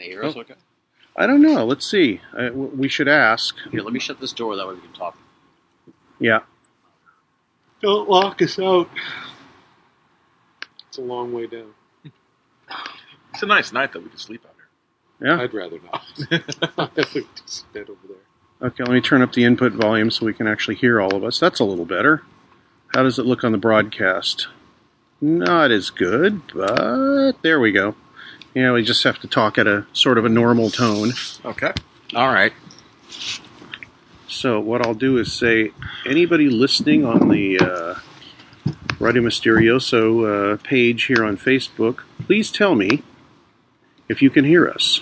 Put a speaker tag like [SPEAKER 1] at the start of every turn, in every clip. [SPEAKER 1] cigarette
[SPEAKER 2] Oh.
[SPEAKER 1] socket?
[SPEAKER 2] I don't know. Let's see. Uh, w- we should ask.
[SPEAKER 1] Here, let me shut this door. That way we can talk.
[SPEAKER 2] Yeah.
[SPEAKER 3] Don't lock us out. It's a long way down.
[SPEAKER 4] It's a nice night that we can sleep out here.
[SPEAKER 2] Yeah.
[SPEAKER 3] I'd rather not. I'd like to sit over there.
[SPEAKER 2] Okay. Let me turn up the input volume so we can actually hear all of us. That's a little better. How does it look on the broadcast? Not as good, but there we go. Yeah, we just have to talk at a sort of a normal tone.
[SPEAKER 4] Okay.
[SPEAKER 1] All right.
[SPEAKER 2] So what I'll do is say, anybody listening on the uh, Radio Mysterioso uh, page here on Facebook, please tell me if you can hear us.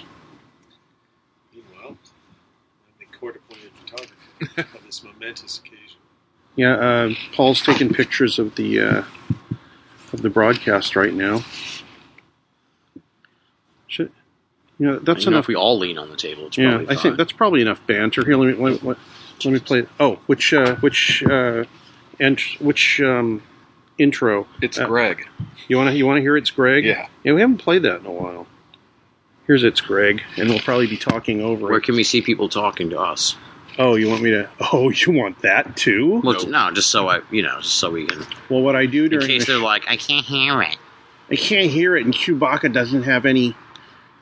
[SPEAKER 3] Meanwhile, I'm the court-appointed photographer on this momentous occasion.
[SPEAKER 2] Yeah, uh, Paul's taking pictures of the uh, of the broadcast right now. Should, you know, that's
[SPEAKER 1] That's enough.
[SPEAKER 2] enough.
[SPEAKER 1] If we all lean on the table, it's
[SPEAKER 2] yeah,
[SPEAKER 1] probably
[SPEAKER 2] I think
[SPEAKER 1] fine.
[SPEAKER 2] that's probably enough banter. Here, let me let, let, let me play. Oh, which uh, which uh, and which um, intro?
[SPEAKER 4] It's
[SPEAKER 2] Uh,
[SPEAKER 4] Greg.
[SPEAKER 2] You want to you want to hear it's Greg?
[SPEAKER 4] Yeah.
[SPEAKER 2] Yeah, we haven't played that in a while. Here's it's Greg, and we'll probably be talking over
[SPEAKER 1] Where
[SPEAKER 2] it.
[SPEAKER 1] can we see people talking to us?
[SPEAKER 2] oh, you want me to? Oh, you want that too?
[SPEAKER 1] Well, no, just so I, you know, just so we can.
[SPEAKER 2] Well, what I do
[SPEAKER 1] In
[SPEAKER 2] during
[SPEAKER 1] case
[SPEAKER 2] the
[SPEAKER 1] they're like, I can't hear it.
[SPEAKER 2] I can't hear it, and Chewbacca doesn't have any.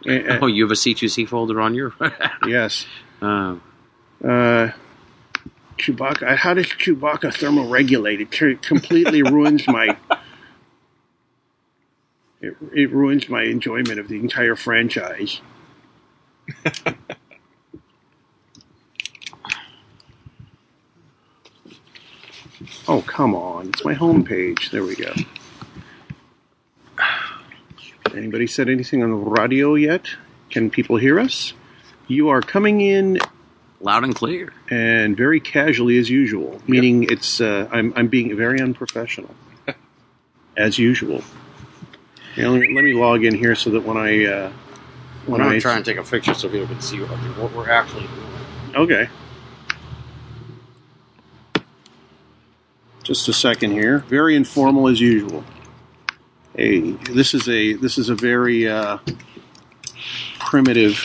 [SPEAKER 2] uh, uh,
[SPEAKER 1] Oh, you have a C2C folder on your.
[SPEAKER 2] yes.
[SPEAKER 1] Oh.
[SPEAKER 2] Uh, Chewbacca. How does Chewbacca thermoregulate? It tr- completely ruins my. It, it ruins my enjoyment of the entire franchise. oh come on! It's my homepage. There we go. Anybody said anything on the radio yet? Can people hear us? You are coming in
[SPEAKER 1] loud and clear.
[SPEAKER 2] and very casually as usual, meaning it's uh, I'm I'm being very unprofessional as usual. Now, let, me, let me log in here so that when I uh, when I
[SPEAKER 1] I'm trying to take a picture so people can see what, what we're actually doing.
[SPEAKER 2] okay. Just a second here. Very informal as usual. Hey, this is a this is a very uh, primitive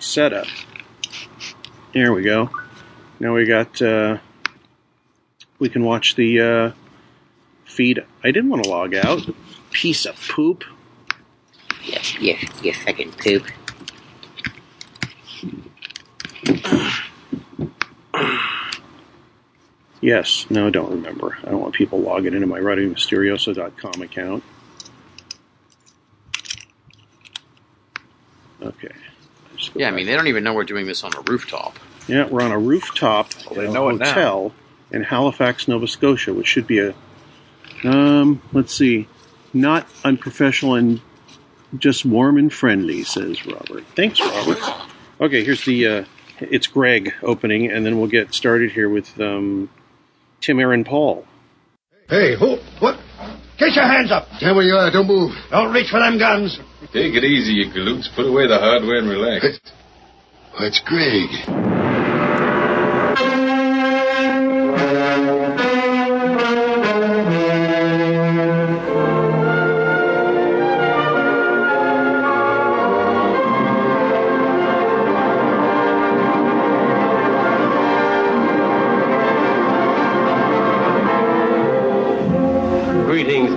[SPEAKER 2] setup. There we go. Now we got uh, we can watch the uh, feed. I didn't want to log out. Piece of poop.
[SPEAKER 5] Yes, yes, yes, I can poop.
[SPEAKER 2] Yes. No, I don't remember. I don't want people logging into my RadioMysterioso.com account. Okay. Let's go
[SPEAKER 1] Yeah, I
[SPEAKER 2] back.
[SPEAKER 1] mean, they don't even know we're doing this on a rooftop.
[SPEAKER 2] yeah, we're on a rooftop
[SPEAKER 4] Well, they
[SPEAKER 2] at a
[SPEAKER 4] know it now.
[SPEAKER 2] hotel in Halifax, Nova Scotia, which should be a, um, let's see, not unprofessional and just warm and friendly, says Robert. Thanks, Robert. Okay, here's the, uh, it's Greg opening, and then we'll get started here with um, Tim Aaron Paul.
[SPEAKER 6] Hey, who? What?
[SPEAKER 7] Get your hands up!
[SPEAKER 6] Stand where you are. Don't move.
[SPEAKER 7] Don't reach for them guns.
[SPEAKER 8] Take it easy, you galoots. Put away the hardware and relax.
[SPEAKER 6] Oh, it's Greg.
[SPEAKER 9] Greetings,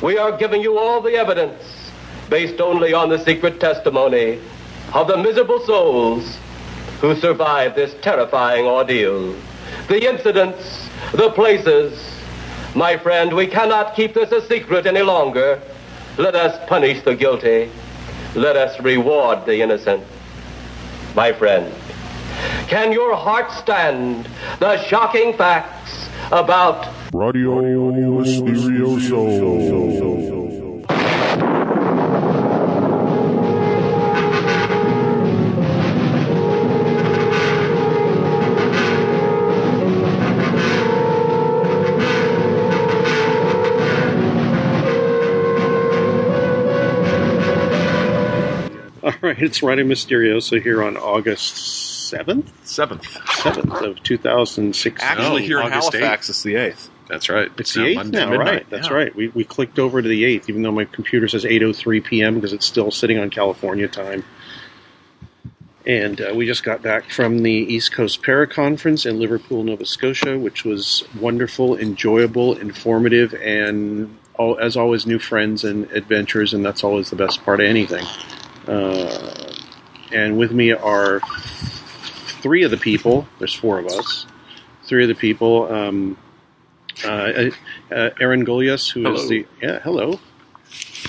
[SPEAKER 9] We are giving you all the evidence based only on the secret testimony of the miserable souls who survived this terrifying ordeal. The incidents, the places, my friend, we cannot keep this a secret any longer. Let us punish the guilty. Let us reward the innocent. My friend, can your heart stand the shocking facts about
[SPEAKER 10] Radio Misterioso.
[SPEAKER 2] right, it's Riding Mysterioso here on August 7th,
[SPEAKER 4] Seventh.
[SPEAKER 2] 7th of 2016.
[SPEAKER 4] Actually,
[SPEAKER 1] No,
[SPEAKER 4] here in
[SPEAKER 1] August
[SPEAKER 4] Halifax, it's the eighth.
[SPEAKER 1] That's right.
[SPEAKER 2] It's
[SPEAKER 4] now
[SPEAKER 2] the eighth
[SPEAKER 4] Monday
[SPEAKER 2] now,
[SPEAKER 4] midnight,
[SPEAKER 2] right? That's
[SPEAKER 4] yeah.
[SPEAKER 2] right. We, we clicked over to the eighth, even though my computer says eight oh three p.m. because it's still sitting on California time. And uh, we just got back from the East Coast Para Conference in Liverpool, Nova Scotia, which was wonderful, enjoyable, informative, and all, as always, new friends and adventures, and that's always the best part of anything. Uh, and with me are three of the people. There's four of us. Three of the people. Um, uh, uh, Aaron Golias, who is
[SPEAKER 4] Hello.
[SPEAKER 2] the yeah, hello.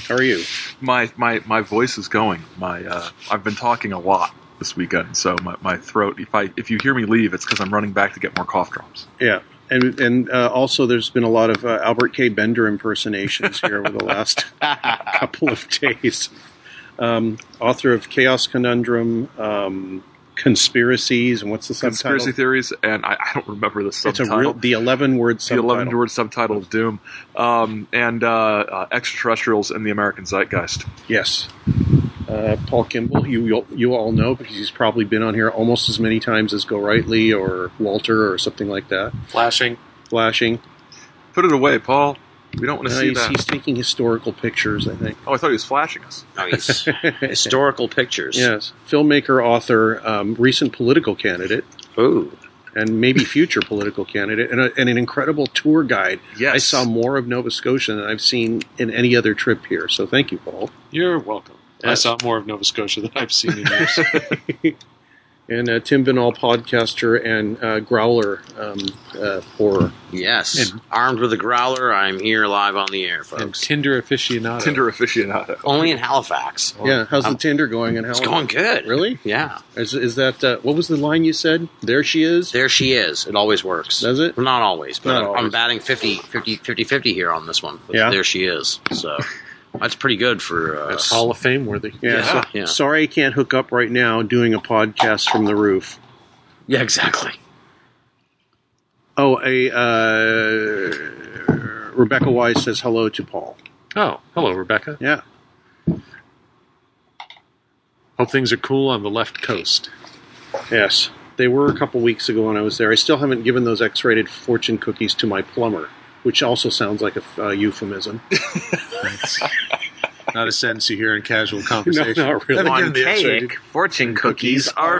[SPEAKER 2] How are you?
[SPEAKER 4] My my my voice is going. My uh, I've been talking a lot this weekend, so my, my throat. If I if you hear me leave, it's because I'm running back to get more cough drops.
[SPEAKER 2] Yeah, and and uh, also there's been a lot of uh, Albert K. Bender impersonations here over the last couple of days. Um, author of Chaos Conundrum, um, Conspiracies, and what's the subtitle?
[SPEAKER 4] Conspiracy theories, and I, I don't remember the
[SPEAKER 2] it's
[SPEAKER 4] subtitle.
[SPEAKER 2] a real the eleven word
[SPEAKER 4] the
[SPEAKER 2] subtitle.
[SPEAKER 4] 11 word subtitle of Doom, um, and uh, uh, extraterrestrials in the American Zeitgeist.
[SPEAKER 2] Yes. Uh, Paul Kimball, you, you you all know because he's probably been on here almost as many times as Go Rightly or Walter or something like that.
[SPEAKER 1] Flashing.
[SPEAKER 2] Flashing.
[SPEAKER 4] Put it away, Paul. We don't want to
[SPEAKER 2] Uh,
[SPEAKER 4] see
[SPEAKER 2] he's,
[SPEAKER 4] that.
[SPEAKER 2] he's taking historical pictures, I think.
[SPEAKER 4] oh, I thought he was flashing us.
[SPEAKER 1] Nice. Historical pictures.
[SPEAKER 2] Yes, filmmaker, author, um, recent political candidate,
[SPEAKER 1] Ooh.
[SPEAKER 2] and maybe future political candidate, and, a, and an incredible tour guide.
[SPEAKER 4] Yes,
[SPEAKER 2] I saw more of Nova Scotia than I've seen in any other trip here. So thank you, Paul.
[SPEAKER 3] You're welcome. I
[SPEAKER 2] Yes.
[SPEAKER 3] saw more of Nova Scotia than I've seen in years.
[SPEAKER 2] And uh, Tim Benall, podcaster and uh, growler um, uh, horror.
[SPEAKER 1] Yes. Armed with a growler, I'm here live on the air,
[SPEAKER 3] and
[SPEAKER 1] folks.
[SPEAKER 3] Tinder aficionado.
[SPEAKER 4] Tinder aficionado.
[SPEAKER 1] Only in Halifax.
[SPEAKER 2] yeah, how's
[SPEAKER 1] I'm-
[SPEAKER 2] the Tinder going? And how
[SPEAKER 1] It's going good.
[SPEAKER 2] Really?
[SPEAKER 1] Yeah.
[SPEAKER 2] Is, is that uh, what was the line you said? There she is.
[SPEAKER 1] There she is. It always works.
[SPEAKER 2] Does it?
[SPEAKER 1] Well, not always, but
[SPEAKER 2] Not
[SPEAKER 1] I'm- I'm
[SPEAKER 2] always.
[SPEAKER 1] batting 50, 50, 50, 50 here on this one.
[SPEAKER 2] Yeah.
[SPEAKER 1] There she is. So that's pretty good for. Uh,
[SPEAKER 3] That's Hall of Fame worthy.
[SPEAKER 2] Yeah. so-
[SPEAKER 1] Yeah.
[SPEAKER 2] Sorry, I can't hook up right now. Doing a podcast from the roof.
[SPEAKER 1] yeah, exactly.
[SPEAKER 2] Oh, a uh, Rebecca Wise says hello to Paul.
[SPEAKER 3] Oh, hello, Rebecca.
[SPEAKER 2] Yeah,
[SPEAKER 3] Hope things are cool on the left coast.
[SPEAKER 2] yes, they were a couple weeks ago when I was there. I still haven't given those X-rated fortune cookies to my plumber, which also sounds like a uh, euphemism.
[SPEAKER 3] That's not a sentence you hear in casual
[SPEAKER 2] no,
[SPEAKER 3] conversation.
[SPEAKER 2] not really.
[SPEAKER 3] Haven't given the X-rated.
[SPEAKER 4] fortune cookies are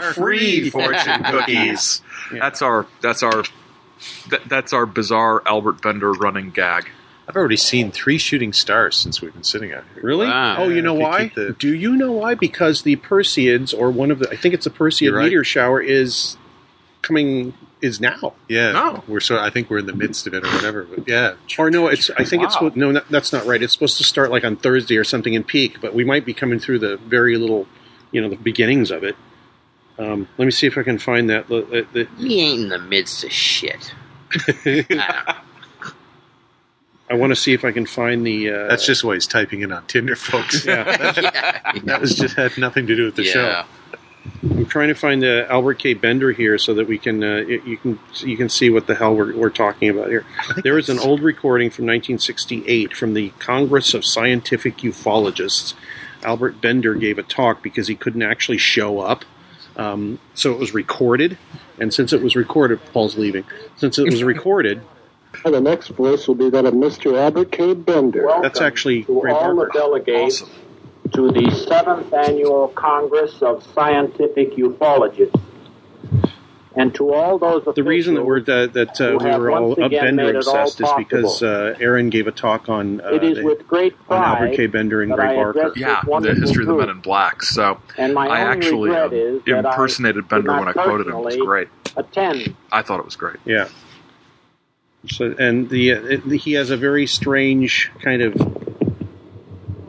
[SPEAKER 4] free fortune cookies.
[SPEAKER 2] Yeah.
[SPEAKER 4] That's our that's our that, that's our bizarre Albert Bender running gag.
[SPEAKER 3] I've already seen three shooting stars since we've been sitting out here.
[SPEAKER 2] Really?
[SPEAKER 1] Wow.
[SPEAKER 2] Oh, you know
[SPEAKER 3] If you
[SPEAKER 2] why?
[SPEAKER 3] keep the-
[SPEAKER 2] Do you know why? Because the Perseids, or one of the, I think it's a Perseid
[SPEAKER 3] You're right.
[SPEAKER 2] meteor shower, is coming is now.
[SPEAKER 3] Yeah,
[SPEAKER 4] No.
[SPEAKER 3] we're so I think we're in the midst of it or whatever. But yeah,
[SPEAKER 2] Or no, it's I think it's
[SPEAKER 4] Wow.
[SPEAKER 2] supposed- no, no, that's not right. It's supposed to start like on Thursday or something in peak, but we might be coming through the very little, you know, the beginnings of it. Um, let me see if I can find that. uh, the- the- the-
[SPEAKER 5] He ain't in the midst of shit.
[SPEAKER 1] Ah,
[SPEAKER 2] I want to see if I can find the. Uh,
[SPEAKER 3] that's just why he's typing in on Tinder, folks.
[SPEAKER 2] Yeah,
[SPEAKER 3] that was just had nothing to do with the show.
[SPEAKER 5] yeah.
[SPEAKER 2] I'm trying to find the Albert K. Bender here so that we can uh, y- you can you can see what the hell we're, we're talking about here. There is an old recording from 1968 from the Congress of Scientific Ufologists. Albert Bender gave a talk because he couldn't actually show up, um, so it was recorded. And since it was recorded, Paul's leaving. Since it was recorded,
[SPEAKER 10] The next voice will be that of Mr. Albert K. Bender.
[SPEAKER 2] that's actually
[SPEAKER 10] to
[SPEAKER 2] Ray
[SPEAKER 10] all the
[SPEAKER 2] Barber.
[SPEAKER 10] delegates to the seventh annual Congress of Scientific Ufologists, and to all those
[SPEAKER 2] The reason that
[SPEAKER 10] officials-
[SPEAKER 2] we're that, that uh, we
[SPEAKER 10] who have
[SPEAKER 2] were all
[SPEAKER 10] once again made
[SPEAKER 2] Bender
[SPEAKER 10] it all
[SPEAKER 2] obsessed is because
[SPEAKER 10] possible.
[SPEAKER 2] uh, Aaron gave a talk on uh,
[SPEAKER 10] it is
[SPEAKER 2] the-
[SPEAKER 10] with great
[SPEAKER 2] on Albert K.
[SPEAKER 10] pride
[SPEAKER 2] Bender and
[SPEAKER 10] that
[SPEAKER 2] Ray
[SPEAKER 10] I
[SPEAKER 2] Barker.
[SPEAKER 10] address-
[SPEAKER 4] Yeah, the
[SPEAKER 10] wonderful
[SPEAKER 4] history of the
[SPEAKER 10] truth.
[SPEAKER 4] Men in Black. So
[SPEAKER 10] and my
[SPEAKER 4] I
[SPEAKER 10] only
[SPEAKER 4] actually
[SPEAKER 10] regret
[SPEAKER 4] um,
[SPEAKER 10] is that I
[SPEAKER 4] impersonated Bender
[SPEAKER 10] not
[SPEAKER 4] when I quoted him. It was
[SPEAKER 10] personally
[SPEAKER 4] great.
[SPEAKER 10] attend
[SPEAKER 4] I thought it was great.
[SPEAKER 2] Yeah. So and the uh, it, he has a very strange kind of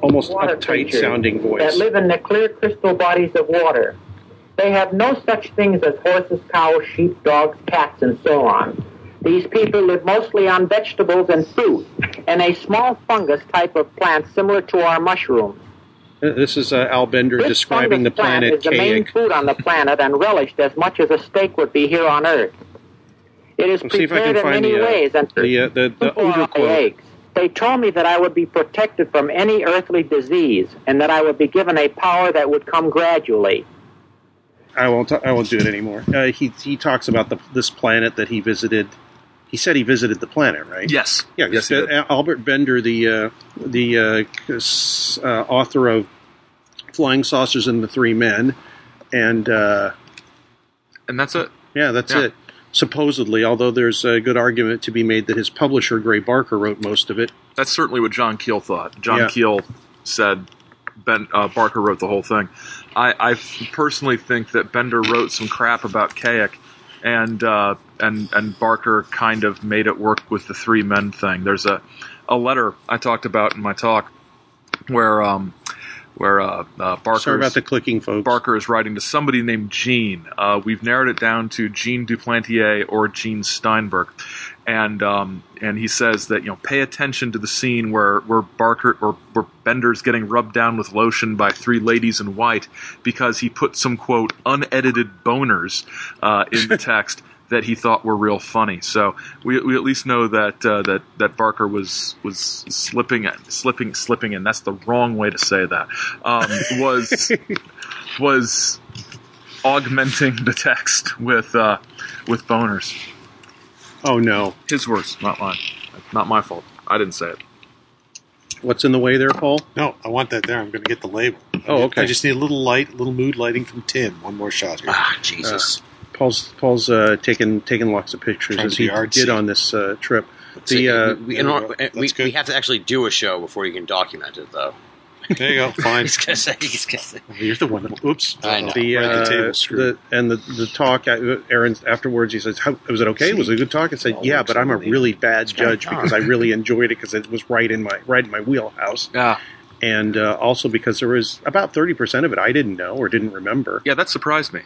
[SPEAKER 2] almost
[SPEAKER 10] Water
[SPEAKER 2] uptight
[SPEAKER 10] creatures
[SPEAKER 2] sounding
[SPEAKER 10] that
[SPEAKER 2] voice.
[SPEAKER 10] live in the clear crystal bodies of water. They have no such things as horses, cows, sheep, dogs, cats, and so on. These people live mostly on vegetables and fruit, and a small fungus type of plant similar to our mushrooms.
[SPEAKER 2] This is uh, Al Bender
[SPEAKER 10] This
[SPEAKER 2] describing the
[SPEAKER 10] fungus plant
[SPEAKER 2] planet
[SPEAKER 10] is the main
[SPEAKER 2] Kayak.
[SPEAKER 10] food on the planet and relished as much as a steak would be here on Earth. It is
[SPEAKER 2] Let's see if I can
[SPEAKER 10] prepared in
[SPEAKER 2] find
[SPEAKER 10] many
[SPEAKER 2] the, uh,
[SPEAKER 10] ways and
[SPEAKER 2] The uh, the the
[SPEAKER 10] people are
[SPEAKER 2] odor
[SPEAKER 10] the
[SPEAKER 2] quote.
[SPEAKER 10] eggs. they told me that I would be protected from any earthly disease and that I would be given a power that would come gradually.
[SPEAKER 2] I won't. ta- I won't do it anymore. Uh, he he talks about the this planet that he visited. He said he visited the planet, right?
[SPEAKER 4] Yes.
[SPEAKER 2] Yeah,
[SPEAKER 4] Yes, he
[SPEAKER 2] Ben-
[SPEAKER 4] did.
[SPEAKER 2] Albert Bender, the uh, the uh, c- s- uh, author of Flying Saucers and the Three Men, and uh,
[SPEAKER 4] And that's it.
[SPEAKER 2] yeah, that's
[SPEAKER 4] Yeah.
[SPEAKER 2] it. Supposedly, although there's a good argument to be made that his publisher Gray Barker wrote most of it.
[SPEAKER 4] That's certainly what John Keel thought. John
[SPEAKER 2] Yeah.
[SPEAKER 4] Keel said Ben uh, Barker wrote the whole thing. I, I personally think that Bender wrote some crap about Kayak, and uh, and and Barker kind of made it work with the three men thing. There's a a letter I talked about in my talk where um where uh, uh Barker
[SPEAKER 2] Sorry about the clicking, folks.
[SPEAKER 4] Barker is writing to somebody named Gene. Uh, we've narrowed it down to Gene Duplantier or Gene Steinberg, and um, and he says that you know pay attention to the scene where where Barker or where Bender's getting rubbed down with lotion by three ladies in white because he put some quote unedited boners uh, in the text. That he thought were real funny, so we, we at least know that uh, that that Barker was was slipping slipping slipping in. That's the wrong way to say that. Um, was was augmenting the text with uh, with boners.
[SPEAKER 2] Oh no,
[SPEAKER 4] His words, not mine. Not my fault. I didn't say it.
[SPEAKER 2] what's in the way there, Paul?
[SPEAKER 3] No, I want that there. I'm going to get the label.
[SPEAKER 2] Oh, okay.
[SPEAKER 3] I just need a little light, a little mood lighting from Tim. One more shot here.
[SPEAKER 5] Ah,
[SPEAKER 2] Uh,
[SPEAKER 5] Jesus.
[SPEAKER 2] Paul's Paul's uh, taking taking lots of pictures
[SPEAKER 3] Trying
[SPEAKER 2] as
[SPEAKER 3] to
[SPEAKER 2] he
[SPEAKER 3] be artsy.
[SPEAKER 2] did on this uh, trip.
[SPEAKER 1] Let's
[SPEAKER 2] The,
[SPEAKER 1] see,
[SPEAKER 2] uh,
[SPEAKER 1] we, we,
[SPEAKER 3] there
[SPEAKER 1] in
[SPEAKER 3] we
[SPEAKER 1] order-
[SPEAKER 3] go.
[SPEAKER 1] we,
[SPEAKER 3] That's
[SPEAKER 1] we
[SPEAKER 3] good.
[SPEAKER 1] have to actually do a show before you can document it, though.
[SPEAKER 3] There you go. Fine.
[SPEAKER 1] He's gonna say, he's gonna say.
[SPEAKER 2] Oh, You're the one. That, oops.
[SPEAKER 1] I know.
[SPEAKER 2] The,
[SPEAKER 3] Right, the
[SPEAKER 2] uh,
[SPEAKER 3] table screwed.
[SPEAKER 2] the- and the the talk. I- Aaron afterwards, he says, How, "Was it okay? Was it a good talk?" I said,
[SPEAKER 1] All
[SPEAKER 2] "Yeah,
[SPEAKER 1] works
[SPEAKER 2] but I'm a
[SPEAKER 1] on the-
[SPEAKER 2] really bad
[SPEAKER 1] kinda
[SPEAKER 2] judge because I really enjoyed it because it was right in my right in my wheelhouse,
[SPEAKER 4] Yeah,
[SPEAKER 2] and uh, also because there was about thirty percent of it I didn't know or didn't remember.
[SPEAKER 4] yeah, that surprised me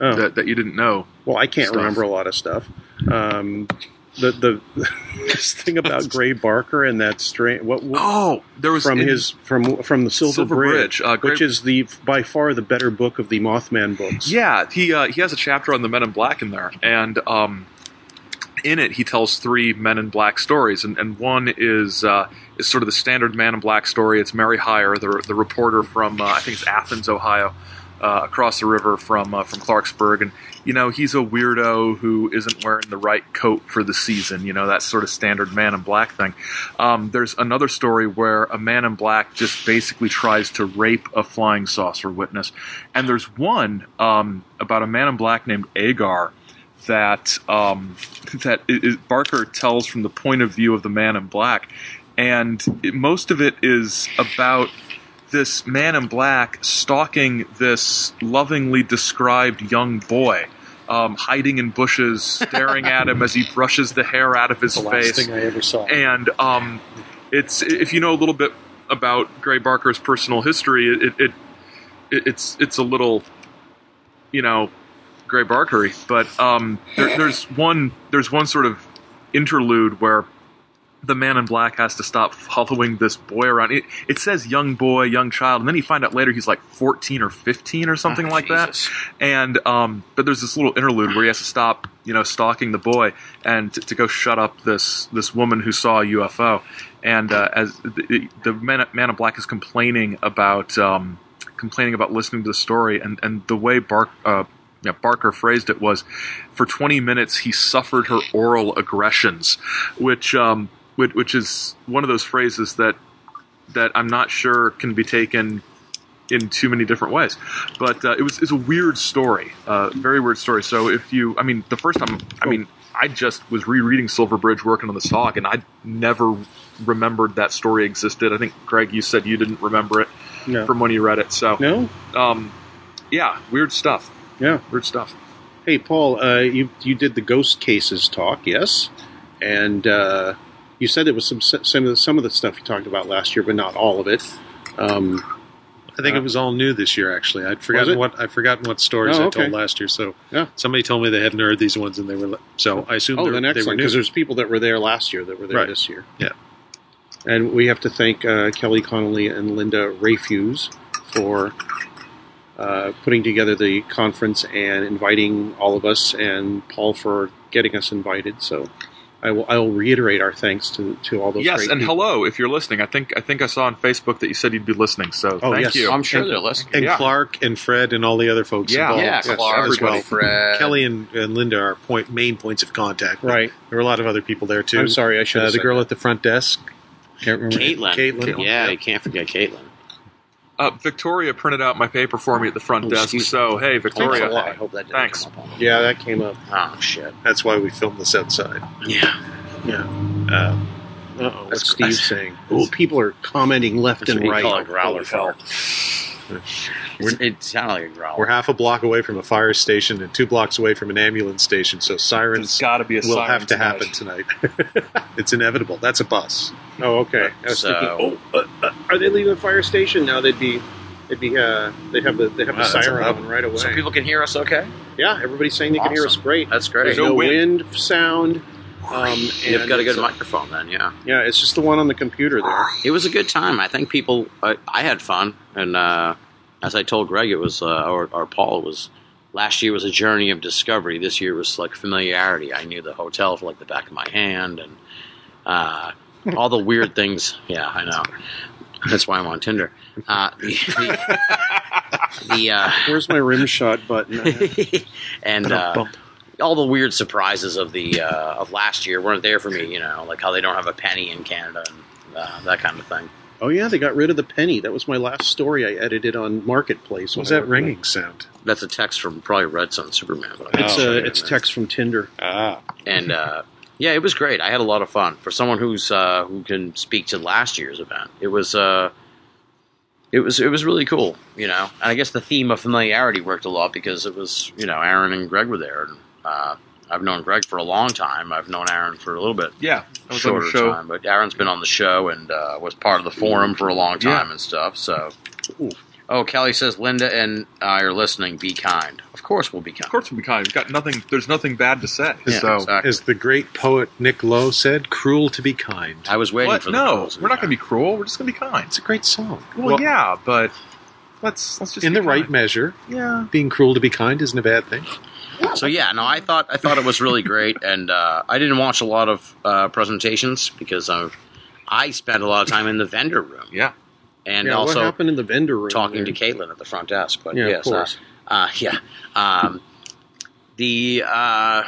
[SPEAKER 2] Oh,
[SPEAKER 4] that, that you didn't know.
[SPEAKER 2] well, I can't
[SPEAKER 4] stuff.
[SPEAKER 2] remember a lot of stuff. Um, the the this thing about Gray Barker and that strain. What, what
[SPEAKER 4] Oh, there was
[SPEAKER 2] from
[SPEAKER 4] in-
[SPEAKER 2] his from from the Silver,
[SPEAKER 4] Silver
[SPEAKER 2] Bridge,
[SPEAKER 4] Bridge, uh, Gray-
[SPEAKER 2] which is the by far the better book of the Mothman books.
[SPEAKER 4] Yeah, he uh, he has a chapter on the Men in Black in there, and um, in it he tells three Men in Black stories, and, and one is uh, is sort of the standard Man in Black story. It's Mary Heyer, the the reporter from uh, I think it's Athens, Ohio, uh, across the river from uh, from Clarksburg, and you know he's a weirdo who isn't wearing the right coat for the season. You know that sort of standard Man in Black thing. Um, there's another story where a man in black just basically tries to rape a flying saucer witness. And there's one um, about a man in black named Agar that um, that i i- Barker tells from the point of view of the man in black, and it- most of it is about this man in black stalking this lovingly described young boy. Um, hiding in bushes, staring at him as he brushes the hair out of his
[SPEAKER 3] the last
[SPEAKER 4] face
[SPEAKER 3] thing I ever saw.
[SPEAKER 4] and um, it's if you know a little bit about Gray Barker's personal history, it, it, it it's it's a little, you know, Gray Barkery. But um, there, there's one there's one sort of interlude where the man in black has to stop following this boy around. It, it says young boy, young child, and then you find out later he's like 14 or 15 or
[SPEAKER 11] Ah,
[SPEAKER 4] something like that and um, but there's this little interlude where he has to stop, you know, stalking the boy and t- to go shut up this this woman who saw a UFO, and uh, as the, the man, man in black is complaining about um, complaining about listening to the story, and and the way Bark. Uh, yeah, Barker phrased it was, for 20 minutes he suffered her oral aggressions, which um, which, which is one of those phrases that that I'm not sure can be taken in too many different ways. But uh, it was it's a weird story, uh, very weird story. So if you, I mean, the first time, I mean, I just was rereading Silver Bridge working on this talk, and I never remembered that story existed. I think Greg, you said you didn't remember it
[SPEAKER 2] No.
[SPEAKER 4] from when you read it. So,
[SPEAKER 2] no.
[SPEAKER 4] um, yeah, weird stuff.
[SPEAKER 2] Yeah.
[SPEAKER 4] Weird stuff.
[SPEAKER 2] Hey, Paul, uh, you you did the ghost cases talk, yes, and uh, you said it was some some of the, some of the stuff you talked about last year, but not all of it. Um,
[SPEAKER 3] I think it was all new this year. Actually, I'd forgotten
[SPEAKER 2] it?
[SPEAKER 3] what I'd forgotten what stories
[SPEAKER 2] Oh,
[SPEAKER 3] I
[SPEAKER 2] okay.
[SPEAKER 3] told last year. So
[SPEAKER 2] Yeah.
[SPEAKER 3] somebody told me they hadn't heard these ones, and they were li- so I assumed
[SPEAKER 2] oh,
[SPEAKER 3] they're-
[SPEAKER 2] then
[SPEAKER 3] they were
[SPEAKER 2] excellent
[SPEAKER 3] new.
[SPEAKER 2] because there's people that were there last year that were there
[SPEAKER 3] Right.
[SPEAKER 2] this year.
[SPEAKER 3] Yeah.
[SPEAKER 2] and we have to thank uh, Kelly Connolly and Linda Rayfuse for. Uh, putting together the conference and inviting all of us, and Paul for getting us invited. So I will, I will reiterate our thanks to, to all those.
[SPEAKER 4] yes,
[SPEAKER 2] great
[SPEAKER 4] and
[SPEAKER 2] people.
[SPEAKER 4] hello if you're listening. I think I think I saw on Facebook that you said you'd be listening. So
[SPEAKER 2] Oh,
[SPEAKER 4] thank
[SPEAKER 2] yes.
[SPEAKER 4] you.
[SPEAKER 2] I'm
[SPEAKER 11] I'm sure
[SPEAKER 2] And-
[SPEAKER 11] they're listening.
[SPEAKER 2] and
[SPEAKER 4] Yeah.
[SPEAKER 2] Clark and Fred and all the other folks
[SPEAKER 4] Yeah.
[SPEAKER 2] involved.
[SPEAKER 11] Yeah,
[SPEAKER 2] Yes,
[SPEAKER 11] Clark,
[SPEAKER 2] as well.
[SPEAKER 11] Fred.
[SPEAKER 2] Kelly and, and Linda are point main points of contact. but
[SPEAKER 11] Right.
[SPEAKER 2] There were a lot of other people there too.
[SPEAKER 11] I'm sorry, I should have
[SPEAKER 2] Uh, the
[SPEAKER 11] said
[SPEAKER 2] girl at the front desk. Can't remember.
[SPEAKER 11] Caitlin.
[SPEAKER 2] Caitlin.
[SPEAKER 11] Yeah,
[SPEAKER 12] you can't forget Caitlin.
[SPEAKER 4] Uh, Victoria printed out my paper for me at the front
[SPEAKER 12] Oh,
[SPEAKER 4] desk.
[SPEAKER 12] excuse
[SPEAKER 4] So
[SPEAKER 12] Thanks
[SPEAKER 4] hey,
[SPEAKER 12] a
[SPEAKER 4] Victoria.
[SPEAKER 12] lot. I hope that didn't
[SPEAKER 4] Thanks.
[SPEAKER 12] come up on
[SPEAKER 2] Yeah, that came up.
[SPEAKER 12] Oh, shit.
[SPEAKER 2] That's why we filmed this outside.
[SPEAKER 12] Yeah.
[SPEAKER 2] Yeah. Uh, oh, what's
[SPEAKER 12] That's-
[SPEAKER 2] Steve
[SPEAKER 12] that's-
[SPEAKER 2] saying? Oh, people are commenting left
[SPEAKER 12] That's
[SPEAKER 2] and
[SPEAKER 12] what you
[SPEAKER 2] right.
[SPEAKER 12] call a growler fart.
[SPEAKER 11] We're-
[SPEAKER 12] It sounded like a growler.
[SPEAKER 13] We're half a block away from a fire station and two blocks away from an ambulance station, so
[SPEAKER 4] There's
[SPEAKER 13] sirens
[SPEAKER 4] got to be a
[SPEAKER 13] will
[SPEAKER 4] siren
[SPEAKER 13] have to
[SPEAKER 4] tonight.
[SPEAKER 13] happen tonight. it's inevitable. That's a bus.
[SPEAKER 2] Oh, okay. I was
[SPEAKER 11] So-
[SPEAKER 2] thinking, oh, uh, uh, are they leaving the fire station now? They'd be, they'd be, uh, they'd have the, they have
[SPEAKER 11] Wow,
[SPEAKER 2] the
[SPEAKER 11] that's
[SPEAKER 2] siren
[SPEAKER 11] a lot.
[SPEAKER 2] on right away.
[SPEAKER 11] So people can hear us okay?
[SPEAKER 2] yeah, everybody's saying they can hear us
[SPEAKER 11] Awesome.
[SPEAKER 2] great.
[SPEAKER 11] That's great.
[SPEAKER 2] There's no, wind. sound. Um,
[SPEAKER 11] You've
[SPEAKER 2] and
[SPEAKER 11] got a good
[SPEAKER 2] it's
[SPEAKER 11] microphone then, yeah.
[SPEAKER 2] Yeah, it's just the one on the computer there.
[SPEAKER 11] It was a good time. I think people, I, I had fun. And uh, as I told Greg, it was, uh, or, or Paul, it was, last year was a journey of discovery. This year was like familiarity. I knew the hotel for like the back of my hand and uh, all the weird things. Yeah, I know. That's why I'm on Tinder. Uh, the, the, the, uh,
[SPEAKER 2] Where's my rim shot button?
[SPEAKER 11] and uh, all the weird surprises of the uh, of last year weren't there for me. You know, like how they don't have a penny in Canada and uh, that kind of thing.
[SPEAKER 2] oh yeah, they got rid of the penny. That was my last story I edited on Marketplace.
[SPEAKER 13] What's
[SPEAKER 2] when I
[SPEAKER 13] that
[SPEAKER 2] worked on it.
[SPEAKER 13] ringing sound?
[SPEAKER 11] That's a text from probably Red Sun Superman. But I'm
[SPEAKER 2] It's
[SPEAKER 11] not sure.
[SPEAKER 2] uh, it's text from Tinder.
[SPEAKER 13] Ah.
[SPEAKER 11] and uh, yeah, it was great. I had a lot of fun for someone who's uh, who can speak to last year's event. It was uh, it was it was really cool, you know. And I guess the theme of familiarity worked a lot because it was you know Aaron and Greg were there. And, uh, I've known Greg for a long time. I've known Aaron for a little bit
[SPEAKER 4] Yeah, I was on
[SPEAKER 11] shorter
[SPEAKER 4] the show.
[SPEAKER 11] time, but Aaron's been on the show and uh, was part of the forum for a long time
[SPEAKER 4] Yeah.
[SPEAKER 11] and stuff. So, oh, Kelly says Linda and I are listening. Be kind. Of course, we'll be kind.
[SPEAKER 4] Of course, we'll be kind. We've got nothing. There's nothing bad to say.
[SPEAKER 11] Yeah,
[SPEAKER 4] so
[SPEAKER 11] exactly.
[SPEAKER 13] As the great poet Nick Lowe said, cruel to be kind.
[SPEAKER 11] I was waiting
[SPEAKER 4] What?
[SPEAKER 11] for the
[SPEAKER 4] No,
[SPEAKER 11] girls to
[SPEAKER 4] we're not going
[SPEAKER 11] be.
[SPEAKER 4] to be cruel. We're just going to be kind.
[SPEAKER 13] It's a great song.
[SPEAKER 4] Well, yeah, but let's let's just
[SPEAKER 13] In
[SPEAKER 4] be
[SPEAKER 13] the right
[SPEAKER 4] kind.
[SPEAKER 13] measure,
[SPEAKER 4] Yeah.
[SPEAKER 13] being cruel to be kind isn't a bad thing.
[SPEAKER 11] kind. So yeah, no, I thought I thought it was really great, and uh, I didn't watch a lot of uh, presentations because i I spent a lot of time in the vendor room
[SPEAKER 4] Yeah.
[SPEAKER 11] and
[SPEAKER 2] yeah, what
[SPEAKER 11] also
[SPEAKER 2] happened in the vendor room?
[SPEAKER 11] talking to
[SPEAKER 2] there?
[SPEAKER 11] Caitlin at the front desk. But
[SPEAKER 2] Yeah, of
[SPEAKER 11] yes, uh,
[SPEAKER 2] course.
[SPEAKER 11] Uh, yeah. Um, the uh,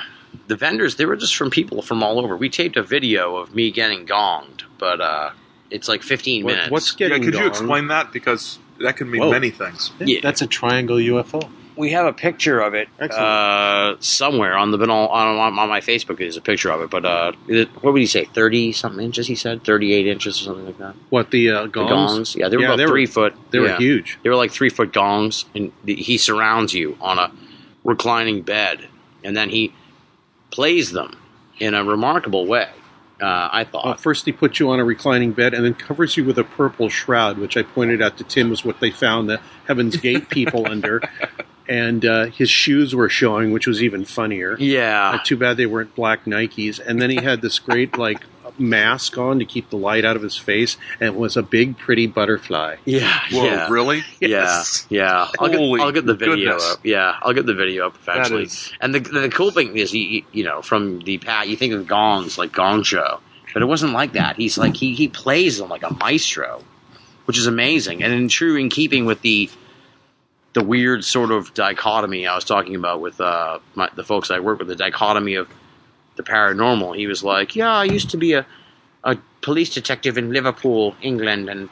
[SPEAKER 11] the vendors they were just from people from all over. We taped a video of me getting gonged, but uh, it's like 15
[SPEAKER 2] What-
[SPEAKER 11] minutes.
[SPEAKER 2] what's
[SPEAKER 4] Yeah.
[SPEAKER 2] getting?
[SPEAKER 4] Could you
[SPEAKER 2] gone?
[SPEAKER 4] explain that because that can mean
[SPEAKER 13] Whoa.
[SPEAKER 4] many things.
[SPEAKER 11] Yeah.
[SPEAKER 13] That's a triangle UFO.
[SPEAKER 11] we have a picture of it uh, somewhere on the been all, on, on on my Facebook. There's a picture of it, but uh, it- what would he say? 30 something inches? He said 38 inches or something like that.
[SPEAKER 2] What the uh,
[SPEAKER 11] The
[SPEAKER 2] gongs?
[SPEAKER 11] gongs. Yeah, they were
[SPEAKER 2] Yeah,
[SPEAKER 11] about
[SPEAKER 2] they were-
[SPEAKER 11] three foot.
[SPEAKER 2] They
[SPEAKER 11] Yeah.
[SPEAKER 2] were huge.
[SPEAKER 11] They were like three foot gongs, and th- he surrounds you on a reclining bed, and then he plays them in a remarkable way. Uh, I
[SPEAKER 2] Uh,
[SPEAKER 4] Oh,
[SPEAKER 11] thought.
[SPEAKER 2] first, he puts you on a reclining bed and then covers you with a purple shroud, which I pointed out to Tim was what they found the Heaven's Gate people under. And uh, his shoes were showing, which was even funnier. Uh,
[SPEAKER 11] yeah,
[SPEAKER 2] too bad they weren't black Nikes. And then he had this great like mask on to keep the light out of his face, and it was a big, pretty butterfly.
[SPEAKER 11] yeah,
[SPEAKER 4] Whoa,
[SPEAKER 11] yeah,
[SPEAKER 4] really?
[SPEAKER 11] yeah, yeah. I'll get,
[SPEAKER 4] Holy
[SPEAKER 11] I'll get the video
[SPEAKER 4] goodness.
[SPEAKER 11] up. Yeah, I'll get the video up
[SPEAKER 4] That
[SPEAKER 11] eventually.
[SPEAKER 4] is-
[SPEAKER 11] And the the cool thing is, he you know from the pat, you think of gongs like Gong Show, but it wasn't like that. He's like he he plays them like a maestro, which is amazing and in true in keeping with the the weird sort of dichotomy I was talking about with uh, my, the folks I work with, the dichotomy of the paranormal. He was like, "Yeah, I used to be a a police detective in Liverpool, England, and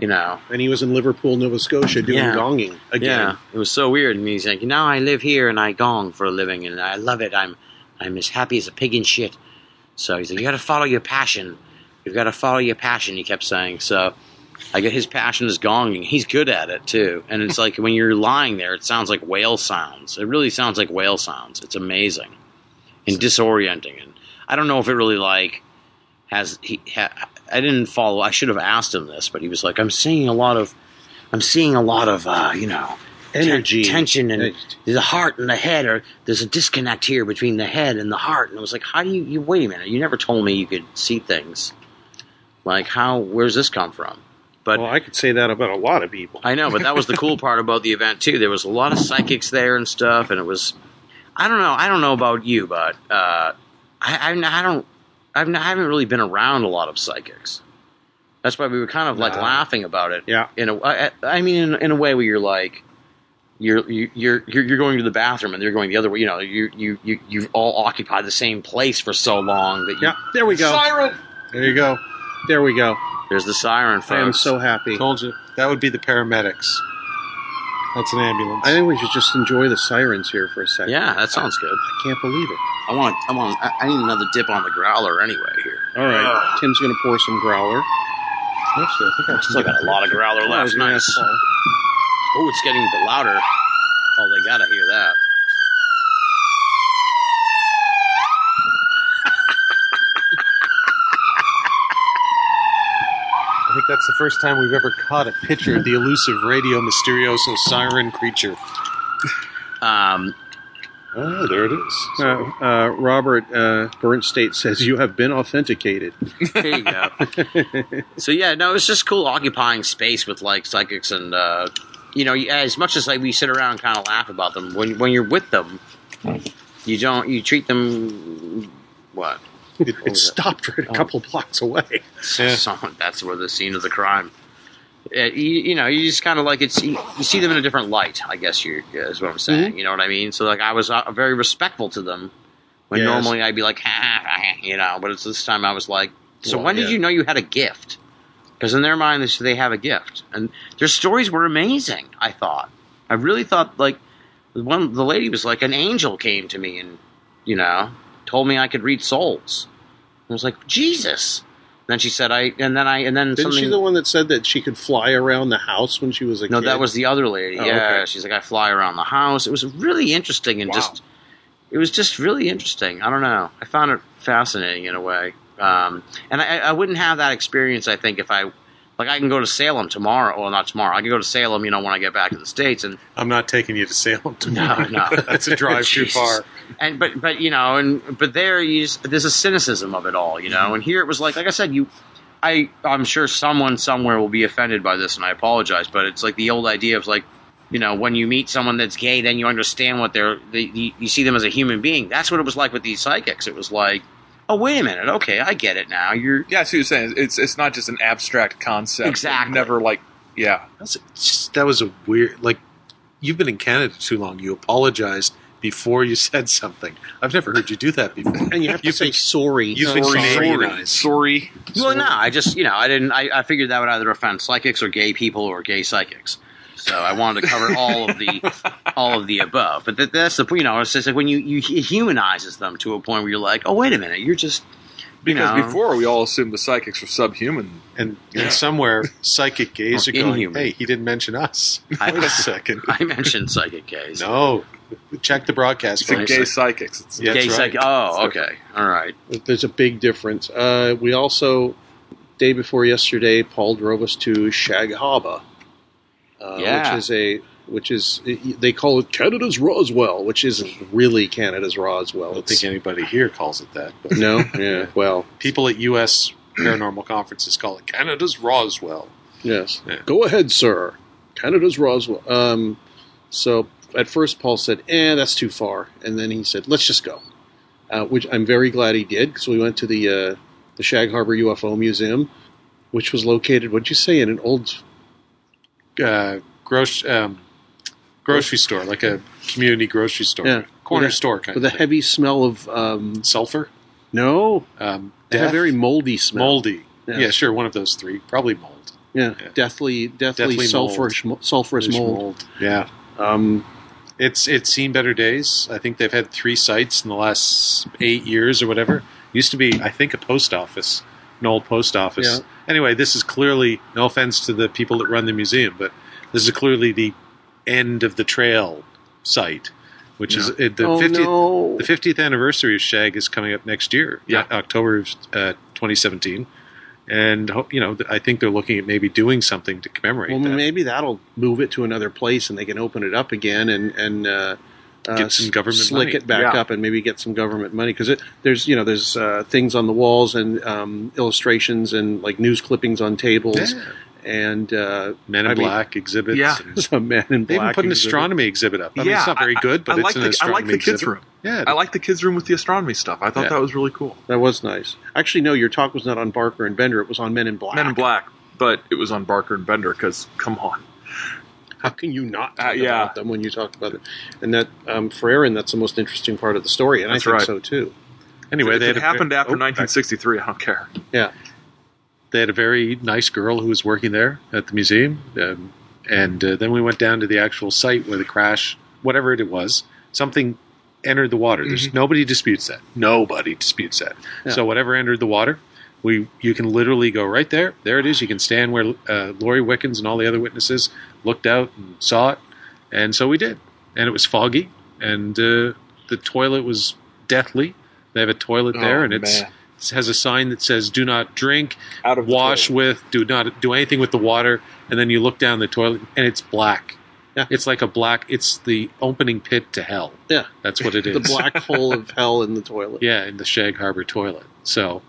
[SPEAKER 11] you know."
[SPEAKER 2] And he was in Liverpool, Nova Scotia, doing
[SPEAKER 11] Yeah.
[SPEAKER 2] gonging again.
[SPEAKER 11] Yeah, it was so weird. And he's like, now I live here and I gong for a living and I love it. I'm I'm as happy as a pig in shit. So he's like, you got to follow your passion. You've got to follow your passion. He kept saying. So I get his passion is gonging. He's good at it too. And it's like when you're lying there, it sounds like whale sounds. It really sounds like whale sounds. It's amazing and disorienting. And I don't know if it really like has he. Ha, I didn't follow. I should have asked him this, but he was like, I'm seeing a lot of. I'm seeing a lot of uh, you know ten-
[SPEAKER 2] Energy.
[SPEAKER 11] tension, and
[SPEAKER 2] Right.
[SPEAKER 11] the heart and the head are there's a disconnect here between the head and the heart. And it was like, how do you, you wait a minute? You never told me you could see things. Like how? Where's this come from? But
[SPEAKER 2] Well, I could say that about a lot of people.
[SPEAKER 11] I know, but that was the cool part about the event too. There was a lot of psychics there and stuff, and it was. I don't know. I don't know about you, but uh, I, I I don't. I've not, I haven't really been around a lot of psychics. That's why we were kind of like
[SPEAKER 2] Nah.
[SPEAKER 11] laughing about it.
[SPEAKER 2] Yeah.
[SPEAKER 11] In a, I, I- I mean, in, in a way where you're like, you're you- you're you're you're going to the bathroom and they're going the other way. You know, you you you you've all occupied the same place for so long that you,
[SPEAKER 2] Yeah, there we go.
[SPEAKER 14] Siren.
[SPEAKER 2] There you go. There we go.
[SPEAKER 11] There's the siren.
[SPEAKER 2] I am
[SPEAKER 11] Folks.
[SPEAKER 2] so happy.
[SPEAKER 13] Told you. That would be the paramedics. That's an ambulance.
[SPEAKER 2] I think we should just enjoy the sirens here for a second.
[SPEAKER 11] Yeah, that sounds good.
[SPEAKER 2] I can't believe it.
[SPEAKER 11] I want I want I I need another dip on the growler anyway here.
[SPEAKER 2] All right. Tim's going to pour some growler. Actually, I think I
[SPEAKER 11] Still got a lot of growler
[SPEAKER 2] Yeah, I was
[SPEAKER 11] left.
[SPEAKER 2] gonna
[SPEAKER 11] Nice.
[SPEAKER 2] ask Paul.
[SPEAKER 11] Oh, it's getting louder. Oh, they gotta hear that.
[SPEAKER 13] I think that's the first time we've ever caught a picture of the elusive radio mysterioso siren creature.
[SPEAKER 11] Um,
[SPEAKER 2] Oh,
[SPEAKER 13] Ah, there it is.
[SPEAKER 2] Uh, uh, Robert uh, Burnt State says you have been authenticated.
[SPEAKER 11] there you go. so yeah, no, it's just cool occupying space with like psychics and uh, you know, as much as like we sit around and kind of laugh about them when when you're with them, you don't you treat them what
[SPEAKER 13] It,
[SPEAKER 11] What
[SPEAKER 13] it
[SPEAKER 11] was that?
[SPEAKER 13] stopped right a
[SPEAKER 11] Oh.
[SPEAKER 13] couple blocks away. Yeah.
[SPEAKER 11] Someone- that's where the scene of the crime. Uh, you, you know, you just kind of like it's. You, you see them in a different light, I guess. You is what I'm
[SPEAKER 2] Mm-hmm.
[SPEAKER 11] saying. You know what I mean? So like, I was uh, very respectful to them when
[SPEAKER 2] Yes.
[SPEAKER 11] normally I'd be like, ha, ha, ha, you know. But it's this time I was like, so
[SPEAKER 2] Well,
[SPEAKER 11] when did
[SPEAKER 2] yeah.
[SPEAKER 11] you know you had a gift? Because in their mind, they say they have a gift, and their stories were amazing. I thought, I really thought like the one the lady was like an angel came to me and you know told me I could read souls. I was like Jesus. Then she said I and then I and then
[SPEAKER 2] Isn't
[SPEAKER 11] something
[SPEAKER 2] she the one that said that she could fly around the house when she was a
[SPEAKER 11] no
[SPEAKER 2] kid?
[SPEAKER 11] that was the other lady
[SPEAKER 2] Oh,
[SPEAKER 11] yeah
[SPEAKER 2] okay.
[SPEAKER 11] she's like I fly around the house it was really interesting and just it was just really interesting I don't know I found it fascinating in a way um, and I, I wouldn't have that experience I think if I like I can go to Salem tomorrow well not tomorrow I can go to Salem you know when I get back to the states and
[SPEAKER 13] I'm not taking you to Salem tomorrow.
[SPEAKER 11] No, no.
[SPEAKER 13] That's a drive too
[SPEAKER 11] Jesus.
[SPEAKER 13] far.
[SPEAKER 11] and but but you know and but there you just, there's a cynicism of it all you
[SPEAKER 13] Mm-hmm.
[SPEAKER 11] know and here it was like like i said you i i'm sure someone somewhere will be offended by this and i apologize but it's like the old idea of like you know when you meet someone that's gay then you understand what they're they, you, you see them as a human being that's what it was like with these psychics it was like oh wait a minute okay i get it now you're
[SPEAKER 4] Yeah, I see what you're saying. It's it's not just an abstract concept.
[SPEAKER 11] Exactly.
[SPEAKER 4] Never like yeah.
[SPEAKER 13] That's just, that was a weird. Like you've been in Canada too long. You apologized before you said something. I've never heard you do that before.
[SPEAKER 2] And you have to
[SPEAKER 13] You've
[SPEAKER 2] say
[SPEAKER 13] been-
[SPEAKER 2] sorry.
[SPEAKER 13] you've been
[SPEAKER 2] Sorry.
[SPEAKER 13] Canadianized.
[SPEAKER 4] Sorry.
[SPEAKER 11] well no i just you know i didn't i, I figured that would either offend psychics or gay people or gay psychics so i wanted to cover all of the all of the above. But that, that's the point. You know, it's just like when you, you it humanizes them to a point where you're like, oh wait a minute, you're just you
[SPEAKER 4] Because
[SPEAKER 11] know,
[SPEAKER 4] before we all assumed the psychics were subhuman.
[SPEAKER 13] And, and somewhere psychic gays
[SPEAKER 11] Or
[SPEAKER 13] are going,
[SPEAKER 11] inhuman.
[SPEAKER 13] hey, he didn't mention us.
[SPEAKER 11] I-
[SPEAKER 13] Wait a second.
[SPEAKER 11] I mentioned psychic gays.
[SPEAKER 13] No. Check the broadcast.
[SPEAKER 4] It's a
[SPEAKER 13] folks.
[SPEAKER 4] gay psychics. It's,
[SPEAKER 13] Yeah,
[SPEAKER 11] gay
[SPEAKER 13] that's right.
[SPEAKER 11] psych. Oh, okay, all right.
[SPEAKER 2] There's a big difference. Uh, we also, day before yesterday, Paul drove us to Shaghaba, uh,
[SPEAKER 11] Yeah.
[SPEAKER 2] which is a which is they call it Canada's Roswell, which isn't really Canada's Roswell.
[SPEAKER 13] I don't
[SPEAKER 2] It's-
[SPEAKER 13] think anybody here calls it that. But
[SPEAKER 2] no, yeah, well,
[SPEAKER 13] people at U.S. paranormal conferences call it Canada's Roswell.
[SPEAKER 2] Yes.
[SPEAKER 13] Yeah.
[SPEAKER 2] Go ahead, sir. Canada's Roswell. Um, so at first, Paul said, "Eh, that's too far," and then he said, "Let's just go," uh, which I'm very glad he did because we went to the uh, the Shag Harbor UFO Museum, which was located. What'd you say in an old?
[SPEAKER 13] Uh, grocery, um, grocery store, like a community grocery store,
[SPEAKER 2] Yeah.
[SPEAKER 13] corner
[SPEAKER 2] With a-
[SPEAKER 13] store kind
[SPEAKER 2] With a
[SPEAKER 13] of thing.
[SPEAKER 2] heavy smell of um,
[SPEAKER 13] sulfur.
[SPEAKER 2] no,
[SPEAKER 13] Um,
[SPEAKER 2] it had a
[SPEAKER 13] death,
[SPEAKER 2] very moldy smell.
[SPEAKER 13] moldy.
[SPEAKER 2] Yeah.
[SPEAKER 13] Yeah. sure, one of those three, probably mold.
[SPEAKER 2] yeah.
[SPEAKER 13] yeah.
[SPEAKER 2] deathly, deathly,
[SPEAKER 13] Deathly mold.
[SPEAKER 2] sulfurish, mo- sulfurous
[SPEAKER 13] There's
[SPEAKER 2] mold.
[SPEAKER 13] Yeah,
[SPEAKER 2] Um,
[SPEAKER 13] it's it's seen better days. I think they've had three sites in the last eight years or whatever. Used to be, I think, a post office, an old post office.
[SPEAKER 2] Yeah.
[SPEAKER 13] Anyway, this is clearly no offense to the people that run the museum, but this is clearly the end of the trail site, which is is the
[SPEAKER 2] oh
[SPEAKER 13] 50th
[SPEAKER 2] no!
[SPEAKER 13] The 50th anniversary of Shag is coming up next year,
[SPEAKER 4] Yeah.
[SPEAKER 13] October of uh, 2017. And, ho- you know, th- I think they're looking at maybe doing something to commemorate
[SPEAKER 2] Well,
[SPEAKER 13] that.
[SPEAKER 2] maybe that'll move it to another place, and they can open it up again and and uh, uh,
[SPEAKER 13] Get some government
[SPEAKER 2] slick
[SPEAKER 13] money.
[SPEAKER 2] it back up, and maybe get some government money because there's you know there's uh, things on the walls and um, illustrations and like news clippings on tables
[SPEAKER 13] Yeah.
[SPEAKER 2] and uh,
[SPEAKER 13] Men in
[SPEAKER 2] I mean-
[SPEAKER 13] Black exhibits.
[SPEAKER 4] Yeah.
[SPEAKER 13] and-
[SPEAKER 2] some man in
[SPEAKER 13] they even
[SPEAKER 2] black.
[SPEAKER 13] put an
[SPEAKER 2] exhibit.
[SPEAKER 13] astronomy exhibit up. I mean, it's not very good,
[SPEAKER 4] I
[SPEAKER 13] but it's
[SPEAKER 4] like
[SPEAKER 13] an
[SPEAKER 4] the, I
[SPEAKER 13] astronomy
[SPEAKER 4] like the kids
[SPEAKER 13] exhibit.
[SPEAKER 4] room.
[SPEAKER 2] Yeah.
[SPEAKER 4] I like the kids' room with the astronomy stuff. I thought
[SPEAKER 2] Yeah.
[SPEAKER 4] that was really cool.
[SPEAKER 2] That was nice. Actually, no, your talk was not on Barker and Bender. It was on Men in Black.
[SPEAKER 4] Men in Black, but it was on Barker and Bender because come on,
[SPEAKER 2] How can you not
[SPEAKER 4] Uh,
[SPEAKER 2] talk
[SPEAKER 4] yeah.
[SPEAKER 2] about them when you talk about them? And that um, for Aaron, that's the most interesting part of the story, and
[SPEAKER 4] That's
[SPEAKER 2] I think
[SPEAKER 4] right.
[SPEAKER 2] so too.
[SPEAKER 13] Anyway,
[SPEAKER 4] if
[SPEAKER 13] they
[SPEAKER 4] it
[SPEAKER 13] had a-
[SPEAKER 4] happened after
[SPEAKER 13] oh,
[SPEAKER 4] 1963, I don't care.
[SPEAKER 2] Yeah.
[SPEAKER 13] they had a very nice girl who was working there at the museum, um, and uh, then we went down to the actual site where the crash, whatever it was, something entered the water.
[SPEAKER 4] Mm-hmm.
[SPEAKER 13] There's nobody disputes that. Nobody disputes that.
[SPEAKER 2] Yeah.
[SPEAKER 13] So whatever entered the water, we you can literally go right there. There it is. You can stand where uh, Lori Wickens and all the other witnesses looked out and saw it, and so we did. And it was foggy, and uh, the toilet was deathly. They have a toilet
[SPEAKER 4] Oh,
[SPEAKER 13] there, and it's
[SPEAKER 4] man.
[SPEAKER 13] it has a sign that says "Do not drink."
[SPEAKER 4] Out of the
[SPEAKER 13] wash with, do not do anything with the water, and then you look down the toilet and it's black.
[SPEAKER 2] Yeah.
[SPEAKER 13] It's like a black. It's the opening pit to hell.
[SPEAKER 2] Yeah.
[SPEAKER 13] That's what it is.
[SPEAKER 2] The black hole of hell in the toilet.
[SPEAKER 13] yeah, in the Shag Harbor toilet. So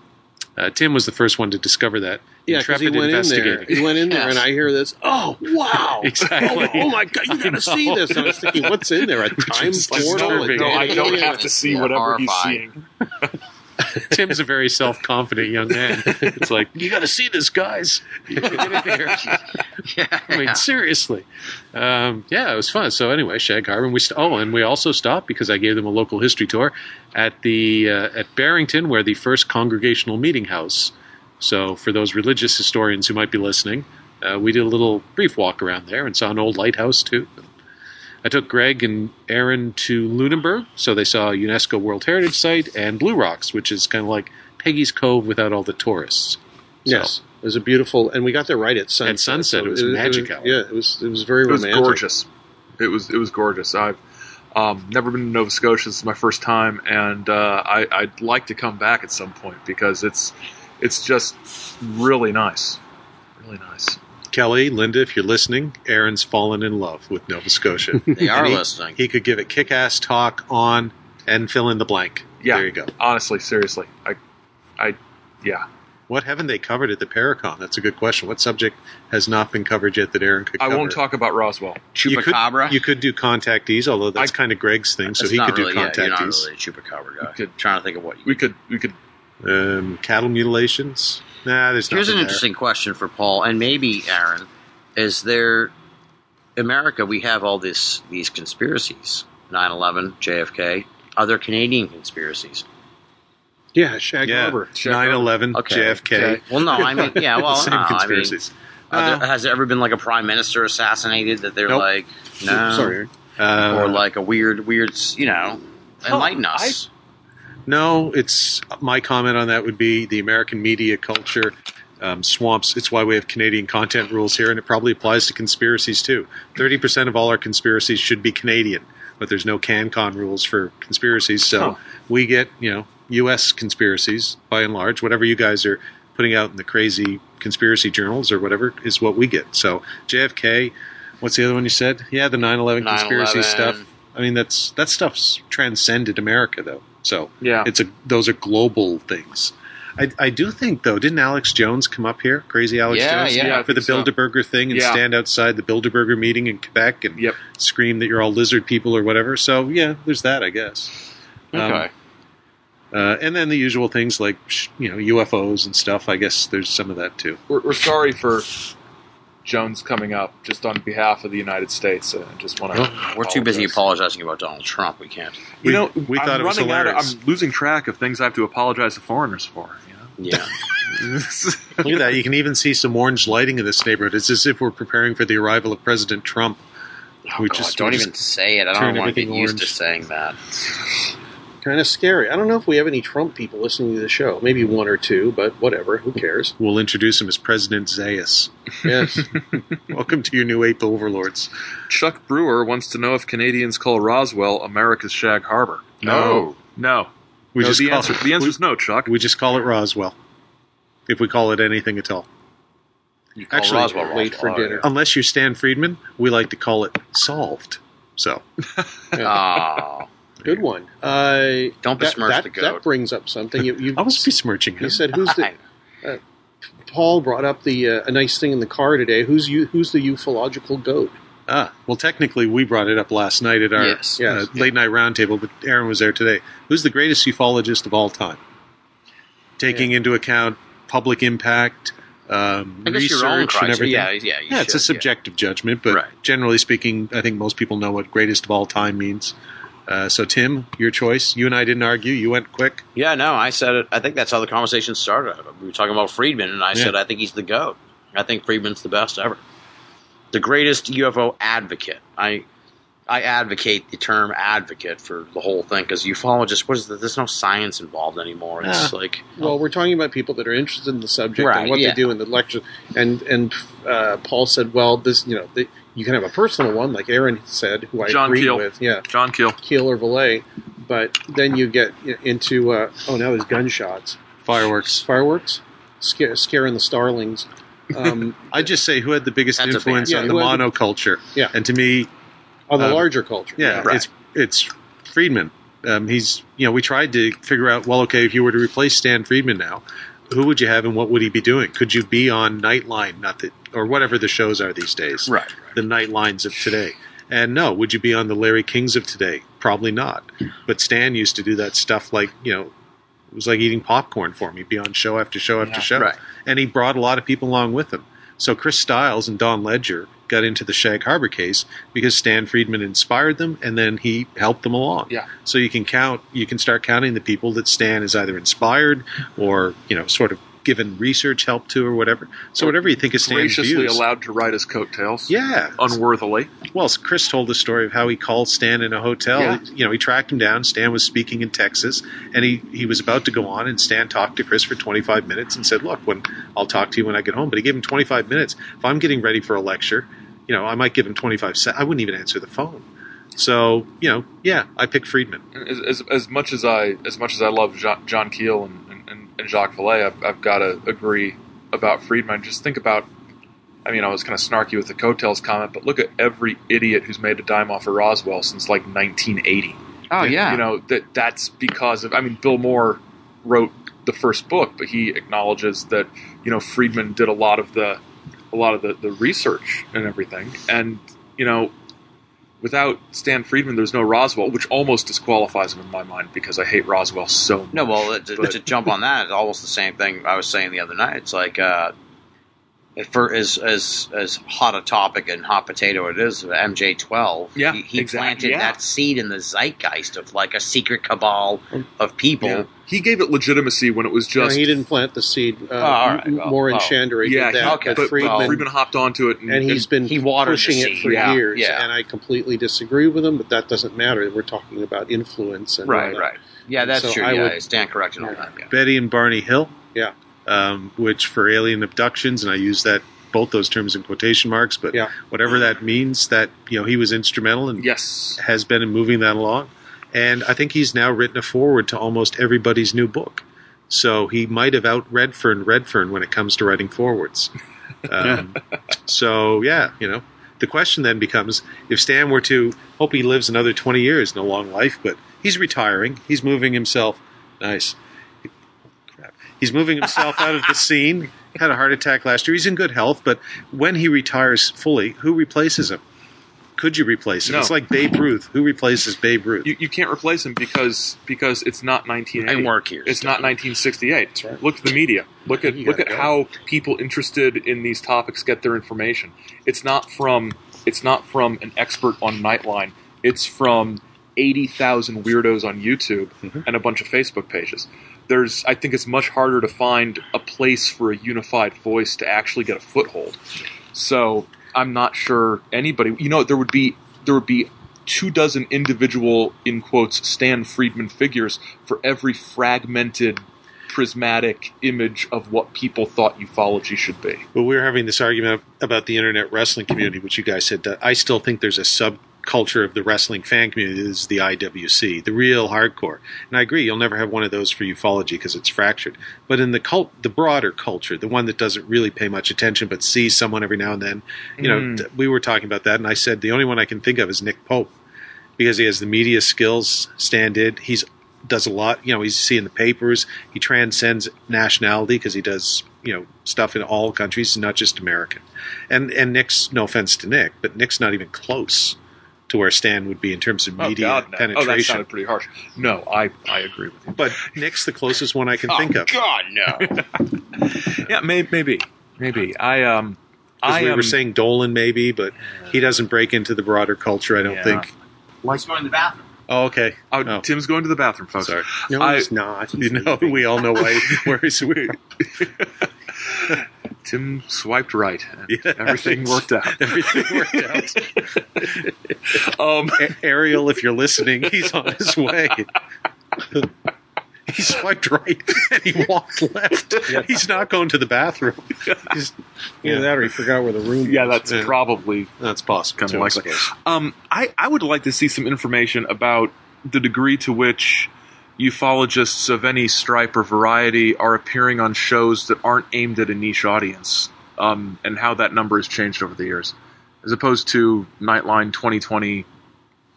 [SPEAKER 13] uh, Tim was the first one to discover that.
[SPEAKER 2] Yeah, 'cause
[SPEAKER 13] intrepid
[SPEAKER 2] he went in there.
[SPEAKER 13] investigator.
[SPEAKER 2] He went in there, and I hear this. Oh, wow!
[SPEAKER 13] Exactly.
[SPEAKER 2] Oh, oh my God! You got to see this. I was thinking, what's in there? A time
[SPEAKER 13] is
[SPEAKER 2] portal? A
[SPEAKER 13] disturbing. No, I
[SPEAKER 2] dead
[SPEAKER 3] don't
[SPEAKER 2] alien?
[SPEAKER 3] have to see
[SPEAKER 5] Yeah,
[SPEAKER 3] whatever he's
[SPEAKER 5] horrifying.
[SPEAKER 3] seeing.
[SPEAKER 13] Tim's a very self confident young man. It's like you got to see this, guys. Get in here.
[SPEAKER 5] Yeah.
[SPEAKER 13] I mean, seriously. Um, yeah, it was fun. So anyway, Shag Harbor. And we st- oh, and we also stopped because I gave them a local history tour at the uh, at Barrington, where the first Congregational Meeting House. So for those religious historians who might be listening, uh, we did a little brief walk around there and saw an old lighthouse too. I took Greg and Aaron to Lunenburg, so they saw a UNESCO World Heritage Site and Blue Rocks, which is kind of like Peggy's Cove without all the tourists.
[SPEAKER 2] Yes, it was a beautiful, and we got there right at sunset.
[SPEAKER 13] At sunset, it was magic hour.
[SPEAKER 2] Yeah, it was. It was very
[SPEAKER 4] It was
[SPEAKER 2] romantic.
[SPEAKER 4] gorgeous. It was it was gorgeous. I've um, never been to Nova Scotia. This is my first time, and uh, I, I'd like to come back at some point because it's it's just really nice, really nice.
[SPEAKER 13] Kelly, Linda, if you're listening, Aaron's fallen in love with Nova Scotia.
[SPEAKER 15] They are
[SPEAKER 13] And he,
[SPEAKER 15] listening.
[SPEAKER 13] He could give a kick ass talk on and fill in the blank.
[SPEAKER 4] Yeah.
[SPEAKER 13] There you go.
[SPEAKER 4] Honestly, seriously, I, I, yeah,
[SPEAKER 13] What haven't they covered at the Paracon? That's a good question. What subject has not been covered yet that Aaron could
[SPEAKER 4] I
[SPEAKER 13] cover?
[SPEAKER 4] won't talk about Roswell.
[SPEAKER 13] You could,
[SPEAKER 5] Chupacabra.
[SPEAKER 13] you could do contactees, although that's
[SPEAKER 4] I-
[SPEAKER 13] kind of Greg's thing, so
[SPEAKER 5] That's
[SPEAKER 13] he
[SPEAKER 5] not
[SPEAKER 13] could
[SPEAKER 5] really-
[SPEAKER 13] do
[SPEAKER 5] yeah, you're not
[SPEAKER 13] contactees.
[SPEAKER 5] really a chupacabra guy.
[SPEAKER 4] Good.
[SPEAKER 5] Trying to think of what you.
[SPEAKER 4] We could we could
[SPEAKER 13] um, cattle mutilations? Nah, there's
[SPEAKER 15] Here's an
[SPEAKER 13] nothing there.
[SPEAKER 15] interesting question for Paul and maybe Aaron. Is there America? We have all this these conspiracies: 9/11, JFK, other Canadian conspiracies.
[SPEAKER 2] Yeah, Shag
[SPEAKER 13] Yeah,
[SPEAKER 2] Harbor.
[SPEAKER 13] 9-11,
[SPEAKER 15] Okay.
[SPEAKER 13] JFK.
[SPEAKER 15] Well, no, I mean, yeah, well,
[SPEAKER 13] Same
[SPEAKER 15] no, I mean,
[SPEAKER 13] conspiracies.
[SPEAKER 15] are there- has there ever been like a prime minister assassinated that they're
[SPEAKER 13] Nope.
[SPEAKER 15] like,
[SPEAKER 13] Um,
[SPEAKER 15] no,
[SPEAKER 2] Sorry,
[SPEAKER 13] Uh,
[SPEAKER 15] or like a weird, weird, you know, enlighten us?
[SPEAKER 13] No, it's my comment on that would be the American media culture um, swamps. It's why we have Canadian content rules here, and it probably applies to conspiracies too. Thirty percent of all our conspiracies should be Canadian, but there's no CanCon rules for conspiracies, so
[SPEAKER 4] Huh.
[SPEAKER 13] we get you know U.S. conspiracies by and large. Whatever you guys are putting out in the crazy conspiracy journals or whatever is what we get. So JFK, what's the other one you said? Yeah, the 9/11 conspiracy
[SPEAKER 5] 9/11.
[SPEAKER 13] stuff. I mean, that's that stuff's transcended America though. So
[SPEAKER 4] yeah.
[SPEAKER 13] it's a those are global things. I, I do think though, didn't Alex Jones come up here? Crazy Alex
[SPEAKER 5] Yeah,
[SPEAKER 13] Jones
[SPEAKER 5] yeah,
[SPEAKER 4] I
[SPEAKER 13] for the
[SPEAKER 4] think so.
[SPEAKER 13] Bilderberger thing and
[SPEAKER 4] Yeah.
[SPEAKER 13] stand outside the Bilderberger meeting in Quebec and
[SPEAKER 4] Yep.
[SPEAKER 13] scream that you're all lizard people or whatever. So yeah, there's that I guess. Um,
[SPEAKER 5] Okay.
[SPEAKER 13] uh, and then the usual things like sh- you know UFOs and stuff. I guess there's some of that too.
[SPEAKER 4] We're, we're sorry for Jones coming up just on behalf of the United States. uh, and just want to.
[SPEAKER 15] We're too busy apologizing about Donald Trump. We can't.
[SPEAKER 4] You know,
[SPEAKER 13] we
[SPEAKER 4] I'm
[SPEAKER 13] thought it was
[SPEAKER 4] running out of-
[SPEAKER 13] hilarious.
[SPEAKER 4] I'm losing track of things I have to apologize to foreigners for. You know?
[SPEAKER 15] Yeah.
[SPEAKER 13] Look at that! You can even see some orange lighting in this neighborhood. It's as if we're preparing for the arrival of President Trump. we
[SPEAKER 5] God,
[SPEAKER 13] just
[SPEAKER 5] don't
[SPEAKER 13] we
[SPEAKER 5] even say it. I
[SPEAKER 13] turn
[SPEAKER 5] don't want to get
[SPEAKER 13] everything
[SPEAKER 5] used to
[SPEAKER 13] orange.
[SPEAKER 5] saying that.
[SPEAKER 2] kind of scary. I don't know if we have any Trump people listening to the show. Maybe one or two, but whatever. Who cares?
[SPEAKER 13] We'll introduce him as President Zayas.
[SPEAKER 2] Yes.
[SPEAKER 13] Welcome to your new ape overlords.
[SPEAKER 4] Chuck Brewer wants to know if Canadians call Roswell America's Shag Harbor.
[SPEAKER 13] No.
[SPEAKER 4] No.
[SPEAKER 13] We
[SPEAKER 4] No,
[SPEAKER 13] just
[SPEAKER 4] the
[SPEAKER 13] call
[SPEAKER 4] answer.
[SPEAKER 13] it,
[SPEAKER 4] The answer is no, Chuck.
[SPEAKER 13] we just call it Roswell. If we call it anything at all.
[SPEAKER 5] You call
[SPEAKER 13] Actually,
[SPEAKER 5] Roswell Roswell.
[SPEAKER 2] late for dinner.
[SPEAKER 13] Unless you're Stan Friedman, we like to call it solved. So
[SPEAKER 5] Oh,
[SPEAKER 2] Good one. Uh,
[SPEAKER 15] Don't
[SPEAKER 2] that,
[SPEAKER 15] besmirch
[SPEAKER 2] that,
[SPEAKER 15] the
[SPEAKER 2] that
[SPEAKER 15] goat.
[SPEAKER 2] brings up something. You, you,
[SPEAKER 13] I was besmirching him.
[SPEAKER 2] you said who's the uh, Paul brought up the uh, a nice thing in the car today. Who's you? Who's the ufological goat?
[SPEAKER 13] Ah, well, technically, we brought it up last night at our
[SPEAKER 2] Yes,
[SPEAKER 13] uh,
[SPEAKER 2] yes.
[SPEAKER 13] late night roundtable, but Aaron was there today. Who's the greatest ufologist of all time? Taking into account public impact, um,
[SPEAKER 5] I guess
[SPEAKER 13] research,
[SPEAKER 5] your own
[SPEAKER 13] and
[SPEAKER 5] criteria.
[SPEAKER 13] everything.
[SPEAKER 5] Yeah, yeah, you
[SPEAKER 13] yeah. It's a
[SPEAKER 5] should, yeah.
[SPEAKER 13] subjective judgment, but generally speaking, I think most people know what greatest of all time means. Uh, so, Tim, your choice. You and I didn't argue. You went quick.
[SPEAKER 15] Yeah, no, I said it. I think that's how the conversation started. We were talking about Friedman, and I
[SPEAKER 13] Yeah.
[SPEAKER 15] said I think he's the goat. I think Friedman's the best ever, the greatest UFO advocate. I I advocate the term advocate for the whole thing because ufologists. What is the, there's no science involved anymore. It's
[SPEAKER 2] Ah.
[SPEAKER 15] like
[SPEAKER 2] Well, we're talking about people that are interested in the subject
[SPEAKER 15] Right,
[SPEAKER 2] and what
[SPEAKER 15] yeah.
[SPEAKER 2] they do in the lecture. And and uh, Paul said, "Well, this you know the, you can have a personal one, like Aaron said, who I
[SPEAKER 4] John
[SPEAKER 2] agree
[SPEAKER 4] Keel.
[SPEAKER 2] with, yeah,
[SPEAKER 4] John Keel,
[SPEAKER 2] Keel or Valet." But then you get into uh, oh now there's gunshots,
[SPEAKER 13] fireworks,
[SPEAKER 2] fireworks, scare, scaring the starlings. Um,
[SPEAKER 13] I just say who had the biggest
[SPEAKER 2] That's a
[SPEAKER 13] influence
[SPEAKER 2] band.
[SPEAKER 13] on
[SPEAKER 2] Yeah,
[SPEAKER 13] the
[SPEAKER 2] who had the-
[SPEAKER 13] monoculture.
[SPEAKER 2] Yeah.
[SPEAKER 13] And to me,
[SPEAKER 2] on Oh, the
[SPEAKER 13] um,
[SPEAKER 2] larger culture,
[SPEAKER 13] Yeah, it's it's Friedman. Um, he's you know we tried to figure out well okay if you were to replace Stan Friedman now, who would you have and what would he be doing? Could you be on Nightline, not that or whatever the shows are these days? Right, the Nightlines of today. And no, would you be on the Larry Kings of today? Probably not. But Stan used to do that stuff like you know it was like eating popcorn for him. He'd be on show after show after
[SPEAKER 2] Yeah.
[SPEAKER 13] show.
[SPEAKER 2] Right.
[SPEAKER 13] And he brought a lot of people along with him. So Chris Stiles and Don Ledger got into the Shag Harbor case because Stan Friedman inspired them and then he helped them along.
[SPEAKER 2] Yeah.
[SPEAKER 13] So you can count you can start counting the people that Stan is either inspired or, you know, sort of given research help to or whatever. So whatever you think of Stan's
[SPEAKER 4] graciously
[SPEAKER 13] views.
[SPEAKER 4] allowed to ride his coattails.
[SPEAKER 13] Yeah.
[SPEAKER 4] unworthily.
[SPEAKER 13] Well, Chris told the story of how he called Stan in a hotel.
[SPEAKER 4] Yeah.
[SPEAKER 13] You know, he tracked him down. Stan was speaking in Texas, and he, he was about to go on, and Stan talked to Chris for 25 minutes and said, Look, when I'll talk to you when I get home. But he gave him 25 minutes. If I'm getting ready for a lecture, you know, I might give him 25 cents. I wouldn't even answer the phone. So, you know, yeah, I picked Friedman.
[SPEAKER 4] as, as, as much as I as much as I love John, John Keel and, and, and Jacques Vallée, I've, I've got to agree about Friedman. Just think about, I mean, I was kind of snarky with the coattails comment, but look at every idiot who's made a dime off of Roswell since like 1980.
[SPEAKER 5] Oh,
[SPEAKER 4] And,
[SPEAKER 5] yeah.
[SPEAKER 4] you know that that's because of. I mean, Bill Moore wrote the first book, but he acknowledges that you know Friedman did a lot of the a lot of the, the research and everything, and you know without Stan Friedman, there's no Roswell, which almost disqualifies him in my mind because I hate Roswell so much.
[SPEAKER 15] No, well, to,
[SPEAKER 4] But-
[SPEAKER 15] to jump on that, it's almost the same thing I was saying the other night. It's like, uh, it for as as as hot a topic and hot potato it is, MJ twelve.
[SPEAKER 4] Yeah,
[SPEAKER 15] he, he
[SPEAKER 4] exact-
[SPEAKER 15] planted
[SPEAKER 4] yeah.
[SPEAKER 15] that seed in the zeitgeist of like a secret cabal of people.
[SPEAKER 4] Yeah. He gave it legitimacy when it was
[SPEAKER 2] No,
[SPEAKER 4] just
[SPEAKER 2] he didn't plant the seed. Uh,
[SPEAKER 15] Oh, all right, well,
[SPEAKER 2] Warren
[SPEAKER 15] oh.
[SPEAKER 2] Chandra did
[SPEAKER 4] yeah,
[SPEAKER 2] that,
[SPEAKER 4] he-
[SPEAKER 2] but
[SPEAKER 4] but, but
[SPEAKER 2] Friedman,
[SPEAKER 4] Friedman, hopped onto it, and,
[SPEAKER 2] and he's been
[SPEAKER 15] watered the
[SPEAKER 2] pushing it
[SPEAKER 15] seed.
[SPEAKER 2] for
[SPEAKER 15] Yeah,
[SPEAKER 2] years,
[SPEAKER 15] yeah.
[SPEAKER 2] and I completely disagree with him. But that doesn't matter. We're talking about influence, and uh,
[SPEAKER 15] Right,
[SPEAKER 2] all that.
[SPEAKER 15] right. Yeah, that's
[SPEAKER 2] So
[SPEAKER 15] true.
[SPEAKER 2] I
[SPEAKER 15] yeah,
[SPEAKER 2] would-
[SPEAKER 15] I stand corrected on that. Yeah.
[SPEAKER 13] Betty and Barney Hill.
[SPEAKER 2] Yeah.
[SPEAKER 13] Um, which for alien abductions, and I use that both those terms in quotation marks, but
[SPEAKER 2] Yeah.
[SPEAKER 13] whatever that means, that you know he was instrumental and
[SPEAKER 4] yes
[SPEAKER 13] has been in moving that along. And I think he's now written a forward to almost everybody's new book, so he might have out Redfern Redfern when it comes to writing forwards. Um, so yeah, you know, the question then becomes if Stan were to hope he lives another twenty years in a long life, but he's retiring, he's moving himself. Nice. Crap. He's moving himself out of the scene. Had a heart attack last year. He's in good health, but when he retires fully, who replaces him? Could you replace him?
[SPEAKER 4] No.
[SPEAKER 13] It's like Babe Ruth. Who replaces Babe Ruth?
[SPEAKER 4] you, you can't replace him because because it's not 1980.
[SPEAKER 13] I work here,
[SPEAKER 4] It's not 1968. Look at the media. Look at look at how people interested in these topics get their information. It's not from it's not from an expert on Nightline. It's from 80,000 weirdos on YouTube
[SPEAKER 13] Mm-hmm.
[SPEAKER 4] and a bunch of Facebook pages. There's I think it's much harder to find a place for a unified voice to actually get a foothold. So I'm not sure anybody. You know, there would be there would be two dozen individual in quotes Stan Friedman figures for every fragmented prismatic image of what people thought ufology should be.
[SPEAKER 13] Well, we were having this argument about the internet wrestling community, which you guys said that I still think there's a subculture of the wrestling fan community that is the IWC, the real hardcore. And I agree, you'll never have one of those for ufology because it's fractured. But in the cult, the broader culture, the one that doesn't really pay much attention but sees someone every now and then, you know,
[SPEAKER 4] Mm.
[SPEAKER 13] th- we were talking about that, and I said the only one I can think of is Nick Pope because he has the media skills Stan did. He's does a lot. You know, he's seeing the papers. He transcends nationality because he does you know stuff in all countries, not just American. And and Nick's no offense to Nick, but Nick's not even close to where Stan would be in terms of
[SPEAKER 4] Oh,
[SPEAKER 13] media
[SPEAKER 4] God, no.
[SPEAKER 13] penetration.
[SPEAKER 4] Oh, that sounded pretty harsh. No, I, I agree with you.
[SPEAKER 13] But Nick's the closest one I can
[SPEAKER 4] Oh,
[SPEAKER 13] think of.
[SPEAKER 4] God, no. yeah, may, maybe, maybe. I um,
[SPEAKER 13] Because
[SPEAKER 4] I
[SPEAKER 13] we
[SPEAKER 4] um,
[SPEAKER 13] were saying Dolan maybe, but he doesn't break into the broader culture. I don't
[SPEAKER 4] Yeah.
[SPEAKER 13] think.
[SPEAKER 15] Let's go in the bathroom.
[SPEAKER 13] Oh, okay.
[SPEAKER 4] Oh, Tim's going to the bathroom, folks.
[SPEAKER 13] Sorry. No,
[SPEAKER 4] I-
[SPEAKER 13] he's not. you know, we all know why. Where he's weird.
[SPEAKER 4] Tim swiped right. and
[SPEAKER 13] Yeah.
[SPEAKER 4] everything worked out.
[SPEAKER 13] Everything worked
[SPEAKER 4] out. um,
[SPEAKER 13] Ariel, if you're listening, he's on his way. he swiped right and he walked left. He's not going to the bathroom. He's-
[SPEAKER 2] Either that or he forgot where the room
[SPEAKER 4] yeah, that's probably
[SPEAKER 13] that's possible.
[SPEAKER 4] Kind
[SPEAKER 13] too,
[SPEAKER 4] of
[SPEAKER 13] I
[SPEAKER 4] likely.
[SPEAKER 13] suppose.
[SPEAKER 4] Um, I, I would like to see some information about the degree to which ufologists of any stripe or variety are appearing on shows that aren't aimed at a niche audience, um, and how that number has changed over the years, as opposed to Nightline 2020,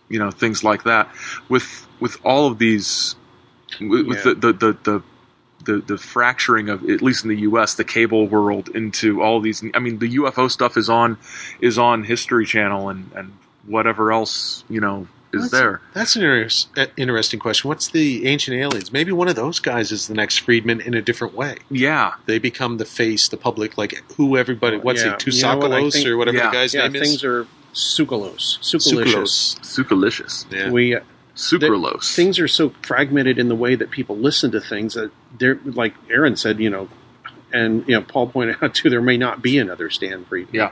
[SPEAKER 4] you know, things like that. With with all of these, with, with
[SPEAKER 13] Yeah.
[SPEAKER 4] the, the, the, the the, the fracturing of at least in the U.S. the cable world into all these. I mean, the UFO stuff is on is on History Channel and and whatever else you know is
[SPEAKER 13] That's-
[SPEAKER 4] there.
[SPEAKER 13] That's an interes- uh, interesting question. What's the ancient aliens? Maybe one of those guys is the next Freedman in a different way.
[SPEAKER 4] Yeah,
[SPEAKER 13] They become the face, the public, like who everybody. What's
[SPEAKER 2] Yeah.
[SPEAKER 13] it,
[SPEAKER 2] You know what I
[SPEAKER 13] Tusakalos
[SPEAKER 2] think-
[SPEAKER 13] or whatever
[SPEAKER 2] yeah.
[SPEAKER 13] the guy's
[SPEAKER 2] Yeah,
[SPEAKER 13] name
[SPEAKER 2] things
[SPEAKER 13] is.
[SPEAKER 2] are sucralose. Sucralicious.
[SPEAKER 4] Sucralicious.
[SPEAKER 13] Yeah.
[SPEAKER 2] We uh,
[SPEAKER 4] Sucralose.
[SPEAKER 2] Things are so fragmented in the way that people listen to things that they're like Aaron said, you know, and you know Paul pointed out too. There may not be another Stan Friedman,
[SPEAKER 4] Yeah.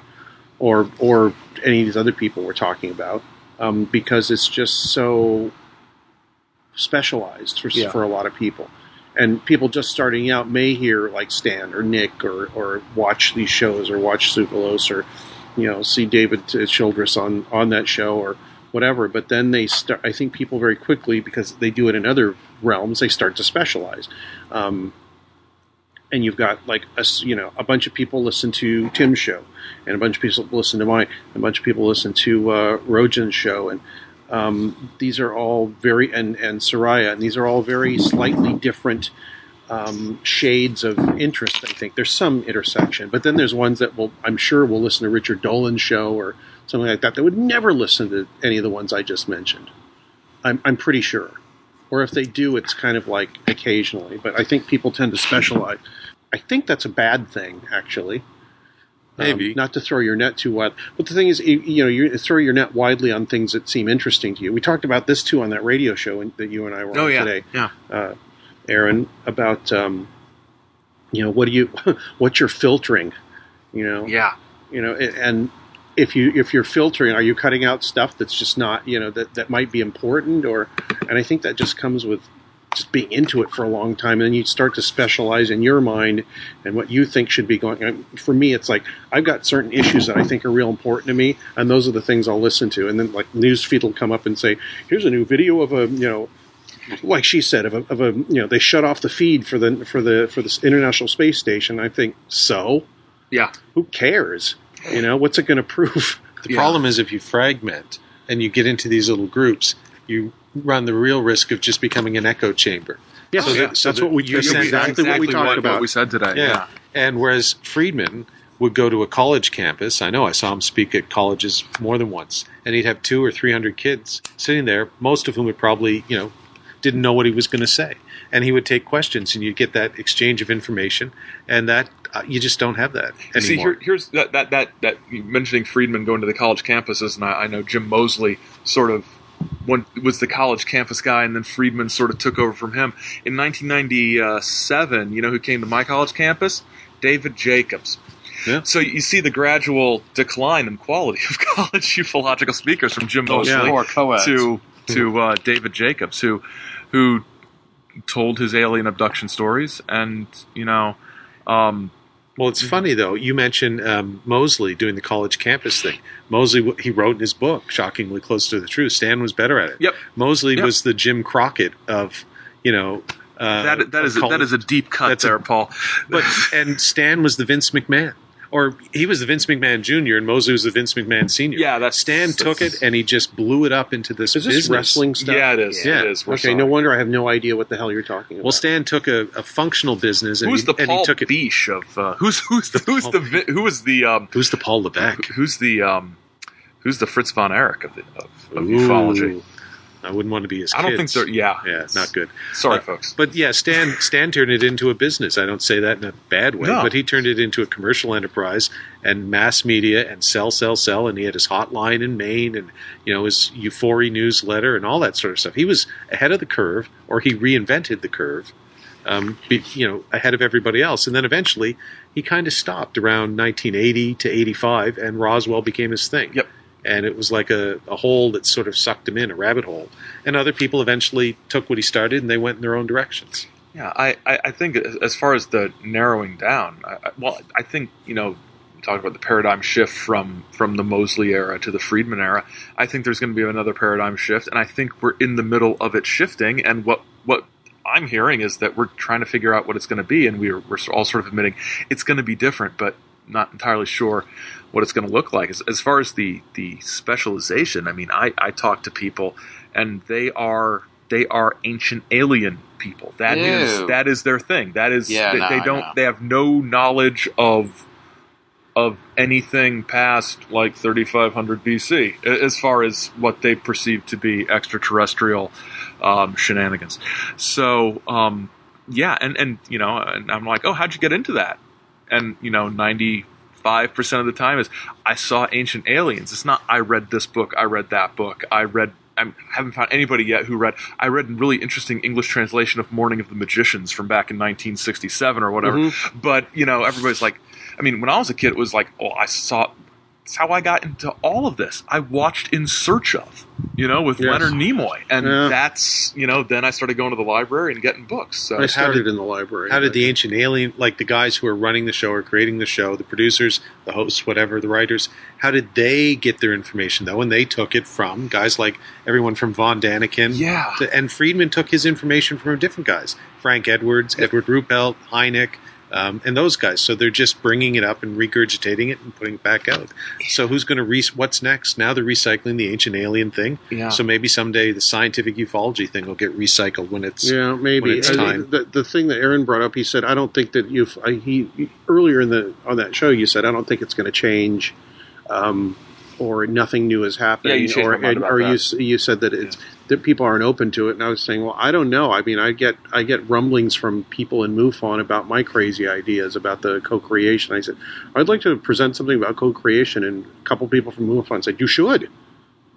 [SPEAKER 2] or or any of these other people we're talking about, um, because it's just so specialized for
[SPEAKER 4] Yeah.
[SPEAKER 2] for a lot of people. And people just starting out may hear like Stan or Nick or or watch these shows or watch Sukalos or you know see David Childress on on that show or whatever. But then they start. I think people very quickly because they do it in other realms. They start to specialize. Um, and you've got like a s- you know a bunch of people listen to Tim's show, and a bunch of people listen to mine, and a bunch of people listen to uh, Rojan's show, and um, these are all very and and Soraya, and these are all very slightly different um, shades of interest. I think there's some intersection, but then there's ones that will I'm sure will listen to Richard Dolan's show or something like that that would never listen to any of the ones I just mentioned. I'm I'm pretty sure, or if they do, it's kind of like occasionally. But I think people tend to specialize. I think that's a bad thing, actually. Um,
[SPEAKER 13] Maybe.
[SPEAKER 2] not to throw your net too wide, but the thing is, you, you know, you throw your net widely on things that seem interesting to you. We talked about this too on that radio show and- that you and I were
[SPEAKER 4] Oh
[SPEAKER 2] on
[SPEAKER 4] yeah,
[SPEAKER 2] today
[SPEAKER 4] yeah.
[SPEAKER 2] uh, Aaron, about um, you know what do you what you're filtering, you know,
[SPEAKER 4] Yeah.
[SPEAKER 2] you know, a- and if you if you're filtering, are you cutting out stuff that's just not you know that that might be important or, and I think that just comes with just being into it for a long time, and then you start to specialize in your mind and what you think should be going. I- For me, it's like I've got certain issues that I think are real important to me, and those are the things I'll listen to, and then like news feed will come up and say, "Here's a new video of a you know." like she said, of a, of a you know they shut off the feed for the for the for the International Space Station. I think so.
[SPEAKER 4] Yeah.
[SPEAKER 2] Who cares? You know what's it going to prove?
[SPEAKER 13] The problem is if you fragment and you get into these little groups, you run the real risk of just becoming an echo chamber.
[SPEAKER 2] Yeah,
[SPEAKER 13] So that-
[SPEAKER 2] yeah.
[SPEAKER 13] so
[SPEAKER 2] that's
[SPEAKER 13] that
[SPEAKER 2] what we
[SPEAKER 13] you
[SPEAKER 2] that's
[SPEAKER 13] send out-
[SPEAKER 2] exactly, what we talked about.
[SPEAKER 4] we said today.
[SPEAKER 13] Yeah. And whereas Friedman would go to a college campus, I know I saw him speak at colleges more than once, and he'd have two or three hundred kids sitting there, most of whom would probably, you know, didn't know what he was going to say. And he would take questions, and you'd get that exchange of information, and that uh, you just don't have that anymore.
[SPEAKER 4] You See, here, here's that, that that that you mentioning Friedman going to the college campuses, and I, I know Jim Mosley sort of went, was the college campus guy, and then Friedman sort of took over from him in 1997. You know who came to my college campus? David Jacobs.
[SPEAKER 13] Yeah.
[SPEAKER 4] So you see the gradual decline in quality of college ufological speakers from Jim
[SPEAKER 13] Oh,
[SPEAKER 5] Those
[SPEAKER 4] Mosley
[SPEAKER 5] poor co-eds.
[SPEAKER 4] to to uh, David Jacobs, who who told his alien abduction stories, and you know. Um,
[SPEAKER 13] Well, it's funny though. You mentioned um, Mosley doing the college campus thing. Mosley, w- he wrote in his book, shockingly close to the truth. Stan was better at it.
[SPEAKER 4] Yep.
[SPEAKER 13] Mosley
[SPEAKER 4] Yep.
[SPEAKER 13] was the Jim Crockett of, you know, uh,
[SPEAKER 4] that that is a,
[SPEAKER 13] college-
[SPEAKER 4] that is a deep cut
[SPEAKER 13] That's a-
[SPEAKER 4] there, Paul.
[SPEAKER 13] But and Stan was the Vince McMahon or he was the Vince McMahon Jr. and Mosley was the Vince McMahon Senior.
[SPEAKER 4] Yeah, that's
[SPEAKER 13] Stan took it and he just blew it up into this.
[SPEAKER 2] Is this
[SPEAKER 13] business.
[SPEAKER 2] wrestling stuff?
[SPEAKER 4] Yeah, it is.
[SPEAKER 13] Yeah.
[SPEAKER 4] It is. We're
[SPEAKER 2] okay,
[SPEAKER 4] sorry.
[SPEAKER 2] no wonder I have no idea what the hell you're talking about.
[SPEAKER 13] Well, Stan took a, a functional business and,
[SPEAKER 4] Who's
[SPEAKER 13] he,
[SPEAKER 4] the
[SPEAKER 13] and
[SPEAKER 4] Paul
[SPEAKER 13] he took it.
[SPEAKER 4] Beesh of uh, who's who's the, who's the vi- who was the um,
[SPEAKER 13] who's the Paul Levesque?
[SPEAKER 4] Who's the um, who's the Fritz von Erich of the, of, of
[SPEAKER 13] Ooh.
[SPEAKER 4] ufology?
[SPEAKER 13] I wouldn't want to be his.
[SPEAKER 4] I don't think
[SPEAKER 13] kids.
[SPEAKER 4] they're yeah
[SPEAKER 13] Yeah, not good.
[SPEAKER 4] Sorry,
[SPEAKER 13] Uh,
[SPEAKER 4] folks.
[SPEAKER 13] But yeah, Stan Stan turned it into a business. I don't say that in a bad way,
[SPEAKER 4] No.
[SPEAKER 13] but he turned it into a commercial enterprise and mass media and sell, sell, sell. And he had his hotline in Maine and you know his Euphoria newsletter and all that sort of stuff. He was ahead of the curve, or he reinvented the curve. Um, be, you know, ahead of everybody else, and then eventually he kind of stopped around 1980 to 85, and Roswell became his thing.
[SPEAKER 4] Yep.
[SPEAKER 13] And it was like a, a hole that sort of sucked him in, a rabbit hole. And other people eventually took what he started and they went in their own directions.
[SPEAKER 4] Yeah, I, I, I think as as far as the narrowing down, I, I, well, I think you know, talking about the paradigm shift from from the Mosley era to the Friedman era, I think there's going to be another paradigm shift, and I think we're in the middle of it shifting. And what what I'm hearing is that we're trying to figure out what it's going to be, and we're we're all sort of admitting it's going to be different, but not entirely sure what it's going to look like. As, as far as the the specialization, I mean, I I talk to people, and they are they are ancient alien people. That is
[SPEAKER 5] Ew.
[SPEAKER 4] that is their thing. That is
[SPEAKER 5] Yeah,
[SPEAKER 4] they,
[SPEAKER 5] no,
[SPEAKER 4] they
[SPEAKER 5] I
[SPEAKER 4] don't
[SPEAKER 5] know.
[SPEAKER 4] they have no knowledge of of anything past like 3500 BC a- as far as what they perceive to be extraterrestrial um, shenanigans. So um, yeah, and and you know, and I'm like, oh, how'd you get into that? And you know, ninety five percent of the time is I saw Ancient Aliens. It's not I read this book, I read that book, I read. I'm, I haven't found anybody yet who read. I read a really interesting English translation of Morning of the Magicians from back in 1967 or whatever.
[SPEAKER 2] Mm-hmm.
[SPEAKER 4] But you know, everybody's like, I mean, when I was a kid, it was like, oh, I saw. It's how I got into all of this. I watched In Search of, you know, with
[SPEAKER 2] Yes.
[SPEAKER 4] Leonard Nimoy, and
[SPEAKER 2] Yeah.
[SPEAKER 4] that's you know. Then I started going to the library and getting books. So
[SPEAKER 2] I
[SPEAKER 13] how did-
[SPEAKER 2] started in the library.
[SPEAKER 13] How did
[SPEAKER 2] but-
[SPEAKER 13] the ancient alien, like the guys who are running the show or creating the show, the producers, the hosts, whatever, the writers, how did they get their information though? And they took it from guys like everyone from Von Daniken.
[SPEAKER 4] Yeah.
[SPEAKER 13] to- and Friedman took his information from different guys Frank Edwards, Edward Ruppelt, Hynek. Um, and those guys, so they're just bringing it up and regurgitating it and putting it back out. So who's going to re? What's next? Now they're recycling the ancient alien thing.
[SPEAKER 4] Yeah.
[SPEAKER 13] So maybe someday the scientific ufology thing will get recycled when it's
[SPEAKER 2] Yeah,
[SPEAKER 13] when
[SPEAKER 2] maybe.
[SPEAKER 13] it's
[SPEAKER 2] I-
[SPEAKER 13] time.
[SPEAKER 2] The, the thing that Aaron brought up, he said, I don't think that you've. I, he earlier in the on that show, you said, I don't think it's going to change, um, or nothing new has happened.
[SPEAKER 4] Yeah, you changed
[SPEAKER 2] or
[SPEAKER 4] my mind about
[SPEAKER 2] or you
[SPEAKER 4] that.
[SPEAKER 2] s- you said that it's that people aren't open to it, and I was saying, well, I don't know. I mean, I get I get rumblings from people in MUFON about my crazy ideas about the co-creation. I said, I'd like to present something about co-creation, and a couple people from MUFON said, you should.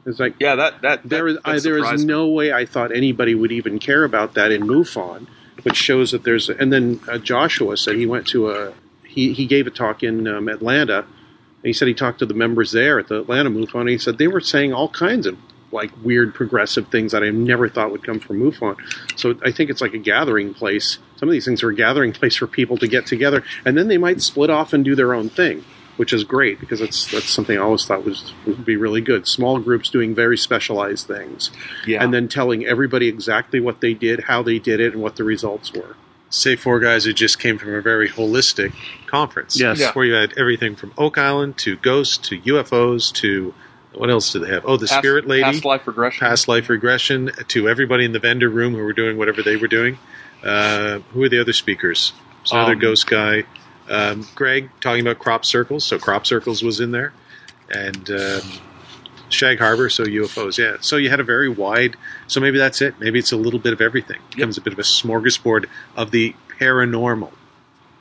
[SPEAKER 2] It's like
[SPEAKER 4] yeah, that that
[SPEAKER 2] there is
[SPEAKER 4] that,
[SPEAKER 2] I, there is
[SPEAKER 4] surprised me.
[SPEAKER 2] no way I thought anybody would even care about that in MUFON, which shows that there's. And then uh, Joshua said he went to a he he gave a talk in um, Atlanta, and he said he talked to the members there at the Atlanta MUFON, and he said they were saying all kinds of like weird progressive things that I never thought would come from MUFON. So I think it's like a gathering place. Some of these things are a gathering place for people to get together, and then they might split off and do their own thing, which is great because that's that's something I always thought was would be really good. Small groups doing very specialized things,
[SPEAKER 4] Yeah.
[SPEAKER 2] and then telling everybody exactly what they did, how they did it, and what the results were.
[SPEAKER 13] say four guys who just came from a very holistic conference.
[SPEAKER 2] Yes. Yeah.
[SPEAKER 13] Where you had everything from Oak Island to ghosts to UFOs to what else did they have? Oh, the
[SPEAKER 4] Past-
[SPEAKER 13] spirit lady,
[SPEAKER 4] past life regression.
[SPEAKER 13] past life regression to everybody in the vendor room who were doing whatever they were doing. Uh, who were the other speakers? There's another
[SPEAKER 4] Um,
[SPEAKER 13] ghost guy. Um, Greg talking about crop circles. So crop circles was in there. And um, Shag Harbor, so UFOs, yeah. So you had a very wide. So maybe that's it. Maybe it's a little bit of everything. It becomes a bit of a smorgasbord of the paranormal.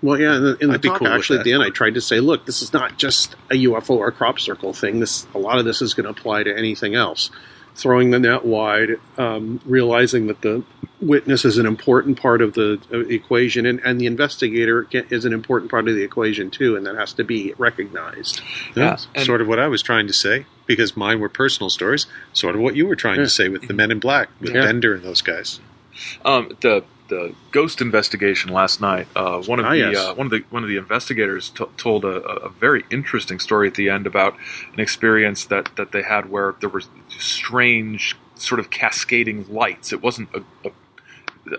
[SPEAKER 2] Well, yeah, in the, in the
[SPEAKER 13] I'd be
[SPEAKER 2] talk,
[SPEAKER 13] cool with
[SPEAKER 2] actually, at
[SPEAKER 13] that.
[SPEAKER 2] the end, I tried to say, look, this is not just a UFO or crop circle thing. This a lot of this is going to apply to anything else. Throwing the net wide, um, realizing that the witness is an important part of the uh, equation, and, and the investigator ca- is an important part of the equation too, and that has to be recognized.
[SPEAKER 13] Yeah,
[SPEAKER 4] and-
[SPEAKER 13] sort of what I was trying to say because mine were personal stories. Sort of what you were trying to say with the Men in Black, with
[SPEAKER 2] Yeah.
[SPEAKER 13] Bender and those guys.
[SPEAKER 4] um, the the ghost investigation last night. Uh, one of
[SPEAKER 2] Ah,
[SPEAKER 4] the
[SPEAKER 2] yes.
[SPEAKER 4] uh, one of the one of the investigators t- told a, a a very interesting story at the end about an experience that that they had where there was strange sort of cascading lights. It wasn't a, a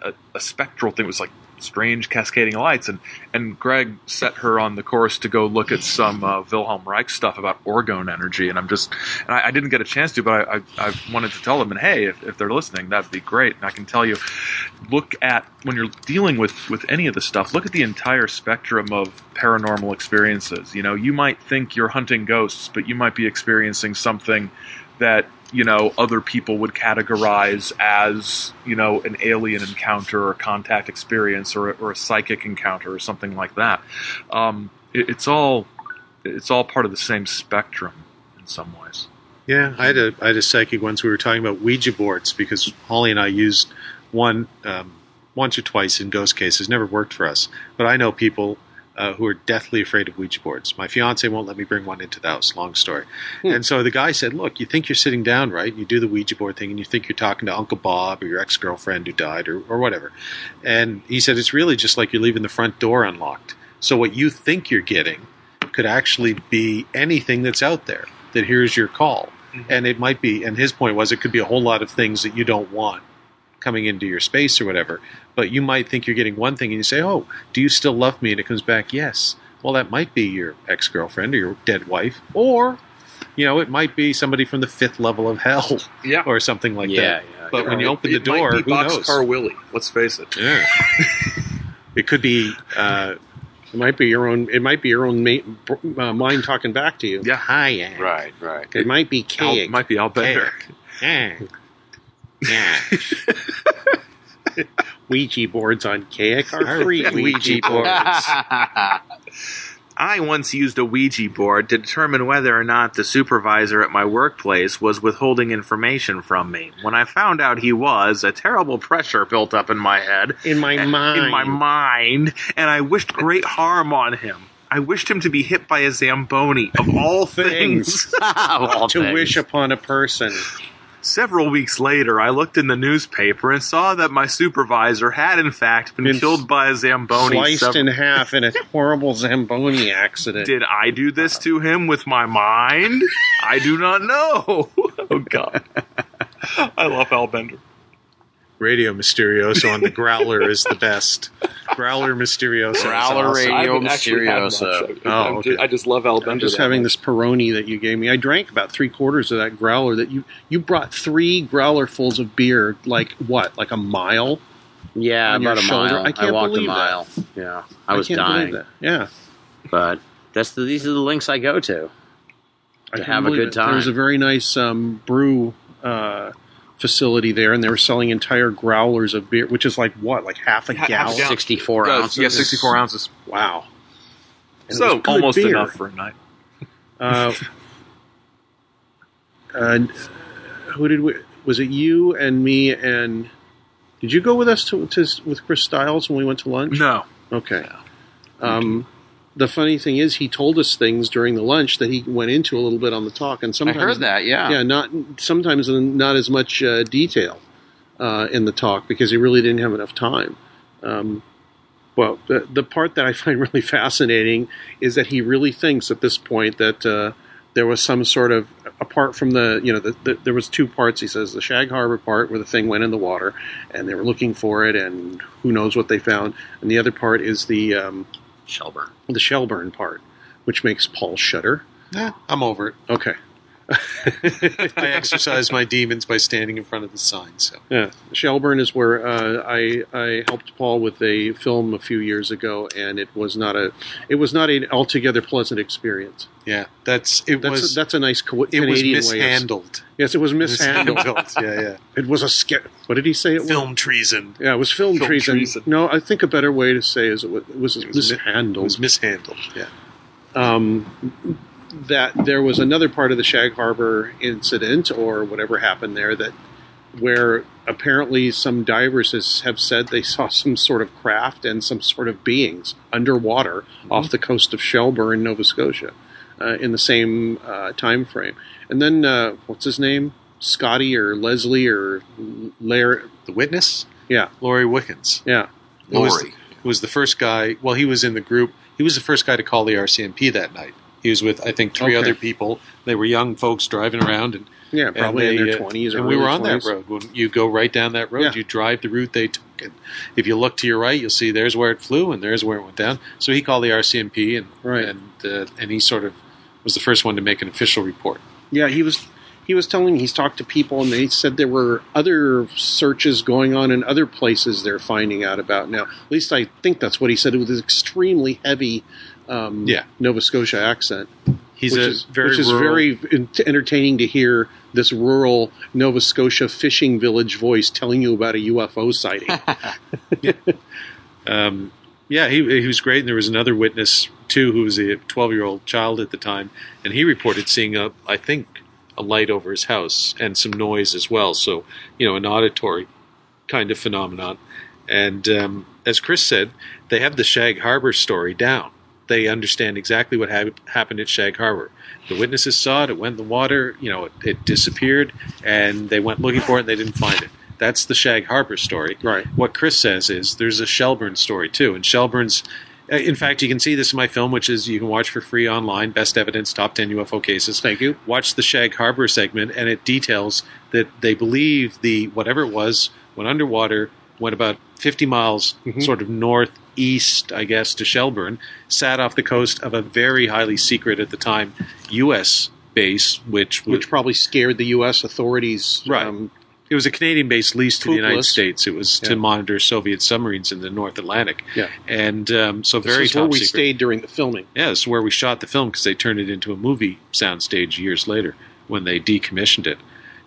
[SPEAKER 4] a, a spectral thing. It was like strange cascading lights, and and Greg set her on the course to go look at some uh, Wilhelm Reich stuff about orgone energy. And I'm just, and I, I didn't get a chance to, but I, I, I wanted to tell them, and hey, if, if they're listening, that'd be great. And I can tell you, look at when you're dealing with with any of this stuff, look at the entire spectrum of paranormal experiences. You know, you might think you're hunting ghosts, but you might be experiencing something that you know other people would categorize as you know an alien encounter or contact experience or, or a psychic encounter or something like that um, it, it's all it's all part of the same spectrum in some ways
[SPEAKER 13] Yeah, I had a I had a psychic once. We were talking about Ouija boards because Holly and I used one um, once or twice in ghost cases. Never worked for us, but I know people uh, who are deathly afraid of Ouija boards. My fiance won't let me bring one into the house. Long story. And so the guy said, "Look, you think you're sitting down, right? You do the Ouija board thing, and you think you're talking to Uncle Bob or your ex girlfriend who died or or whatever." And he said, "It's really just like you're leaving the front door unlocked. So what you think you're getting." could actually be anything that's out there that hears your call.
[SPEAKER 4] Mm-hmm.
[SPEAKER 13] And it might be, and his point was, it could be a whole lot of things that you don't want coming into your space or whatever. But you might think you're getting one thing and you say, Oh, do you still love me? And it comes back, Yes. Well, that might be your ex girlfriend or your dead wife, or, you know, it might be somebody from the fifth level of hell
[SPEAKER 4] yeah.
[SPEAKER 13] or something like
[SPEAKER 4] Yeah,
[SPEAKER 13] that.
[SPEAKER 4] yeah,
[SPEAKER 13] but
[SPEAKER 4] yeah.
[SPEAKER 13] when you
[SPEAKER 4] It-
[SPEAKER 13] open the
[SPEAKER 4] it might
[SPEAKER 13] door,
[SPEAKER 4] be
[SPEAKER 13] who knows?
[SPEAKER 4] Boxcar Willie, let's face it.
[SPEAKER 13] Yeah. it could be.
[SPEAKER 2] Uh, it might be your own. It might be your own ma- uh, mind talking back to you.
[SPEAKER 4] Yeah.
[SPEAKER 2] Hi. Ann.
[SPEAKER 5] Right, right.
[SPEAKER 2] It, might be
[SPEAKER 4] Al-
[SPEAKER 2] cake.
[SPEAKER 4] might be all better
[SPEAKER 2] Yeah. Yeah. Ouija boards on cake are free Ouija boards.
[SPEAKER 5] I once used a Ouija board to determine whether or not the supervisor at my workplace was withholding information from me. When I found out he was, a terrible pressure built up in my head.
[SPEAKER 2] In my
[SPEAKER 5] In my
[SPEAKER 2] mind.
[SPEAKER 5] mind, and I wished great harm on him. I wished him to be hit by a Zamboni, of all things. Of all
[SPEAKER 2] to
[SPEAKER 5] things.
[SPEAKER 2] wish upon a person.
[SPEAKER 5] Several weeks later, I looked in the newspaper and saw that my supervisor had, in fact, been, killed by a Zamboni.
[SPEAKER 2] Sliced
[SPEAKER 5] several-
[SPEAKER 2] in half in a horrible Zamboni accident.
[SPEAKER 5] Did I do this to him with my mind? I do not know. Oh God,
[SPEAKER 4] I love Al Bender.
[SPEAKER 13] Radio Mysterioso on the Growler is the best. Growler Mysterioso. is
[SPEAKER 5] Growler
[SPEAKER 13] awesome.
[SPEAKER 5] Radio
[SPEAKER 4] I haven't actually had
[SPEAKER 15] uh,
[SPEAKER 4] much. I- I'm
[SPEAKER 13] Oh,
[SPEAKER 4] ju-
[SPEAKER 13] okay.
[SPEAKER 4] I just love Al Bender
[SPEAKER 2] I'm just
[SPEAKER 4] that
[SPEAKER 2] having
[SPEAKER 4] much.
[SPEAKER 2] this Peroni that you gave me. I drank about three quarters of that growler that you you brought three growlerfuls of beer. Like what? Like a mile?
[SPEAKER 15] Yeah,
[SPEAKER 2] on
[SPEAKER 15] about
[SPEAKER 2] your
[SPEAKER 15] a
[SPEAKER 2] shoulder?
[SPEAKER 15] mile.
[SPEAKER 2] I can't
[SPEAKER 15] walked
[SPEAKER 2] believe
[SPEAKER 15] a mile. Yeah, I was
[SPEAKER 2] can't believe
[SPEAKER 15] dying.
[SPEAKER 2] that. Yeah,
[SPEAKER 15] but that's the, these are the links I go to
[SPEAKER 2] I
[SPEAKER 15] to
[SPEAKER 2] couldn't
[SPEAKER 15] have a
[SPEAKER 2] believe
[SPEAKER 15] good
[SPEAKER 2] it.
[SPEAKER 15] time.
[SPEAKER 2] There was a very nice um, brew uh, facility there, and they were selling entire growlers of beer, which is like what, like half a
[SPEAKER 4] Ha- half a
[SPEAKER 2] gallon,
[SPEAKER 4] gallon.
[SPEAKER 15] 64
[SPEAKER 4] Uh, yeah, 64 ounces.
[SPEAKER 2] Wow. And it
[SPEAKER 4] so
[SPEAKER 2] was good
[SPEAKER 4] almost
[SPEAKER 2] beer.
[SPEAKER 4] enough for a night
[SPEAKER 2] Uh, uh, who did we? Was it you and me and? Did you go with us to, to with Chris Stiles when we went to lunch?
[SPEAKER 4] No.
[SPEAKER 2] Okay. Um, the funny thing is, he told us things during the lunch that he went into a little bit on the talk, and sometimes
[SPEAKER 5] heard that, yeah.
[SPEAKER 2] yeah, not sometimes not as much uh, detail uh, in the talk because he really didn't have enough time. Um, well, the, the part that I find really fascinating is that he really thinks at this point that uh, there was some sort of apart from the you know the, the, there was two parts. He says the Shag Harbor part where the thing went in the water and they were looking for it and who knows what they found, and the other part is the um,
[SPEAKER 15] Shelburne,
[SPEAKER 2] the Shelburne part, which makes Paul shudder.
[SPEAKER 13] Yeah, I'm over it.
[SPEAKER 2] Okay,
[SPEAKER 13] I exercise my demons by standing in front of the sign. So
[SPEAKER 2] Yeah, Shelburne is where uh, I I helped Paul with a film a few years ago, and it was not a it was not an altogether pleasant experience.
[SPEAKER 13] yeah, that's it
[SPEAKER 2] That's
[SPEAKER 13] was
[SPEAKER 2] that's a nice co-
[SPEAKER 13] it
[SPEAKER 2] Canadian
[SPEAKER 13] was
[SPEAKER 2] way of-
[SPEAKER 13] mishandled.
[SPEAKER 2] yes, it was mishandled.
[SPEAKER 13] yeah, yeah.
[SPEAKER 2] It was a sca- what did he say? It was?
[SPEAKER 13] Film treason.
[SPEAKER 2] Yeah, it was film,
[SPEAKER 13] Film
[SPEAKER 2] treason.
[SPEAKER 13] treason.
[SPEAKER 2] No, I think a better way to say is it was, it was
[SPEAKER 13] was mi-
[SPEAKER 2] mishandled.
[SPEAKER 13] It was mishandled. Yeah.
[SPEAKER 2] um, that there was another part of the Shag Harbor incident or whatever happened there that where apparently some divers has, have said they saw some sort of craft and some sort of beings underwater
[SPEAKER 13] Mm-hmm.
[SPEAKER 2] off the coast of Shelburne, Nova Scotia, uh, in the same uh, time frame. And then uh, what's his name? Scotty or Leslie or Lair?
[SPEAKER 13] The witness,
[SPEAKER 2] Yeah,
[SPEAKER 13] Laurie Wickens.
[SPEAKER 2] yeah.
[SPEAKER 13] who was, who was the first guy. Well, he was in the group. He was the first guy to call the RCMP that night. He was with, I think,
[SPEAKER 2] Okay.
[SPEAKER 13] three other people. They were young folks driving around, and
[SPEAKER 2] Yeah,
[SPEAKER 13] And
[SPEAKER 2] probably in
[SPEAKER 13] they,
[SPEAKER 2] their
[SPEAKER 13] uh,
[SPEAKER 2] 20s or
[SPEAKER 13] And we were
[SPEAKER 2] early
[SPEAKER 13] on that
[SPEAKER 2] 20s.
[SPEAKER 13] road. When you go right down that road, you drive the route they took. And if you look to your right, you'll see there's where it flew and there's where it went down. So he called the RCMP and and uh, and he sort of was the first one to make an official report.
[SPEAKER 2] Yeah, he was he was telling me he's talked to people and they said there were other searches going on in other places they're finding out about now. At least I think that's what he said. It was an extremely heavy um,
[SPEAKER 13] Yeah.
[SPEAKER 2] Nova Scotia accent.
[SPEAKER 13] He's
[SPEAKER 2] which
[SPEAKER 13] a
[SPEAKER 2] is,
[SPEAKER 13] very
[SPEAKER 2] which is
[SPEAKER 13] rural-
[SPEAKER 2] very en- entertaining to hear this rural Nova Scotia fishing village voice telling you about a UFO sighting.
[SPEAKER 13] Um, yeah, he, he was great. And there was another witness, too, who was a 12 year old child at the time. And he reported seeing, a, I think, a light over his house and some noise as well. So, you know, an auditory kind of phenomenon. And um, as Chris said, they have the Shag Harbor story down. They understand exactly what hap- happened at Shag Harbor. The witnesses saw it. It went in the water. You know, it, it disappeared, and they went looking for it, and they didn't find it. That's the Shag Harbor story. Right. What Chris says is there's a Shelburne story too, and Shelburne's. uh, In fact, you can see this in my film, which is you can watch for free online. Best evidence, top ten UFO cases. Thank you. Watch the Shag Harbor segment, and it details that they believe the whatever it was went underwater, went about 50 miles
[SPEAKER 2] Mm-hmm.
[SPEAKER 13] sort of northeast, I guess, to Shelburne, sat off the coast of a very highly secret at the time U.S. base, which
[SPEAKER 2] Which probably scared the U.S. authorities. um,
[SPEAKER 13] Right. it was a Canadian base leased to the United
[SPEAKER 2] Poopless.
[SPEAKER 13] States. It was
[SPEAKER 2] Yeah.
[SPEAKER 13] to monitor Soviet submarines in the North Atlantic.
[SPEAKER 2] Yeah.
[SPEAKER 13] And um, so
[SPEAKER 2] This
[SPEAKER 13] very
[SPEAKER 2] is where
[SPEAKER 13] top
[SPEAKER 2] we
[SPEAKER 13] secret.
[SPEAKER 2] stayed during the filming.
[SPEAKER 13] Yeah, this is where we shot the film because they turned it into a movie soundstage years later when they decommissioned it.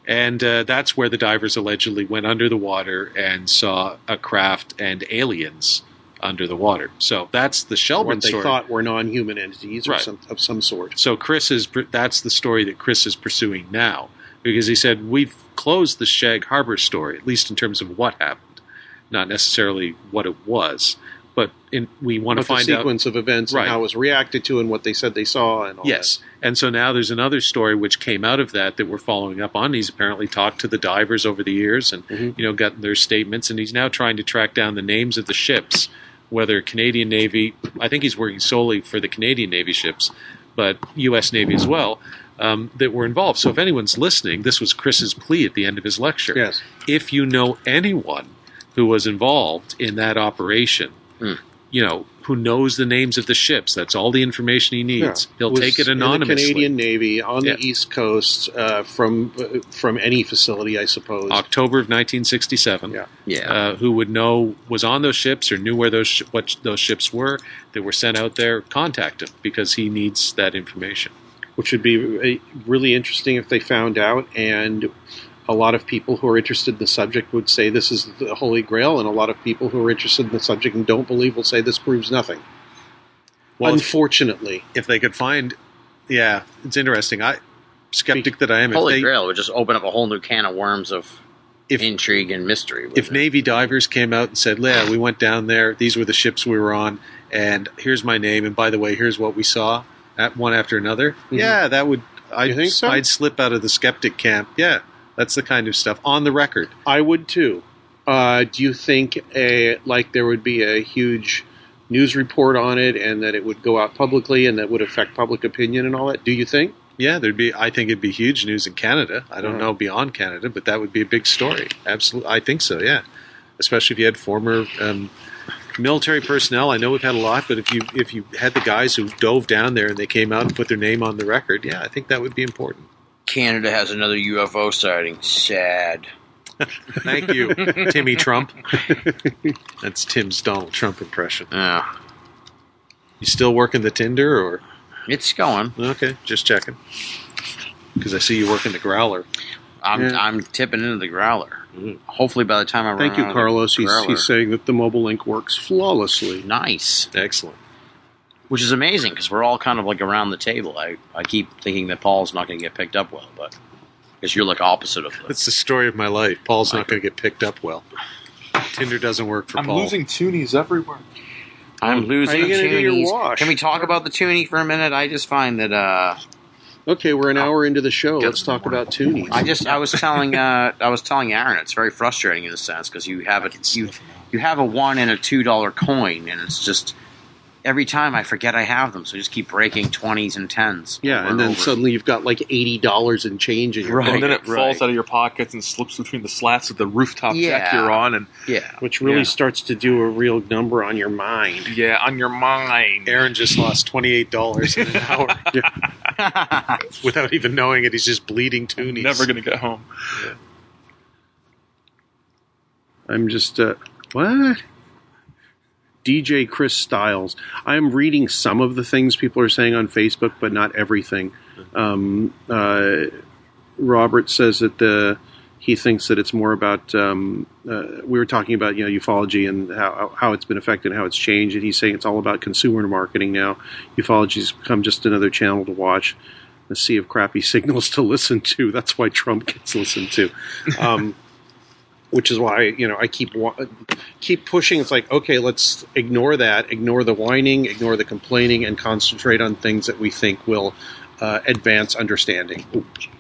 [SPEAKER 13] And uh, that's where the divers allegedly went under the water and saw a craft and aliens under the water. So that's the Shelburne
[SPEAKER 2] what they
[SPEAKER 13] story.
[SPEAKER 2] thought were non-human entities or
[SPEAKER 13] Right.
[SPEAKER 2] some, of some sort.
[SPEAKER 13] So Chris is that's the story that Chris is pursuing now because he said we've closed the Shag Harbor story at least in terms of what happened, not necessarily what it was, but in, we want to
[SPEAKER 2] But
[SPEAKER 13] find
[SPEAKER 2] the
[SPEAKER 13] out
[SPEAKER 2] sequence of events
[SPEAKER 13] Right.
[SPEAKER 2] and how it was reacted to and what they said they saw and all
[SPEAKER 13] yes. And so now there's another story which came out of that that we're following up on. He's apparently talked to the divers over the years and
[SPEAKER 2] Mm-hmm.
[SPEAKER 13] you know gotten their statements, and he's now trying to track down the names of the ships, whether Canadian Navy. I think he's working solely for the Canadian Navy ships, but U.S. Navy as well. Um, that were involved. So, if anyone's listening, this was Chris's plea at the end of his lecture.
[SPEAKER 2] Yes.
[SPEAKER 13] If you know anyone who was involved in that operation,
[SPEAKER 2] Hmm.
[SPEAKER 13] you know, who knows the names of the ships, that's all the information he
[SPEAKER 2] that.
[SPEAKER 13] needs.
[SPEAKER 2] Yeah.
[SPEAKER 13] He'll
[SPEAKER 2] Was
[SPEAKER 13] take it
[SPEAKER 2] in
[SPEAKER 13] anonymously.
[SPEAKER 2] the Canadian Navy on
[SPEAKER 13] Yeah.
[SPEAKER 2] the East Coast uh, from from any facility, I suppose.
[SPEAKER 13] October of 1967. Yeah,
[SPEAKER 15] yeah.
[SPEAKER 13] Uh, who would know was on those ships or knew where those sh- what sh- those ships were that were sent out there? Contact him because he needs that information.
[SPEAKER 2] which would be uh, really interesting if they found out. And a lot of people who are interested in the subject would say this is the holy grail, and a lot of people who are interested in the subject and don't believe will say this proves nothing.
[SPEAKER 13] Well, if-
[SPEAKER 2] Unfortunately,
[SPEAKER 13] If they could find, yeah, it's interesting. I skeptic that I am. If
[SPEAKER 15] Holy
[SPEAKER 13] they-
[SPEAKER 15] Grail would just open up a whole new can of worms of intrigue and mystery. wouldn't
[SPEAKER 13] if Navy divers came out and said, "Yeah, we went down there. These were the ships we were on, and here's my name. And by the way, here's what we saw at one after another." Yeah, that would. I think so. I'd slip out of the skeptic camp. Yeah, that's the kind of stuff on the record.
[SPEAKER 2] I would too. Uh, do you think a like there would be a huge news report on it, and that it would go out publicly, and that would affect public opinion and all that? Do you think? Uh-huh.
[SPEAKER 13] Yeah, there'd be. I think it'd be huge news in Canada. I don't
[SPEAKER 2] Yeah.
[SPEAKER 13] know beyond Canada, but that would be a big story. Absolutely, I think so. Yeah, especially if you had former um, military personnel. I know we've had a lot, but if you if you had the guys who dove down there and they came out and put their name on the record, yeah, I think that would be important.
[SPEAKER 15] Canada has another UFO sighting. Sad.
[SPEAKER 13] Thank you, Timmy Trump. That's Tim's Donald Trump impression.
[SPEAKER 15] Yeah.
[SPEAKER 13] You still working the Tinder or?
[SPEAKER 15] It's going.
[SPEAKER 13] Okay, just checking. Because I see you working the growler.
[SPEAKER 15] I'm
[SPEAKER 2] Yeah.
[SPEAKER 15] I'm tipping into the growler. Hopefully, by the time I run
[SPEAKER 2] Thank you,
[SPEAKER 15] out of the
[SPEAKER 2] Carlos. He's,
[SPEAKER 15] growler.
[SPEAKER 2] he's saying that the mobile link works flawlessly.
[SPEAKER 15] Nice.
[SPEAKER 13] Excellent.
[SPEAKER 15] Which is amazing because we're all kind of like around the table. I, I keep thinking that Paul's not going to get picked up well, but because you're like opposite of
[SPEAKER 13] That's the story of my life. Paul's not going to get picked up well. Tinder doesn't work for
[SPEAKER 4] I'm
[SPEAKER 13] Paul.
[SPEAKER 4] losing toonies everywhere.
[SPEAKER 15] I'm losing
[SPEAKER 2] How you gonna do your
[SPEAKER 15] toonies.
[SPEAKER 2] wash?
[SPEAKER 15] Can we talk about the toonie for a minute? I just find that uh,
[SPEAKER 2] Okay, we're an hour into the show. Oh, Let's talk about Toonies.
[SPEAKER 15] I just I was telling uh, I was telling Aaron it's very frustrating in a sense because you have a you you have a one and a two dollar coin and it's just every time I forget I have them, so I just keep breaking twenties and tens.
[SPEAKER 2] Yeah,
[SPEAKER 15] over
[SPEAKER 2] and then
[SPEAKER 15] over.
[SPEAKER 2] suddenly you've got like eighty dollars in change in your
[SPEAKER 15] Right.
[SPEAKER 4] and then it
[SPEAKER 2] pocket.
[SPEAKER 4] falls out of your pockets and slips between the slats of the rooftop deck
[SPEAKER 2] Yeah.
[SPEAKER 4] you're on, and
[SPEAKER 15] yeah,
[SPEAKER 2] which really
[SPEAKER 4] Yeah.
[SPEAKER 2] starts to do a real number on your mind.
[SPEAKER 4] yeah, on your mind.
[SPEAKER 13] Aaron just lost twenty eight dollars in an hour without even knowing it. He's just bleeding toonies.
[SPEAKER 4] Never gonna get home.
[SPEAKER 2] I'm just uh, what DJ Chris Styles. I'm reading some of the things people are saying on Facebook, but not everything. Um, uh, Robert says that the he thinks that it's more about um, uh, we were talking about you know ufology and how how it's been affected, how it's changed, and he's saying it's all about consumer marketing now. Ufology's become just another channel to watch. A sea of crappy signals to listen to. That's why Trump gets listened to. Um, which is why you know I keep wa- keep pushing. It's like okay, let's ignore that, ignore the whining, ignore the complaining, and concentrate on things that we think will uh, advance understanding. Ooh, jeez.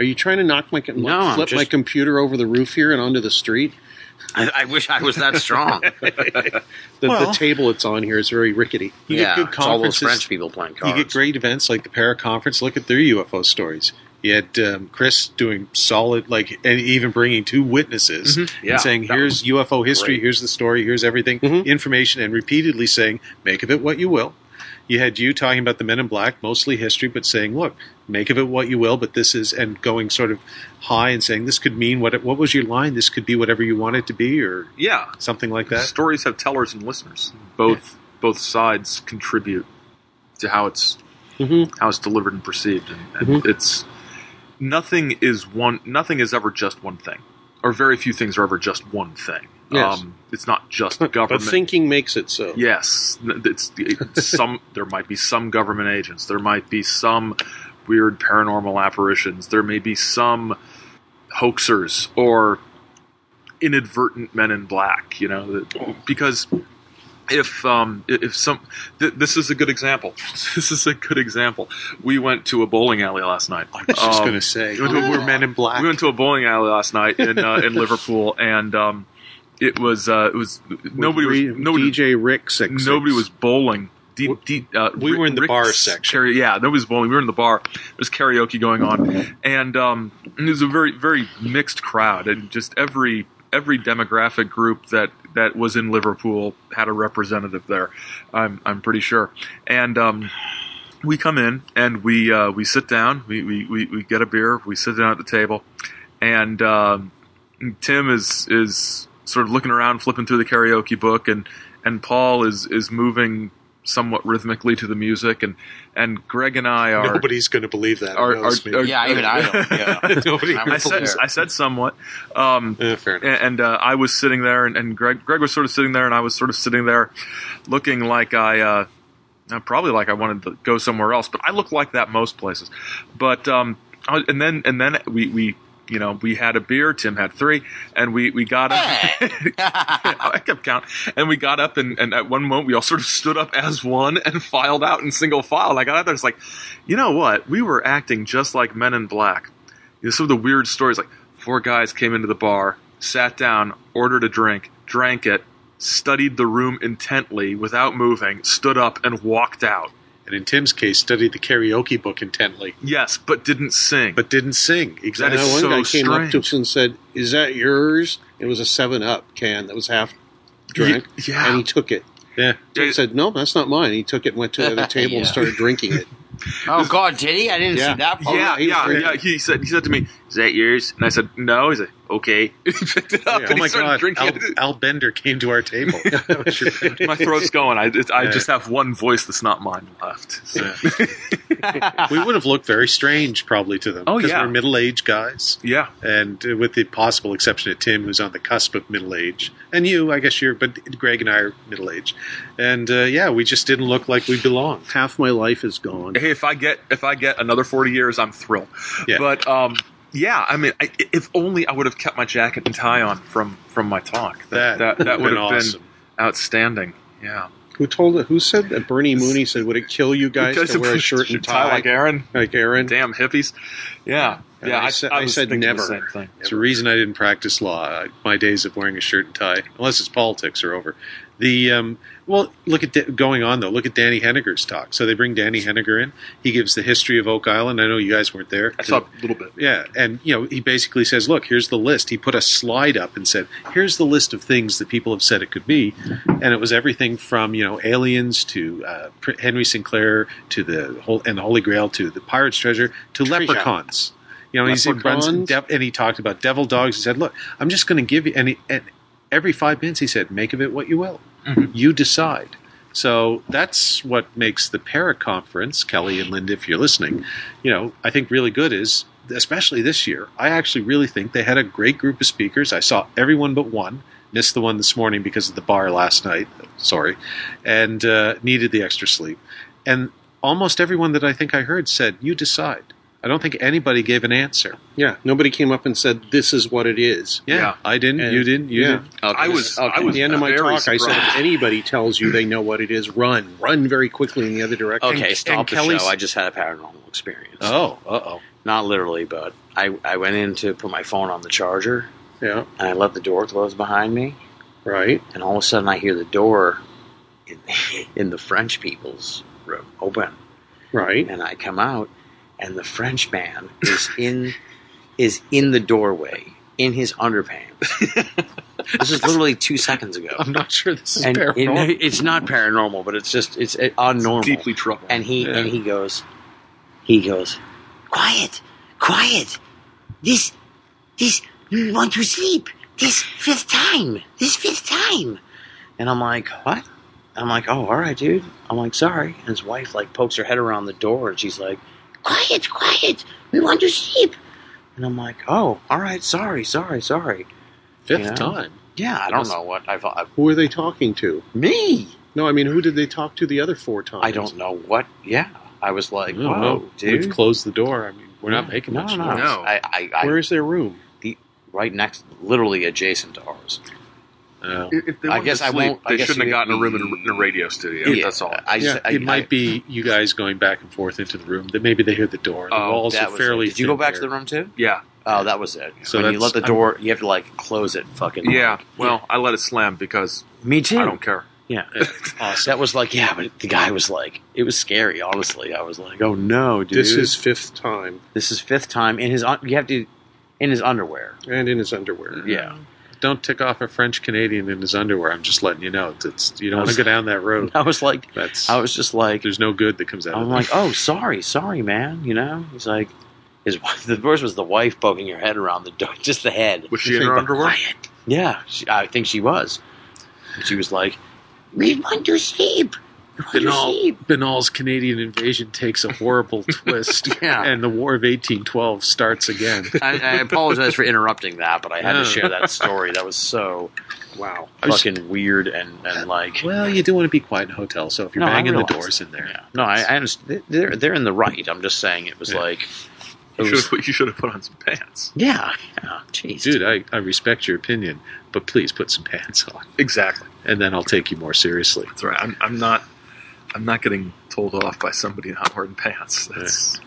[SPEAKER 2] Are you trying to knock my com-
[SPEAKER 15] Oh, No, I'm
[SPEAKER 2] flip my
[SPEAKER 15] just-
[SPEAKER 2] computer over the roof here and onto the street?
[SPEAKER 15] I, I wish I was that strong.
[SPEAKER 2] the,
[SPEAKER 13] Well-
[SPEAKER 2] the table it's on here is very rickety.
[SPEAKER 13] You
[SPEAKER 15] yeah,
[SPEAKER 13] get good
[SPEAKER 15] it's all those
[SPEAKER 13] conferences.
[SPEAKER 15] French people playing
[SPEAKER 13] You
[SPEAKER 15] cards.
[SPEAKER 13] get great events like the Para Conference. Look at their UFO stories. You had um, Chris doing solid, like, and even bringing two witnesses
[SPEAKER 2] Mm-hmm.
[SPEAKER 4] Mhm. Yeah,
[SPEAKER 13] and saying,
[SPEAKER 4] that
[SPEAKER 13] "Here's UFO history.
[SPEAKER 4] great.
[SPEAKER 13] Here's the story. Here's everything,
[SPEAKER 2] Mm-hmm.
[SPEAKER 13] information," and repeatedly saying, "Make of it what you will." You had you talking about the Men in Black, mostly history, but saying, "Look, make of it what you will." But this is and going sort of high and saying, "This could mean what? What was your line? This could be whatever you want it to be, or
[SPEAKER 4] Yeah,
[SPEAKER 13] something like that."
[SPEAKER 4] stories have tellers and listeners. Both both sides contribute to how it's how it's delivered and perceived, and, and it's nothing is one. Nothing is ever just one thing, or very few things are ever just one thing.
[SPEAKER 2] Yes.
[SPEAKER 4] Um, it's not just
[SPEAKER 2] But
[SPEAKER 4] government.
[SPEAKER 2] thinking makes it so.
[SPEAKER 4] Yes, N- it's, it's some. There might be some government agents. There might be some weird paranormal apparitions. There may be some hoaxers or inadvertent men in black. You know, that- because if um, i- if some th- this is a good example. This is a good example. We went to a bowling alley last night. I
[SPEAKER 13] was just gonna say, we're Men in Black.
[SPEAKER 4] We went to a bowling alley last night in uh, in Liverpool, and um, it was uh, it was nobody
[SPEAKER 2] Re-
[SPEAKER 4] was nobody
[SPEAKER 2] DJ Rick six.
[SPEAKER 4] nobody was bowling. D, D, uh,
[SPEAKER 13] we were in the bar
[SPEAKER 4] Rick's
[SPEAKER 13] section.
[SPEAKER 4] karaoke- yeah, nobody was bowling. We were in the bar. There's karaoke going on, and um, it was a very very mixed crowd, and just every every demographic group that that was in Liverpool had a representative there. I'm I'm pretty sure, and. Um, we come in and we uh, we sit down. We, we, we, we get a beer. We sit down at the table, and um, Tim is is sort of looking around, flipping through the karaoke book, and and Paul is is moving somewhat rhythmically to the music, and and Greg and I are.
[SPEAKER 13] Nobody's going to believe that.
[SPEAKER 4] Are-
[SPEAKER 13] about us,
[SPEAKER 4] are-
[SPEAKER 13] maybe.
[SPEAKER 15] yeah, even I don't. Yeah.
[SPEAKER 13] Nobody
[SPEAKER 15] I
[SPEAKER 13] can
[SPEAKER 4] I
[SPEAKER 15] was
[SPEAKER 4] said,
[SPEAKER 15] there.
[SPEAKER 4] I said somewhat, um,
[SPEAKER 13] Yeah, fair
[SPEAKER 4] and, and, uh, I was sitting there, and, and Greg Greg was sort of sitting there, and I was sort of sitting there, looking like I uh, uh, probably like I wanted to go somewhere else, but I look like that most places. But um, I was- and then and then we we you know we had a beer. Tim had three, and we we got up. I kept count, and we got up, and, and at one moment we all sort of stood up as one and filed out in single file. And I got out there, it's like, you know what? We were acting just like Men in Black. You know, some of the weird stories, like four guys came into the bar, sat down, ordered a drink, drank it, studied the room intently without moving, stood up, and walked out.
[SPEAKER 13] and in Tim's case, studied the karaoke book intently,
[SPEAKER 4] Yes, but didn't sing.
[SPEAKER 13] but didn't sing.
[SPEAKER 4] That
[SPEAKER 13] Exactly.
[SPEAKER 4] is
[SPEAKER 2] And one
[SPEAKER 4] so
[SPEAKER 2] guy came up to
[SPEAKER 4] strange.
[SPEAKER 2] us and said, "Is that yours?" It was a Seven Up can that was half drank,
[SPEAKER 4] Y- yeah.
[SPEAKER 2] and he took it.
[SPEAKER 13] Yeah.
[SPEAKER 2] So he
[SPEAKER 4] It-
[SPEAKER 2] said, "No, that's not mine." He took it, and went to the other table, and
[SPEAKER 15] Yeah.
[SPEAKER 2] started drinking it.
[SPEAKER 15] oh God, did he? I didn't
[SPEAKER 2] Yeah.
[SPEAKER 15] see that part.
[SPEAKER 4] yeah,
[SPEAKER 2] yeah, he was
[SPEAKER 4] yeah,
[SPEAKER 2] drinking.
[SPEAKER 4] yeah. He said, he said to me, "Is that yours?" And I said, "No." He's like, "Okay." he picked it up
[SPEAKER 13] Yeah.
[SPEAKER 4] and
[SPEAKER 13] Oh
[SPEAKER 4] he
[SPEAKER 13] my
[SPEAKER 4] started
[SPEAKER 13] God!
[SPEAKER 4] drinking.
[SPEAKER 13] Al,
[SPEAKER 4] it.
[SPEAKER 13] Al Bender came to our table. That was your band.
[SPEAKER 4] my throat's going. I, it, I
[SPEAKER 13] Yeah.
[SPEAKER 4] just have one voice that's not mine left. So.
[SPEAKER 13] we would have looked very strange, probably, to them.
[SPEAKER 4] Oh,
[SPEAKER 13] because
[SPEAKER 4] yeah.
[SPEAKER 13] we're middle-aged guys,
[SPEAKER 4] yeah,
[SPEAKER 13] and uh, with the possible exception of Tim, who's on the cusp of middle age, and you, I guess you're, but Greg and I are middle age, and uh, yeah, we just didn't look like we belonged.
[SPEAKER 2] Half my life is gone.
[SPEAKER 4] hey, if I get if I get another forty years, I'm thrilled.
[SPEAKER 13] Yeah.
[SPEAKER 4] But um, yeah, I mean, I, if only I would have kept my jacket and tie on from from my talk.
[SPEAKER 13] That,
[SPEAKER 4] that, that would have been
[SPEAKER 13] awesome.
[SPEAKER 4] outstanding. Yeah,
[SPEAKER 2] Who told it? Who said that? Bernie Mooney said, "Would it kill you guys to wear a shirt and tie
[SPEAKER 4] like Aaron.
[SPEAKER 2] like Aaron?"
[SPEAKER 4] Damn hippies. Yeah,
[SPEAKER 13] And I, said, I said never.
[SPEAKER 2] It's the reason I didn't practice law. I- My days of wearing a shirt and tie, unless it's politics, are over. The um, well, look at da- going on though. Look at Danny Henniger's talk. So they bring Danny Henniger in. He gives the history of Oak Island. I know you guys weren't there.
[SPEAKER 4] I saw a little bit.
[SPEAKER 2] Yeah, and you know, he basically says, "Look, here's the list." He put a slide up and said, "Here's the list of things that people have said it could be," and it was everything from you know aliens to uh, Pr- Henry Sinclair to the whole and the Holy Grail to the Pirate's Treasure to leprechauns. You know, he's, he runs
[SPEAKER 13] Leprechauns?
[SPEAKER 2] dev- and he talked about devil dogs. He said, "Look, I'm just going to give you." And, he, and every five minutes, he said, "Make of it what you will. You decide." So that's what makes the para conference, Kelly and Linda, if you're listening, you know, I think really good is, especially this year, I actually really think they had a great group of speakers. I saw everyone but one, missed the one this morning because of the bar last night, sorry, and uh, needed the extra sleep. And almost everyone that I think I heard said, you decide. I don't think anybody gave an answer.
[SPEAKER 13] Yeah, nobody came up and said this is what it is.
[SPEAKER 2] Yeah, I didn't. you didn't. You
[SPEAKER 13] yeah.
[SPEAKER 2] didn't.
[SPEAKER 4] I was-
[SPEAKER 13] At
[SPEAKER 4] I was
[SPEAKER 13] the end of my
[SPEAKER 4] very
[SPEAKER 13] talk, I said
[SPEAKER 4] surprised.
[SPEAKER 13] if anybody tells you they know what it is, run, run very quickly in the other direction.
[SPEAKER 11] Okay, stop the show. I just had a paranormal experience.
[SPEAKER 2] Oh, uh oh.
[SPEAKER 11] Not literally, but I, I went in to put my phone on the charger.
[SPEAKER 13] Yeah.
[SPEAKER 11] And I let the door close behind me.
[SPEAKER 13] Right.
[SPEAKER 11] And all of a sudden, I hear the door in, in the French people's room open.
[SPEAKER 13] Right.
[SPEAKER 11] And I come out, and the French man is in is in the doorway in his underpants. this is literally two seconds ago.
[SPEAKER 2] I'm not sure this is
[SPEAKER 11] and it-
[SPEAKER 2] paranormal.
[SPEAKER 11] it's not paranormal, but it's just it's uh, unnormal.
[SPEAKER 4] deeply troubling.
[SPEAKER 11] And he
[SPEAKER 4] Yeah.
[SPEAKER 11] and he goes, he goes, quiet, quiet. This, this, you want to sleep. This fifth time, this fifth time. And I'm like, what? I'm like, oh, all right, dude. I'm like, sorry. And his wife like pokes her head around the door, and she's like, quiet, quiet. We want to sleep. And I'm like, oh, all right, sorry, sorry, sorry.
[SPEAKER 13] Fifth
[SPEAKER 11] You know?
[SPEAKER 13] time.
[SPEAKER 11] Yeah, I don't know what I've. I've
[SPEAKER 13] Who are they talking to?
[SPEAKER 11] me.
[SPEAKER 13] No, I mean, who did they talk to the other four times?
[SPEAKER 11] I don't know what. Yeah, I was like,
[SPEAKER 2] I don't
[SPEAKER 11] whoa,
[SPEAKER 2] know.
[SPEAKER 11] dude.
[SPEAKER 2] We've closed the door. I mean, we're not making
[SPEAKER 11] no,
[SPEAKER 2] much
[SPEAKER 11] no,
[SPEAKER 2] noise.
[SPEAKER 11] no. I, I, I,
[SPEAKER 13] Where is their room?
[SPEAKER 11] right next, literally adjacent to ours.
[SPEAKER 2] No.
[SPEAKER 4] If- if they
[SPEAKER 11] I
[SPEAKER 4] wanted
[SPEAKER 11] guess
[SPEAKER 4] to
[SPEAKER 11] I
[SPEAKER 4] sleep,
[SPEAKER 11] won't- I
[SPEAKER 4] They
[SPEAKER 11] guess
[SPEAKER 4] shouldn't have
[SPEAKER 11] we-
[SPEAKER 4] gotten a room in a, in a radio studio.
[SPEAKER 11] Yeah,
[SPEAKER 4] that's all.
[SPEAKER 11] I,
[SPEAKER 2] yeah,
[SPEAKER 11] I-
[SPEAKER 2] it might
[SPEAKER 11] I-
[SPEAKER 2] be you guys going back and forth into the room. That maybe they hear the door. The
[SPEAKER 4] Oh,
[SPEAKER 2] walls
[SPEAKER 11] that
[SPEAKER 2] are
[SPEAKER 11] was
[SPEAKER 2] fairly.
[SPEAKER 11] it. Did you go
[SPEAKER 2] thin
[SPEAKER 11] back
[SPEAKER 2] there.
[SPEAKER 11] to the room too?
[SPEAKER 4] yeah,
[SPEAKER 11] Oh, that was it. So
[SPEAKER 2] So
[SPEAKER 11] when you
[SPEAKER 2] that's-
[SPEAKER 11] let the door, you have to like close it. Fucking
[SPEAKER 4] yeah. Well, I let it slam because
[SPEAKER 11] me too.
[SPEAKER 4] I don't care.
[SPEAKER 11] Yeah, awesome. That was like yeah, but the guy was like, it was scary. Honestly, I was like, oh no, dude,
[SPEAKER 13] This is fifth time,
[SPEAKER 11] this is fifth time in his. un- You have to in his underwear.
[SPEAKER 13] and in his underwear.
[SPEAKER 11] Yeah,
[SPEAKER 2] Don't tick off a French Canadian in his underwear. I'm just letting you know. It's, you
[SPEAKER 11] I
[SPEAKER 2] don't want
[SPEAKER 11] was-
[SPEAKER 2] to go down that road.
[SPEAKER 11] I was like,
[SPEAKER 2] That's
[SPEAKER 11] I was just like,
[SPEAKER 2] there's no good that comes out.
[SPEAKER 11] I'm
[SPEAKER 2] of
[SPEAKER 11] like, oh, sorry, sorry, man. You know, he's like, his wife, the worst was the wife poking her head around the door, just the head.
[SPEAKER 4] Was she in her underwear?
[SPEAKER 11] Yeah, she, I think she was. And she was like, we want to sleep. We want to
[SPEAKER 2] Benal,
[SPEAKER 11] sleep.
[SPEAKER 2] Benal's Canadian invasion takes a horrible twist,
[SPEAKER 11] Yeah.
[SPEAKER 2] and the War of 1812 starts again.
[SPEAKER 11] I, I apologize for interrupting that, but I had
[SPEAKER 2] No.
[SPEAKER 11] to share that story. That was so
[SPEAKER 13] Wow.
[SPEAKER 2] I was-
[SPEAKER 11] fucking weird and, and like.
[SPEAKER 2] Well, you do want to be quiet in a hotel, so if you're
[SPEAKER 11] No, I
[SPEAKER 2] banging the
[SPEAKER 11] realize
[SPEAKER 2] doors in there,
[SPEAKER 11] Yeah. No, I, I understand. They're, they're in the right. I'm just saying it was
[SPEAKER 2] Yeah.
[SPEAKER 11] like. It
[SPEAKER 4] You should,
[SPEAKER 11] was-
[SPEAKER 4] have put, you should have put on some pants.
[SPEAKER 11] yeah. yeah. Jeez.
[SPEAKER 2] dude, I, I respect your opinion, but please put some pants on,
[SPEAKER 4] Exactly.
[SPEAKER 2] and then I'll take you more seriously.
[SPEAKER 4] That's right. I'm, I'm not. I'm not getting told off by somebody not wearing pants. That's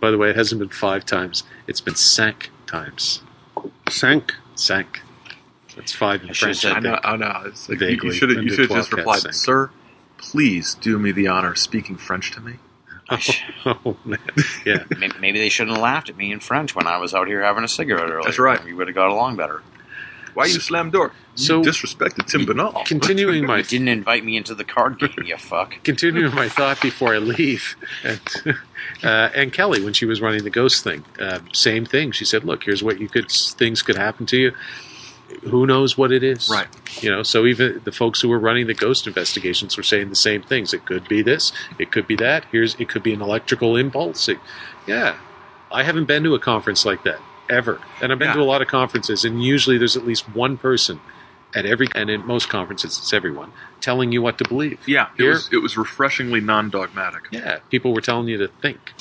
[SPEAKER 2] By the way, it hasn't been five times; it's been cinq times.
[SPEAKER 13] Sank.
[SPEAKER 2] Cinq. That's five in
[SPEAKER 11] I should've said
[SPEAKER 2] French.
[SPEAKER 4] I
[SPEAKER 2] I
[SPEAKER 4] know.
[SPEAKER 2] think.
[SPEAKER 4] I know. It's like, you- you
[SPEAKER 2] Vaguely
[SPEAKER 4] should have. You
[SPEAKER 2] under
[SPEAKER 4] should have just
[SPEAKER 2] 12
[SPEAKER 4] replied,
[SPEAKER 2] cats, I think.
[SPEAKER 4] "Sir, please do me the honor of speaking French to me."
[SPEAKER 2] Oh man, yeah.
[SPEAKER 11] May- Maybe they shouldn't have laughed at me in French when I was out here having a cigarette earlier.
[SPEAKER 4] That's right.
[SPEAKER 11] We would have got along better.
[SPEAKER 4] Why you slam door? You
[SPEAKER 2] So-
[SPEAKER 4] disrespected Tim Banal.
[SPEAKER 2] Continuing my
[SPEAKER 11] You didn't invite me into the card game, you fuck.
[SPEAKER 2] continuing my thought before I leave. And, uh, and Kelly, when she was running the ghost thing, uh, same thing. She said, "Look, here's what you could things could happen to you. Who knows what it is?
[SPEAKER 4] Right.
[SPEAKER 2] You know. So even the folks who were running the ghost investigations were saying the same things. It could be this. It could be that. Here's. It could be an electrical impulse. It, yeah. I haven't been to a conference like that ever, and I've been
[SPEAKER 4] Yeah.
[SPEAKER 2] to a lot of conferences, and usually there's at least one person. At every and at most conferences, it's everyone telling you what to believe.
[SPEAKER 4] Yeah, it
[SPEAKER 2] Here-
[SPEAKER 4] was, it was refreshingly non-dogmatic.
[SPEAKER 2] yeah, people were telling you to think.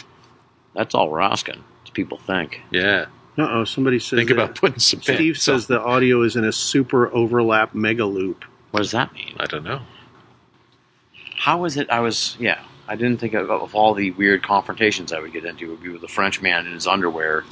[SPEAKER 11] That's all we're asking. It's people think.
[SPEAKER 2] Yeah,
[SPEAKER 13] Uh oh, somebody says.
[SPEAKER 2] think
[SPEAKER 13] that-
[SPEAKER 2] about putting some.
[SPEAKER 13] Steve
[SPEAKER 2] pants
[SPEAKER 13] says the audio is in a super overlap mega loop.
[SPEAKER 11] What does that mean?
[SPEAKER 2] on. "I don't know."
[SPEAKER 11] How is it? I was, yeah, I didn't think of, of all the weird confrontations I would get into would be with a French man in his underwear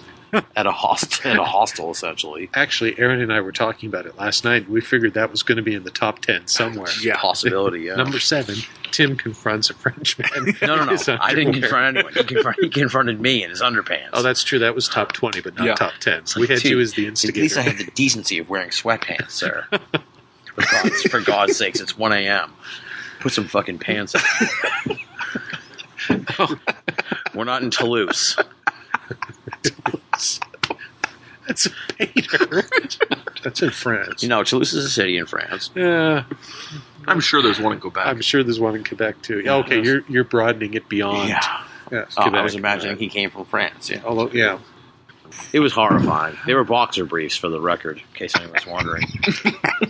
[SPEAKER 11] at a hostel, at a hostel essentially.
[SPEAKER 13] Actually, Aaron and I were talking about it last night. and We figured that was going to be in the top ten somewhere.
[SPEAKER 11] Yeah, possibility. Yeah,
[SPEAKER 13] Number seven, Tim confronts a Frenchman.
[SPEAKER 11] No, no,
[SPEAKER 13] in
[SPEAKER 11] no.
[SPEAKER 13] his
[SPEAKER 11] I didn't
[SPEAKER 13] underwear.
[SPEAKER 11] confront anyone. He, confront, he confronted me in his underpants.
[SPEAKER 13] Oh, that's true. That was top twenty, but not
[SPEAKER 11] Yeah.
[SPEAKER 13] top ten. So we had
[SPEAKER 11] Dude,
[SPEAKER 13] you as the
[SPEAKER 11] At least
[SPEAKER 13] instigator.
[SPEAKER 11] I had the decency of wearing sweatpants, sir. for, God's, for God's sakes, it's 1 a.m. Put some fucking pants on. We're not in Toulouse.
[SPEAKER 13] That's a painter. That's in France.
[SPEAKER 11] You know, Toulouse is a city in France.
[SPEAKER 13] Yeah,
[SPEAKER 4] I'm sure there's one in Quebec.
[SPEAKER 13] I'm sure there's one in Quebec too.
[SPEAKER 11] Yeah.
[SPEAKER 13] okay, you're you're broadening it beyond.
[SPEAKER 11] Yeah.
[SPEAKER 13] Yes,
[SPEAKER 11] Oh, I
[SPEAKER 13] Quebec.
[SPEAKER 11] was imagining he came from France. Yeah.
[SPEAKER 13] Although, yeah.
[SPEAKER 11] It was horrifying. They were boxer briefs for the record, in case anyone's wondering.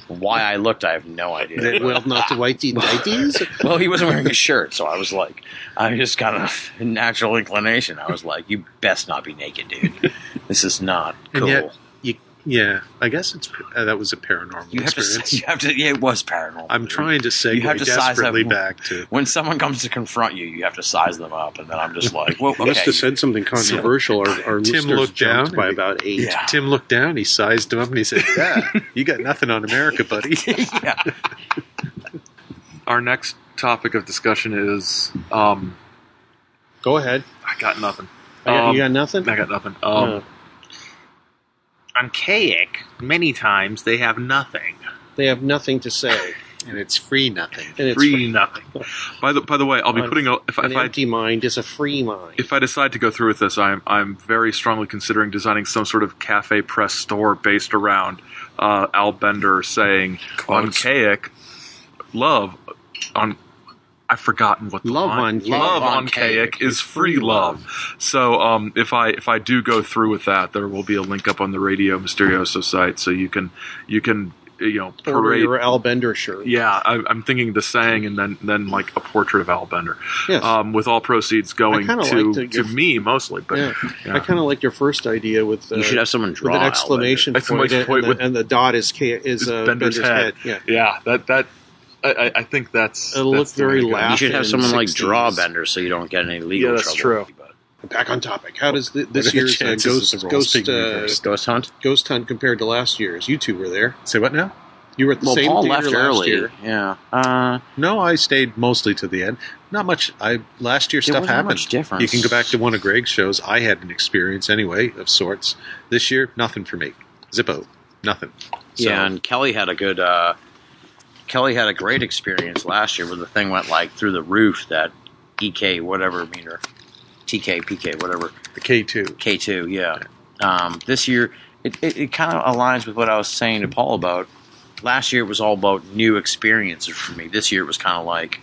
[SPEAKER 11] Why I looked, I have no idea.
[SPEAKER 2] They welled not the whitey dighties?
[SPEAKER 11] well, he wasn't wearing a shirt, so I was like, I just got a natural inclination. I was like, you best not be naked, dude. This is not
[SPEAKER 13] And
[SPEAKER 11] cool.
[SPEAKER 13] yet, you, yeah, I guess it's uh, that was a paranormal
[SPEAKER 11] you have to,
[SPEAKER 13] experience.
[SPEAKER 11] you have to. Yeah, it was paranormal.
[SPEAKER 13] I'm
[SPEAKER 11] dude.
[SPEAKER 13] trying to segue
[SPEAKER 11] You have to size
[SPEAKER 13] desperately
[SPEAKER 11] up-
[SPEAKER 13] back to.
[SPEAKER 11] When someone comes to confront you, you have to size them up, and then I'm just like, well,
[SPEAKER 2] You must
[SPEAKER 11] okay.
[SPEAKER 2] have said something controversial. Our, our
[SPEAKER 13] Tim
[SPEAKER 2] listeners
[SPEAKER 13] looked
[SPEAKER 2] jumped
[SPEAKER 13] down
[SPEAKER 2] by
[SPEAKER 13] and-
[SPEAKER 2] about eight.
[SPEAKER 11] Yeah.
[SPEAKER 13] Tim looked down. He sized him up and he said, "Yeah, you got nothing on America, buddy."
[SPEAKER 4] Our next topic of discussion is. Um,
[SPEAKER 2] Go ahead.
[SPEAKER 4] I got nothing.
[SPEAKER 2] I got- you got
[SPEAKER 4] Um,
[SPEAKER 2] nothing?
[SPEAKER 4] I got nothing. Um, E
[SPEAKER 2] No.
[SPEAKER 5] On Kayak, many times they have nothing.
[SPEAKER 2] They have nothing to say.
[SPEAKER 13] and it's free nothing.
[SPEAKER 2] And it's
[SPEAKER 4] free,
[SPEAKER 2] free.
[SPEAKER 4] nothing. By the by the way, I'll be
[SPEAKER 2] An-
[SPEAKER 4] putting a if, I-
[SPEAKER 2] An
[SPEAKER 4] if I
[SPEAKER 2] empty mind is a free mind.
[SPEAKER 4] if I decide to go through with this, I'm I'm very strongly considering designing some sort of cafe press store based around uh, Al Bender saying on Kayak, love on. I've forgotten what the
[SPEAKER 2] Love
[SPEAKER 4] line-
[SPEAKER 2] on Kayak.
[SPEAKER 4] love on Kayak is free love. So um, if I if I do go through with that, there will be a link up on the Radio Mysterioso site, so you can you can you know
[SPEAKER 2] Order
[SPEAKER 4] parade
[SPEAKER 2] your Al Bender shirt.
[SPEAKER 4] yeah, I, I'm thinking the saying and then then like a portrait of Al Bender.
[SPEAKER 2] Yes.
[SPEAKER 4] Um, with all proceeds going
[SPEAKER 2] I
[SPEAKER 4] to
[SPEAKER 2] kinda liked
[SPEAKER 4] to,
[SPEAKER 2] it, your-
[SPEAKER 4] me mostly, but
[SPEAKER 2] Yeah.
[SPEAKER 4] yeah.
[SPEAKER 2] I kind of like your first idea with the,
[SPEAKER 11] you should have someone draw
[SPEAKER 2] with an
[SPEAKER 11] Al
[SPEAKER 2] exclamation
[SPEAKER 4] Bender.
[SPEAKER 2] point,
[SPEAKER 4] Exclamation
[SPEAKER 2] and,
[SPEAKER 4] point
[SPEAKER 2] the,
[SPEAKER 4] with-
[SPEAKER 2] and the dot is K, is uh, Bender's, head. Yeah.
[SPEAKER 4] yeah, that that I, I- I think that's
[SPEAKER 2] It'll
[SPEAKER 4] that's
[SPEAKER 2] look
[SPEAKER 4] the way
[SPEAKER 2] very
[SPEAKER 4] to go.
[SPEAKER 2] laugh.
[SPEAKER 11] you should have someone like
[SPEAKER 2] 60s.
[SPEAKER 11] draw Bender, so you don't get any legal
[SPEAKER 4] Yeah, that's
[SPEAKER 11] trouble.
[SPEAKER 4] true.
[SPEAKER 2] Back on topic. How does th-
[SPEAKER 13] What are
[SPEAKER 2] this
[SPEAKER 13] the
[SPEAKER 2] year's uh,
[SPEAKER 13] chances of
[SPEAKER 2] ghost
[SPEAKER 13] the roles
[SPEAKER 2] ghost
[SPEAKER 13] being
[SPEAKER 2] uh,
[SPEAKER 13] reversed?
[SPEAKER 11] Ghost hunt.
[SPEAKER 2] ghost hunt compared to last year's? You two were there.
[SPEAKER 13] Say what now?
[SPEAKER 2] You were at the
[SPEAKER 11] Well,
[SPEAKER 2] same
[SPEAKER 11] Paul
[SPEAKER 2] theater
[SPEAKER 11] left
[SPEAKER 2] last
[SPEAKER 11] early.
[SPEAKER 2] year.
[SPEAKER 11] Yeah. Uh,
[SPEAKER 13] No, I stayed mostly to the end. Not much. I last year
[SPEAKER 11] There
[SPEAKER 13] stuff
[SPEAKER 11] wasn't
[SPEAKER 13] happened.
[SPEAKER 11] much difference.
[SPEAKER 13] You can go back to one of Greg's shows. I had an experience anyway of sorts. This year, nothing for me. Zippo, nothing.
[SPEAKER 11] Yeah, and Kelly had a good. Uh, Kelly had a great experience last year where the thing went like through the roof. That EK whatever meter, TK PK whatever
[SPEAKER 13] The K two.
[SPEAKER 11] K two. Yeah. Um, this year, it, it, it kind of aligns with what I was saying to Paul about. Last year it was all about new experiences for me. This year it was kind of like,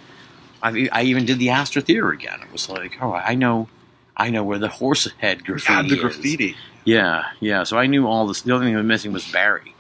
[SPEAKER 11] I, e- I even did the Astor Theater again. It was like, oh, I know, I know where the horse head graffiti.
[SPEAKER 4] God, the
[SPEAKER 11] is.
[SPEAKER 4] graffiti.
[SPEAKER 11] Yeah, yeah. So I knew all this. The only thing that was missing was Barry.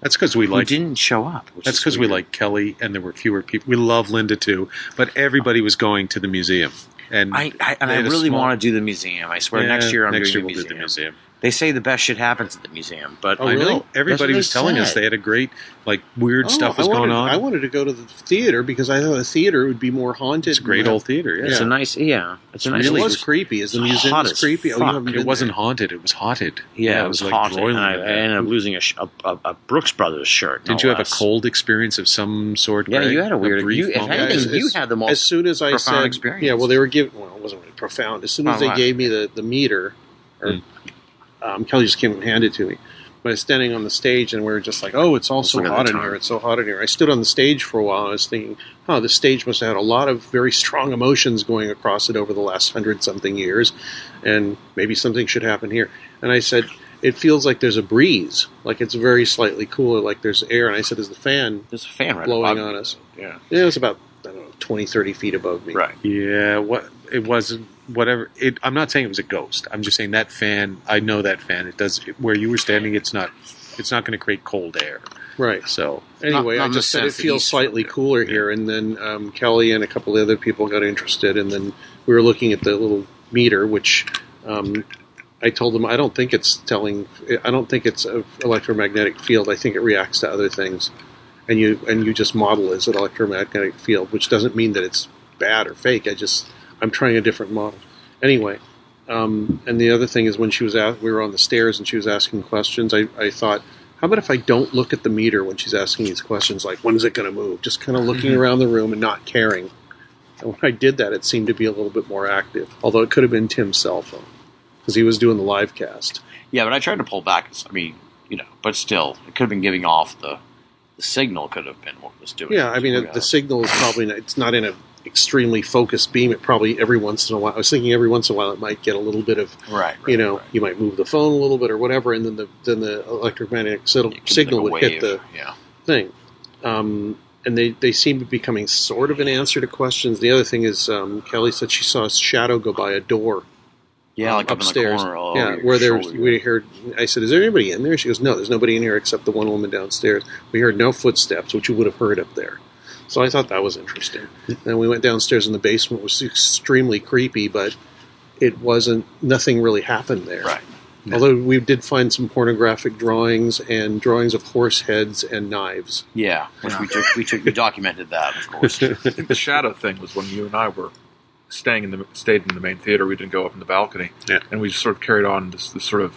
[SPEAKER 13] That's because we
[SPEAKER 11] who
[SPEAKER 13] like.
[SPEAKER 11] didn't show up. Which
[SPEAKER 13] That's
[SPEAKER 11] is
[SPEAKER 13] because we
[SPEAKER 11] weird.
[SPEAKER 13] like Kelly, and there were fewer people. We love Linda too, but everybody was going to the museum, and
[SPEAKER 11] I, I and
[SPEAKER 13] They
[SPEAKER 11] I
[SPEAKER 13] had a
[SPEAKER 11] really
[SPEAKER 13] small-
[SPEAKER 11] want to do the museum. I swear,
[SPEAKER 13] Yeah,
[SPEAKER 11] next year I'm
[SPEAKER 13] next year
[SPEAKER 11] doing
[SPEAKER 13] we'll
[SPEAKER 11] the,
[SPEAKER 13] do the
[SPEAKER 11] museum.
[SPEAKER 13] museum.
[SPEAKER 11] They say the best shit happens at the museum, but
[SPEAKER 2] Oh,
[SPEAKER 13] I
[SPEAKER 2] really?
[SPEAKER 13] know everybody
[SPEAKER 2] That's what
[SPEAKER 13] was
[SPEAKER 2] they
[SPEAKER 13] telling us
[SPEAKER 2] said.
[SPEAKER 13] they had a great, like, weird
[SPEAKER 2] Oh,
[SPEAKER 13] stuff
[SPEAKER 2] I
[SPEAKER 13] was going
[SPEAKER 2] wanted-
[SPEAKER 13] on.
[SPEAKER 2] I wanted to go to the theater because I thought the theater would be more haunted.
[SPEAKER 13] it's a great
[SPEAKER 2] and-
[SPEAKER 13] old theater. Yeah,
[SPEAKER 11] it's a nice, yeah, it's a nice.
[SPEAKER 2] It
[SPEAKER 13] really
[SPEAKER 2] was creepy. Is the
[SPEAKER 11] It's
[SPEAKER 2] museum
[SPEAKER 11] hot
[SPEAKER 2] was
[SPEAKER 11] as
[SPEAKER 2] creepy? Oh,
[SPEAKER 11] fuck.
[SPEAKER 2] haven't
[SPEAKER 13] it
[SPEAKER 2] been
[SPEAKER 13] wasn't
[SPEAKER 2] there.
[SPEAKER 13] haunted. It was haunted.
[SPEAKER 11] yeah,
[SPEAKER 13] it
[SPEAKER 11] it was,
[SPEAKER 13] like
[SPEAKER 11] hot,
[SPEAKER 13] broiling
[SPEAKER 11] and I
[SPEAKER 13] there.
[SPEAKER 11] ended up losing a, sh- a, a, a Brooks Brothers shirt.
[SPEAKER 13] Did
[SPEAKER 11] no
[SPEAKER 13] you have a
[SPEAKER 11] less.
[SPEAKER 13] cold experience of some sort?
[SPEAKER 11] Yeah,
[SPEAKER 13] Greg?
[SPEAKER 11] you had a weird.
[SPEAKER 13] brief
[SPEAKER 11] you, if
[SPEAKER 13] moment?
[SPEAKER 11] anything,
[SPEAKER 2] Yeah, it's-
[SPEAKER 11] you had the most.
[SPEAKER 2] as soon as I
[SPEAKER 11] profound
[SPEAKER 2] said,
[SPEAKER 11] experience.
[SPEAKER 2] yeah, well, they were giving. Well, it wasn't really profound. As soon as
[SPEAKER 11] Oh,
[SPEAKER 2] they
[SPEAKER 11] wow.
[SPEAKER 2] gave me the the meter, or
[SPEAKER 11] Hmm.
[SPEAKER 13] Mm.
[SPEAKER 2] um, Kelly just came and handed it to me. But I was standing on the stage, and we were just like, "Oh, it's all
[SPEAKER 11] It's
[SPEAKER 2] so
[SPEAKER 11] like at
[SPEAKER 2] hot
[SPEAKER 11] the
[SPEAKER 2] in
[SPEAKER 11] time.
[SPEAKER 2] here! It's so hot in here!" I stood on the stage for a while. And I was thinking, "Oh, the stage must have had a lot of very strong emotions going across it over the last hundred something years, and maybe something should happen here." And I said, "It feels like there's a breeze, like it's very slightly cooler, like there's air." And I said, "Is the fan
[SPEAKER 11] There's a fan right
[SPEAKER 2] blowing
[SPEAKER 11] above
[SPEAKER 2] on
[SPEAKER 11] you.
[SPEAKER 2] us?"
[SPEAKER 11] Yeah,
[SPEAKER 2] Yeah, it was about I don't know, 20, 30 feet above me.
[SPEAKER 11] right.
[SPEAKER 13] Yeah, what it wasn't. Whatever. It, I'm not saying it was a ghost. I'm just saying that fan. I know that fan. It does where you were standing. It's not. It's not going to create cold air.
[SPEAKER 2] Right.
[SPEAKER 13] So
[SPEAKER 2] Anyway,
[SPEAKER 11] Not- not
[SPEAKER 2] I just
[SPEAKER 11] in
[SPEAKER 2] said
[SPEAKER 11] the
[SPEAKER 2] it
[SPEAKER 11] sense
[SPEAKER 2] feels
[SPEAKER 11] that he's-
[SPEAKER 2] slightly cooler here, and then um, Kelly and a couple of other people got interested, and then we were looking at the little meter, which um, I told them I don't think it's telling. I don't think it's an electromagnetic field. I think it reacts to other things, and you and you just model it as an electromagnetic field, which doesn't mean that it's bad or fake. I just I'm trying a different model. Anyway, Um, and the other thing is when she was out, we were on the stairs and she was asking questions. I, I thought, how about if I don't look at the meter when she's asking these questions, like when is it going to move? Just kind of looking
[SPEAKER 3] Mhm.
[SPEAKER 2] around the room and not caring. And when I did that, it seemed to be a little bit more active. Although it could have been Tim's cell phone because he was doing the live cast.
[SPEAKER 11] Yeah, but I tried to pull back. I mean, you know, but still, it could have been giving off the the signal. Could have been what it was doing.
[SPEAKER 2] Yeah, I mean it, the signal is probably not, it's not in a extremely focused beam. It probably every once in a while. I was thinking every once in a while it might get a little bit of
[SPEAKER 11] right.
[SPEAKER 2] you know you might move the phone a little bit or whatever, and then the then the electromagnetic signal, signal would hit the
[SPEAKER 11] yeah.
[SPEAKER 2] thing. Um, and they, they seem to be coming sort of an answer to questions. The other thing is um, Kelly said she saw a shadow go by a door.
[SPEAKER 11] Yeah,
[SPEAKER 2] um,
[SPEAKER 11] like up in the corner, oh,
[SPEAKER 2] yeah,
[SPEAKER 11] your
[SPEAKER 2] where there was-
[SPEAKER 11] shoulder.
[SPEAKER 2] we heard. I said, "Is there anybody in there?" She goes, "No, there's nobody in here except the one woman downstairs." We heard no footsteps, which you would have heard up there. So I thought that was interesting. Then we went downstairs in the basement, which was extremely creepy, but it wasn't. Nothing really happened there. Right. Although we did find some pornographic drawings and drawings of horse heads and knives.
[SPEAKER 11] Yeah, which we took, we took, we documented that, of course.
[SPEAKER 4] I think the shadow thing was when you and I were staying in the stayed in the main theater. We didn't go up in the balcony, and we just sort of carried on this, this sort of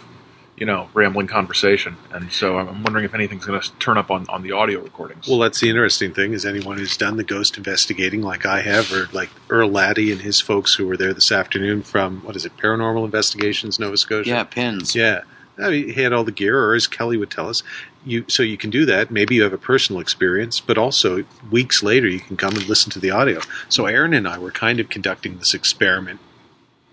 [SPEAKER 4] you know rambling conversation. And so I'm wondering if anything's going to turn up on, on the audio recordings.
[SPEAKER 13] Well, that's the interesting thing is anyone who's done the ghost investigating, like I have, or like Earl Laddie and his folks who were there this afternoon from what is it, Paranormal Investigations, Nova Scotia?
[SPEAKER 11] Yeah, pins.
[SPEAKER 13] Yeah, I mean, he had all the gear, or as Kelly would tell us, you. So you can do that. Maybe you have a personal experience, but also weeks later you can come and listen to the audio. So Aaron and I were kind of conducting this experiment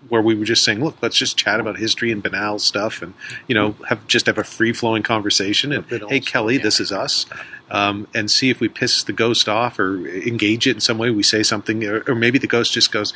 [SPEAKER 13] where we were just saying, look, let's just chat about history and banal stuff, and you know, have just have a free flowing conversation. And hey, Kelly, this is us, um, and see if we piss the ghost off or engage it in some way. We say something, or, or maybe the ghost just goes,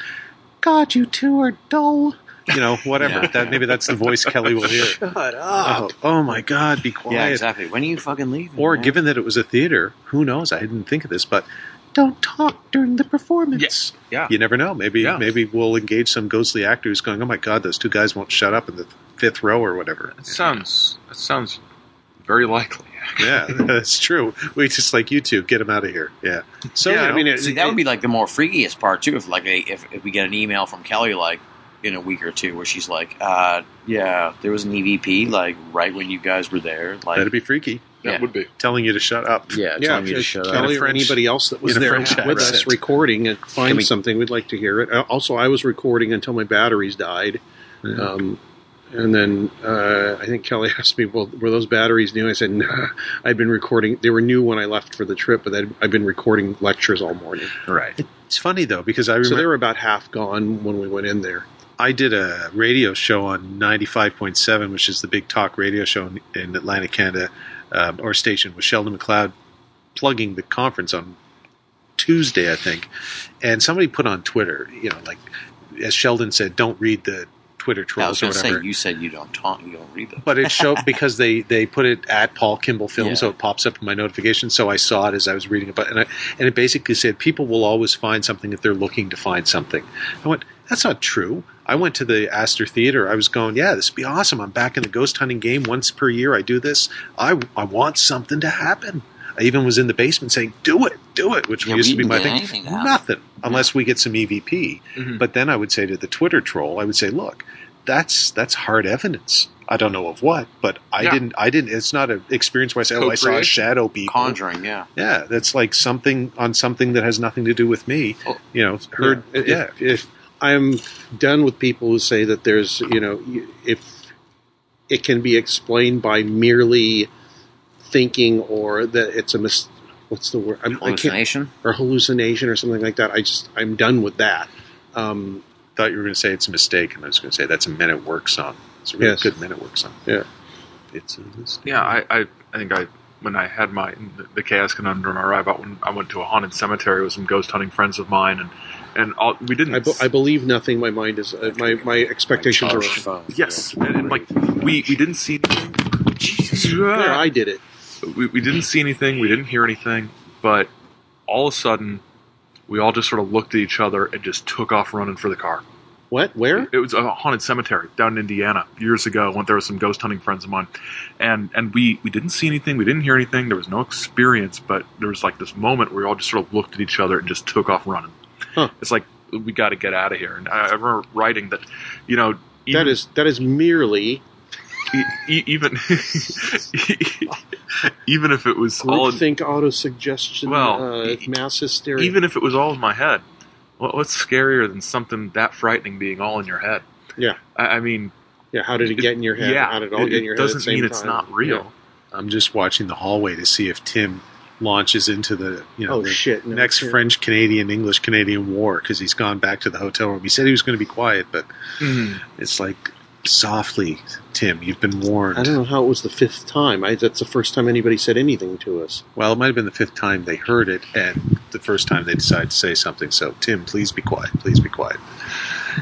[SPEAKER 13] "God, you two are dull." You know, whatever.
[SPEAKER 11] Yeah.
[SPEAKER 13] That maybe that's the voice Kelly will hear.
[SPEAKER 2] Shut
[SPEAKER 13] Oh, oh my God, be quiet.
[SPEAKER 11] Yeah, exactly. When are you fucking leaving?
[SPEAKER 13] Or given that it was a theater, who knows? I didn't think of this, but don't talk during the performance.
[SPEAKER 4] Yeah.
[SPEAKER 13] You never know. Maybe
[SPEAKER 4] Yeah.
[SPEAKER 13] maybe we'll engage some ghostly actor who's going, Oh my god, those two guys won't shut up in the fifth row or whatever.
[SPEAKER 4] That sounds that sounds very likely.
[SPEAKER 13] yeah, that's true. We just like you two, get them out of here. Yeah. So
[SPEAKER 11] yeah,
[SPEAKER 13] you know,
[SPEAKER 11] I mean, see, that would be like the more freakiest part too. If like a, if, if we get an email from Kelly like in a week or two where she's like, uh, "Yeah, there was an EVP like right when you guys were there." Like
[SPEAKER 13] That'd be freaky.
[SPEAKER 11] Yeah.
[SPEAKER 4] would be
[SPEAKER 13] telling you to shut up.
[SPEAKER 11] Yeah, telling you to shut up.
[SPEAKER 2] Kelly
[SPEAKER 11] In a
[SPEAKER 2] or
[SPEAKER 11] French-
[SPEAKER 2] anybody else that was
[SPEAKER 13] in a
[SPEAKER 2] there
[SPEAKER 13] French
[SPEAKER 2] with us
[SPEAKER 13] accent.
[SPEAKER 2] recording and
[SPEAKER 13] Can
[SPEAKER 2] find
[SPEAKER 13] we-
[SPEAKER 2] something, we'd like to hear it. Uh, Also, I was recording until my batteries died. Um, and then uh, I think Kelly asked me, "Well, were those batteries new?" I said, "Nah, I'd been recording. They were new when I left for the trip, but I'd, I've been recording lectures all morning."
[SPEAKER 13] Right. It's funny though, because I remember
[SPEAKER 2] so they were about half gone when we went in there.
[SPEAKER 13] I did a radio show on 95.7, which is the big talk radio show in, in Atlantic Canada, um, or station with Sheldon McLeod plugging the conference on Tuesday, I think. And somebody put on Twitter, you know, like, as Sheldon said, don't read the Twitter
[SPEAKER 11] I was
[SPEAKER 13] trolls or
[SPEAKER 11] going to
[SPEAKER 13] whatever
[SPEAKER 11] say you said you don't talk, you don't read them.
[SPEAKER 13] but it showed because they they put it at Paul Kimball Film,
[SPEAKER 11] Yeah.
[SPEAKER 13] so it pops up in my notification. So I saw it as I was reading about, and I, and it basically said people will always find something if they're looking to find something. I went, that's not true. I went to the Astor Theater. I was going, yeah, this would be awesome. I'm back in the ghost hunting game once per year. I do this. I I want something to happen. I even was in the basement saying, "Do it, do it," which
[SPEAKER 11] Yeah,
[SPEAKER 13] used
[SPEAKER 11] we
[SPEAKER 13] to be
[SPEAKER 11] didn't
[SPEAKER 13] my
[SPEAKER 11] get
[SPEAKER 13] thing.
[SPEAKER 11] anything to happen. Mm-hmm.
[SPEAKER 13] Nothing unless we get some EVP. But then I would say to the Twitter troll, I would say, "Look, that's that's hard evidence. I don't know of what, but I
[SPEAKER 11] Yeah.
[SPEAKER 13] didn't. I didn't. It's not an experience where I say, oh, I saw a
[SPEAKER 11] Co-creation.
[SPEAKER 13] shadow people.
[SPEAKER 11] Conjuring, yeah.
[SPEAKER 13] Yeah, that's like something on something that has nothing to do with me. You know, heard. Yeah,
[SPEAKER 2] If- If, I'm done with people who say that there's, you know, y- if it can be explained by merely thinking or that it's a mis- what's the word? I'm, I can't-
[SPEAKER 11] Hallucination?
[SPEAKER 2] or hallucination or something like that. I just I'm done with that. Um,
[SPEAKER 13] thought you were going to say it's a mistake, and I was going to say that's a minute work song. It's a really
[SPEAKER 2] Yes.
[SPEAKER 13] good minute work song.
[SPEAKER 2] Yeah.
[SPEAKER 13] It's a mistake.
[SPEAKER 4] Yeah, I, I, I think I when I had my the chaos conundrum, I arrived out when I went to a haunted cemetery with some ghost hunting friends of mine, and and all, we didn't.
[SPEAKER 2] I, be- I believe nothing. My mind is uh, my my expectations are.
[SPEAKER 4] yes, and, and like we we didn't see.
[SPEAKER 2] There, I did it.
[SPEAKER 4] We we didn't see anything. We didn't hear anything. But all of a sudden, we all just sort of looked at each other and just took off running for the car.
[SPEAKER 2] What? Where?
[SPEAKER 4] It was a haunted cemetery down in Indiana years ago. When there were some ghost hunting friends of mine, and and we we didn't see anything, we didn't hear anything. There was no experience, but there was like this moment where we all just sort of looked at each other and just took off running. It's like we got to get out of here. And I, I remember writing that, you know, e,
[SPEAKER 2] that is that is merely
[SPEAKER 4] even even if it was all
[SPEAKER 2] think auto suggestion
[SPEAKER 4] Well,
[SPEAKER 2] uh, mass hysteria
[SPEAKER 4] even if it was all in my head. What, what's scarier than something that frightening being all in your head?
[SPEAKER 2] yeah
[SPEAKER 4] I, I mean,
[SPEAKER 2] yeah how did it get in your head
[SPEAKER 4] Yeah,
[SPEAKER 2] how did it all
[SPEAKER 4] it-
[SPEAKER 2] get in
[SPEAKER 4] it
[SPEAKER 2] your head at
[SPEAKER 4] doesn't
[SPEAKER 2] the same
[SPEAKER 4] mean it's
[SPEAKER 2] time?
[SPEAKER 4] not real.
[SPEAKER 2] Yeah.
[SPEAKER 13] I'm just watching the hallway to see if Tim launches into the you know
[SPEAKER 2] Oh,
[SPEAKER 13] the
[SPEAKER 2] shit, no,
[SPEAKER 13] next
[SPEAKER 2] Tim.
[SPEAKER 13] French Canadian English Canadian War because he's gone back to the hotel room. He said he was going to be quiet, but
[SPEAKER 4] Mm-hmm.
[SPEAKER 13] it's like softly, Tim, you've been warned.
[SPEAKER 2] I don't know how it was the fifth time. I, that's the first time anybody said anything to us.
[SPEAKER 13] Well, it might have been the fifth time they heard it, and the first time they decided to say something. So, Tim, please be quiet. Please be quiet.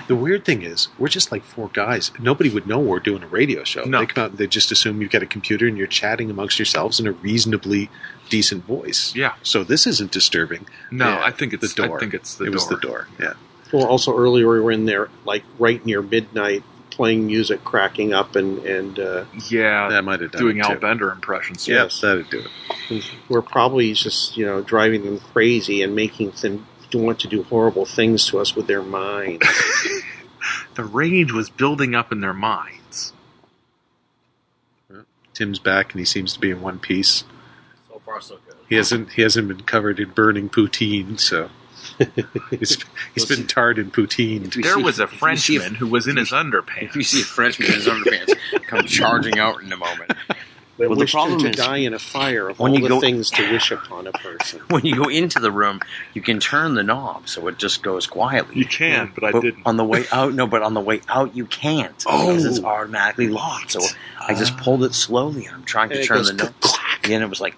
[SPEAKER 13] The weird thing is, we're just like four guys. Nobody would know we're doing a radio show. They come out and they just assume you've got a computer and you're chatting amongst yourselves in a reasonably decent voice.
[SPEAKER 4] Yeah.
[SPEAKER 13] So this isn't disturbing.
[SPEAKER 4] No,
[SPEAKER 13] Yeah,
[SPEAKER 4] I think it's
[SPEAKER 13] the door.
[SPEAKER 4] I think it's the
[SPEAKER 13] it
[SPEAKER 4] door.
[SPEAKER 13] was the door. Yeah.
[SPEAKER 2] Well, also earlier we were in there, like right near midnight, playing music, cracking up, and and uh,
[SPEAKER 4] Yeah,
[SPEAKER 13] that might have
[SPEAKER 2] done
[SPEAKER 4] doing
[SPEAKER 2] it,
[SPEAKER 4] Al
[SPEAKER 2] too.
[SPEAKER 4] Bender impressions.
[SPEAKER 13] that'd do it.
[SPEAKER 2] and we're probably just you know driving them crazy and making them want to do horrible things to us with their minds.
[SPEAKER 4] the rage was building up in their minds.
[SPEAKER 13] Tim's back and he seems to be in one piece.
[SPEAKER 16] So far, so good.
[SPEAKER 13] He hasn't he hasn't been covered in burning poutine, so he's, he's been tarred in poutine.
[SPEAKER 5] There was a Frenchman who was in his underpants. If
[SPEAKER 11] you see a Frenchman in his underpants come charging out in a moment,
[SPEAKER 2] They
[SPEAKER 11] Well, the
[SPEAKER 2] wish them
[SPEAKER 11] problem
[SPEAKER 2] to
[SPEAKER 11] is-
[SPEAKER 2] die in a fire of
[SPEAKER 11] When
[SPEAKER 2] all
[SPEAKER 11] you
[SPEAKER 2] the
[SPEAKER 11] go-
[SPEAKER 2] things to wish upon a person.
[SPEAKER 11] when you go into the room, you can turn the knob so it just goes quietly. You
[SPEAKER 4] can, but I
[SPEAKER 11] didn't. On the way out, no, but on the way out you can't.
[SPEAKER 4] Oh.
[SPEAKER 11] because it's automatically locked. So I just pulled it slowly. and I'm trying to
[SPEAKER 4] And it
[SPEAKER 11] turn
[SPEAKER 4] goes
[SPEAKER 11] the knob, and then it was like,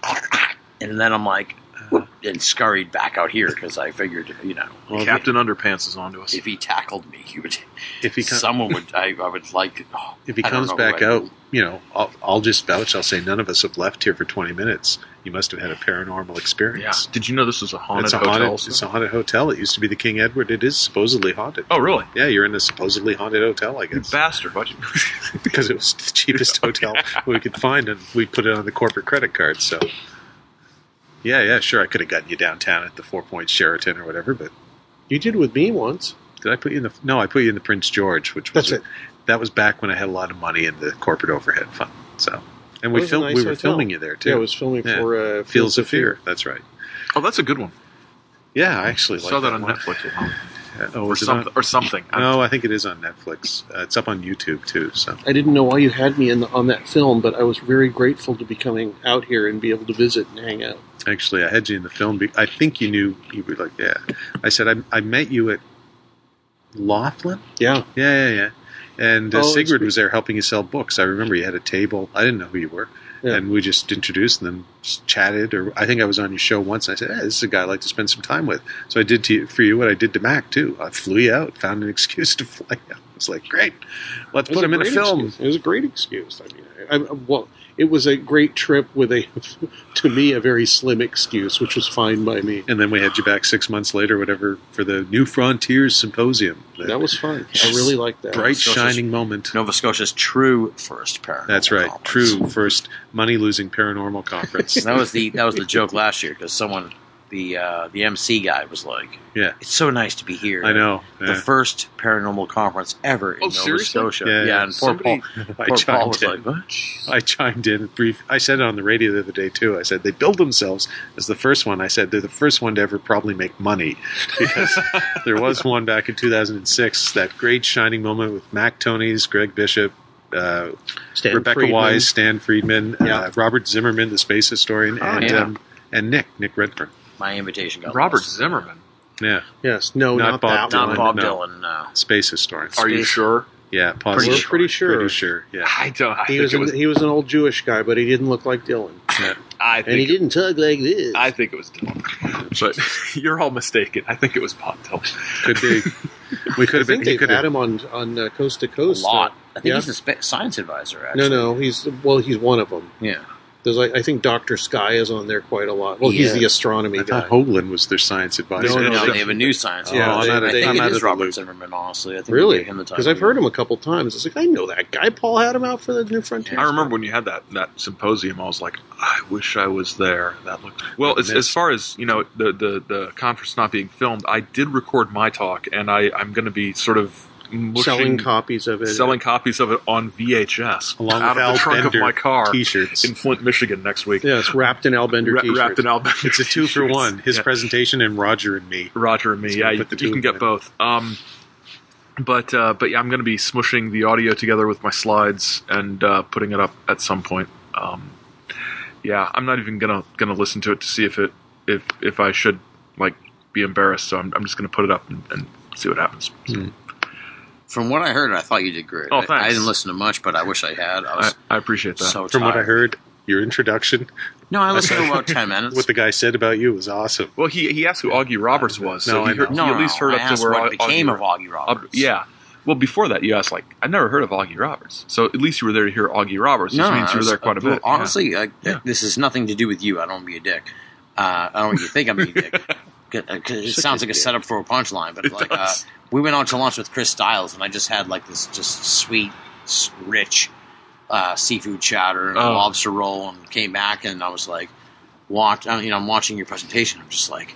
[SPEAKER 11] and then I'm like, whoop, and scurried back out here because I figured, you know,
[SPEAKER 4] Captain Underpants is onto us.
[SPEAKER 11] If he tackled me, he would.
[SPEAKER 13] If he com-
[SPEAKER 11] someone would, I, I would like. oh,
[SPEAKER 13] If he
[SPEAKER 11] I don't
[SPEAKER 13] comes
[SPEAKER 11] know who
[SPEAKER 13] back
[SPEAKER 11] I-
[SPEAKER 13] out, you know, I'll, I'll just vouch. I'll say none of us have left here for twenty minutes. You must have had a paranormal experience.
[SPEAKER 4] Did you know this was a haunted
[SPEAKER 13] it's a
[SPEAKER 4] hotel?
[SPEAKER 13] haunted. It's a haunted hotel. It used to be the King Edward. It is supposedly haunted.
[SPEAKER 4] Oh, really?
[SPEAKER 13] Yeah, you're in a supposedly haunted hotel. I guess
[SPEAKER 4] bastard. Why'd you?
[SPEAKER 13] because it was the cheapest hotel we could find, and we put it on the corporate credit card. So, yeah, yeah, sure, I could have gotten you downtown at the Four Points Sheraton or whatever, but
[SPEAKER 2] you did with me once.
[SPEAKER 13] Did I put you in the? No, I put you in the Prince George, which was
[SPEAKER 2] That's it.
[SPEAKER 13] That was back when I had a lot of money in the corporate overhead fund. So, and
[SPEAKER 2] It
[SPEAKER 13] we
[SPEAKER 2] was a
[SPEAKER 13] filmed.
[SPEAKER 2] nice
[SPEAKER 13] we were
[SPEAKER 2] hotel.
[SPEAKER 13] filming you there too.
[SPEAKER 2] Yeah, I was filming
[SPEAKER 13] Yeah.
[SPEAKER 2] for uh,
[SPEAKER 13] Fields, of Fear. That's right.
[SPEAKER 4] Oh, that's a good one.
[SPEAKER 13] Yeah, I actually
[SPEAKER 4] saw
[SPEAKER 13] like
[SPEAKER 4] that,
[SPEAKER 13] that
[SPEAKER 4] on
[SPEAKER 13] one.
[SPEAKER 4] Netflix. At home.
[SPEAKER 13] Yeah, oh,
[SPEAKER 4] Or
[SPEAKER 13] is it
[SPEAKER 4] someth-
[SPEAKER 13] on-
[SPEAKER 4] or something.
[SPEAKER 13] No, I think it is on Netflix. Uh, it's up on YouTube too. So
[SPEAKER 2] I didn't know why you had me in the, on that film, but I was very grateful to be coming out here and be able to visit and hang out.
[SPEAKER 13] actually, I had you in the film. Be- I think you knew you were like, yeah. I said I, I met you at Laughlin.
[SPEAKER 2] Yeah,
[SPEAKER 13] yeah, yeah, yeah. And uh,
[SPEAKER 2] Oh, it's
[SPEAKER 13] Sigrid was there helping you sell books. I remember you had a table. I didn't know who you were,
[SPEAKER 2] Yeah.
[SPEAKER 13] and we just introduced and then just chatted. Or I think I was on your show once. And I said, hey, "This is a guy I like to spend some time with." So I did to you, for you what I did to Mac too. I flew you out, found an excuse to fly out. It was like, "Great, let's
[SPEAKER 2] It was
[SPEAKER 13] put him in a
[SPEAKER 2] great
[SPEAKER 13] film."
[SPEAKER 2] excuse. It was a great excuse. I mean, I, I, well, it was a great trip with a, to me, a very slim excuse, which was fine by me.
[SPEAKER 13] And then we had you back six months later, whatever, for the New Frontiers Symposium.
[SPEAKER 2] That was fun. I really liked that.
[SPEAKER 13] Bright,
[SPEAKER 11] Nova Scotia's-
[SPEAKER 13] shining moment.
[SPEAKER 11] Nova Scotia's true first paranormal.
[SPEAKER 13] That's right. True first money losing paranormal conference.
[SPEAKER 11] that was the that was the joke last year because someone the uh, the MC guy was like,
[SPEAKER 13] Yeah.
[SPEAKER 11] it's so nice to be here."
[SPEAKER 13] I know,
[SPEAKER 11] the
[SPEAKER 13] yeah.
[SPEAKER 11] first paranormal conference ever in
[SPEAKER 13] Oh,
[SPEAKER 11] Nova
[SPEAKER 13] seriously?
[SPEAKER 11] Scotia.
[SPEAKER 13] Yeah,
[SPEAKER 11] Yeah,
[SPEAKER 13] yeah.
[SPEAKER 11] and poor
[SPEAKER 13] Somebody-
[SPEAKER 11] Paul,
[SPEAKER 13] I
[SPEAKER 11] poor Paul
[SPEAKER 13] chimed
[SPEAKER 11] was
[SPEAKER 13] in.
[SPEAKER 11] like, "What?"
[SPEAKER 13] I chimed in brief. I said it on the radio the other day too. I said they build themselves as the first one. I said they're the first one to ever probably make money because there was one back in 2006. That great shining moment with Mac Tonys, Greg Bishop, uh,
[SPEAKER 2] Stan
[SPEAKER 13] Rebecca
[SPEAKER 2] Friedman.
[SPEAKER 13] Wise, Stan Friedman,
[SPEAKER 2] Yeah.
[SPEAKER 13] uh, Robert Zimmerman, the space historian,
[SPEAKER 2] Oh,
[SPEAKER 13] and
[SPEAKER 2] yeah.
[SPEAKER 13] um, and Nick Nick Redfern.
[SPEAKER 11] My invitation got
[SPEAKER 4] Robert Zimmerman.
[SPEAKER 13] Yeah.
[SPEAKER 2] Yes. No, not,
[SPEAKER 13] Bob
[SPEAKER 2] that
[SPEAKER 13] Dylan.
[SPEAKER 2] one.
[SPEAKER 11] No.
[SPEAKER 13] Space historian.
[SPEAKER 4] Are you sure?
[SPEAKER 13] Yeah,
[SPEAKER 2] Pretty
[SPEAKER 13] positive.
[SPEAKER 2] sure. Pretty sure.
[SPEAKER 13] Pretty sure. Yeah.
[SPEAKER 4] I don't. I
[SPEAKER 2] He
[SPEAKER 4] think
[SPEAKER 2] was,
[SPEAKER 4] it
[SPEAKER 2] an,
[SPEAKER 4] was.
[SPEAKER 2] he was an old Jewish guy, but he didn't look like Dylan.
[SPEAKER 4] I think
[SPEAKER 2] And he didn't tug like this.
[SPEAKER 4] I think it was Dylan, but you're all mistaken. I think it was Bob Dylan.
[SPEAKER 13] Could be. We could
[SPEAKER 2] I think they've had him on on uh, coast to coast
[SPEAKER 4] A lot.
[SPEAKER 11] I think
[SPEAKER 2] Yeah.
[SPEAKER 11] he's the spe- science advisor.
[SPEAKER 2] No,
[SPEAKER 11] Actually,
[SPEAKER 2] no, he's well, he's one of them.
[SPEAKER 11] Yeah.
[SPEAKER 2] There's like I think Doctor Sky is on there quite a lot. Well, he's
[SPEAKER 13] Yeah.
[SPEAKER 2] the astronomy
[SPEAKER 13] I
[SPEAKER 2] guy.
[SPEAKER 13] thought Hoagland was their science advisor.
[SPEAKER 11] No, no, they have a new science.
[SPEAKER 2] Yeah,
[SPEAKER 11] advisor.
[SPEAKER 2] they-
[SPEAKER 11] I
[SPEAKER 2] they-
[SPEAKER 11] think
[SPEAKER 2] I'm
[SPEAKER 11] it
[SPEAKER 2] out
[SPEAKER 11] is
[SPEAKER 2] of the
[SPEAKER 11] Robert
[SPEAKER 2] loop.
[SPEAKER 11] Zimmerman. Honestly, I think we
[SPEAKER 2] Really?
[SPEAKER 11] gave him the time
[SPEAKER 2] Because
[SPEAKER 11] we
[SPEAKER 2] I've heard him a couple times. It's like I know that guy. Paul had him out for the New Frontier.
[SPEAKER 4] I remember when you had that that symposium. I was like, I wish I was there. That looked well. As, as far as you know, the, the the conference not being filmed, I did record my talk, and I I'm going to be sort of mushing-
[SPEAKER 2] Selling copies of it.
[SPEAKER 4] selling copies of it on VHS
[SPEAKER 2] Along
[SPEAKER 4] out
[SPEAKER 2] with
[SPEAKER 4] of
[SPEAKER 2] Al
[SPEAKER 4] the trunk
[SPEAKER 2] Bender
[SPEAKER 4] of my car
[SPEAKER 2] t-shirts.
[SPEAKER 4] in Flint, Michigan next week.
[SPEAKER 2] Yeah, it's wrapped in Al Bender
[SPEAKER 4] Ra-
[SPEAKER 2] t-shirts.
[SPEAKER 4] wrapped in Al Bender
[SPEAKER 13] It's a two for
[SPEAKER 4] t-shirts.
[SPEAKER 13] one. His
[SPEAKER 4] Yeah.
[SPEAKER 13] presentation and Roger and me.
[SPEAKER 4] Roger and me.
[SPEAKER 13] He's
[SPEAKER 4] Yeah,
[SPEAKER 13] gonna
[SPEAKER 4] you,
[SPEAKER 13] put the two
[SPEAKER 4] you can
[SPEAKER 13] of
[SPEAKER 4] get
[SPEAKER 13] them
[SPEAKER 4] both. Um, but uh, but yeah, I'm going to be smushing the audio together with my slides and uh, putting it up at some point. Um, yeah, I'm not even gonna gonna listen to it to see if it if if I should like be embarrassed. So I'm, I'm just going to put it up and, and see what happens.
[SPEAKER 11] From what I heard, I thought you did great.
[SPEAKER 4] Oh,
[SPEAKER 11] I- I,
[SPEAKER 4] thanks.
[SPEAKER 11] didn't listen to much, but I wish I had. I
[SPEAKER 4] I,
[SPEAKER 11] was
[SPEAKER 4] I appreciate that.
[SPEAKER 11] so
[SPEAKER 13] From what I
[SPEAKER 11] tired.
[SPEAKER 13] heard, your introduction.
[SPEAKER 11] No, I listened to about 10 minutes.
[SPEAKER 13] What the guy said about you was awesome.
[SPEAKER 4] Well, he he asked who Augie Roberts was, so
[SPEAKER 13] No, I
[SPEAKER 4] he, heard,
[SPEAKER 13] know.
[SPEAKER 4] he at least
[SPEAKER 11] No,
[SPEAKER 4] heard
[SPEAKER 11] I
[SPEAKER 4] up
[SPEAKER 11] asked
[SPEAKER 4] to where
[SPEAKER 11] what
[SPEAKER 4] Au-
[SPEAKER 11] became
[SPEAKER 4] Augie
[SPEAKER 11] of Augie Roberts.
[SPEAKER 4] Uh, yeah. Well, before that, you asked like I never heard of Augie Roberts, so at least you were there to hear Augie Roberts, which
[SPEAKER 11] No,
[SPEAKER 4] means
[SPEAKER 11] I
[SPEAKER 4] you were
[SPEAKER 11] was-
[SPEAKER 4] there quite a
[SPEAKER 11] well,
[SPEAKER 4] bit. yeah.
[SPEAKER 11] Honestly, like, this has nothing to do with you. I don't want to be a dick. Uh, I don't want you to think I'm being a dick. 'Cause- 'cause it sounds like a setup for a punchline, but
[SPEAKER 4] It
[SPEAKER 11] like uh,
[SPEAKER 4] does.
[SPEAKER 11] we went out to lunch with Chris Stiles, and I just had like this just sweet, s- rich uh, seafood chowder and a
[SPEAKER 4] Oh.
[SPEAKER 11] lobster roll, and came back, and I was like, watch. I mean, you know, I'm watching your presentation. I'm just like,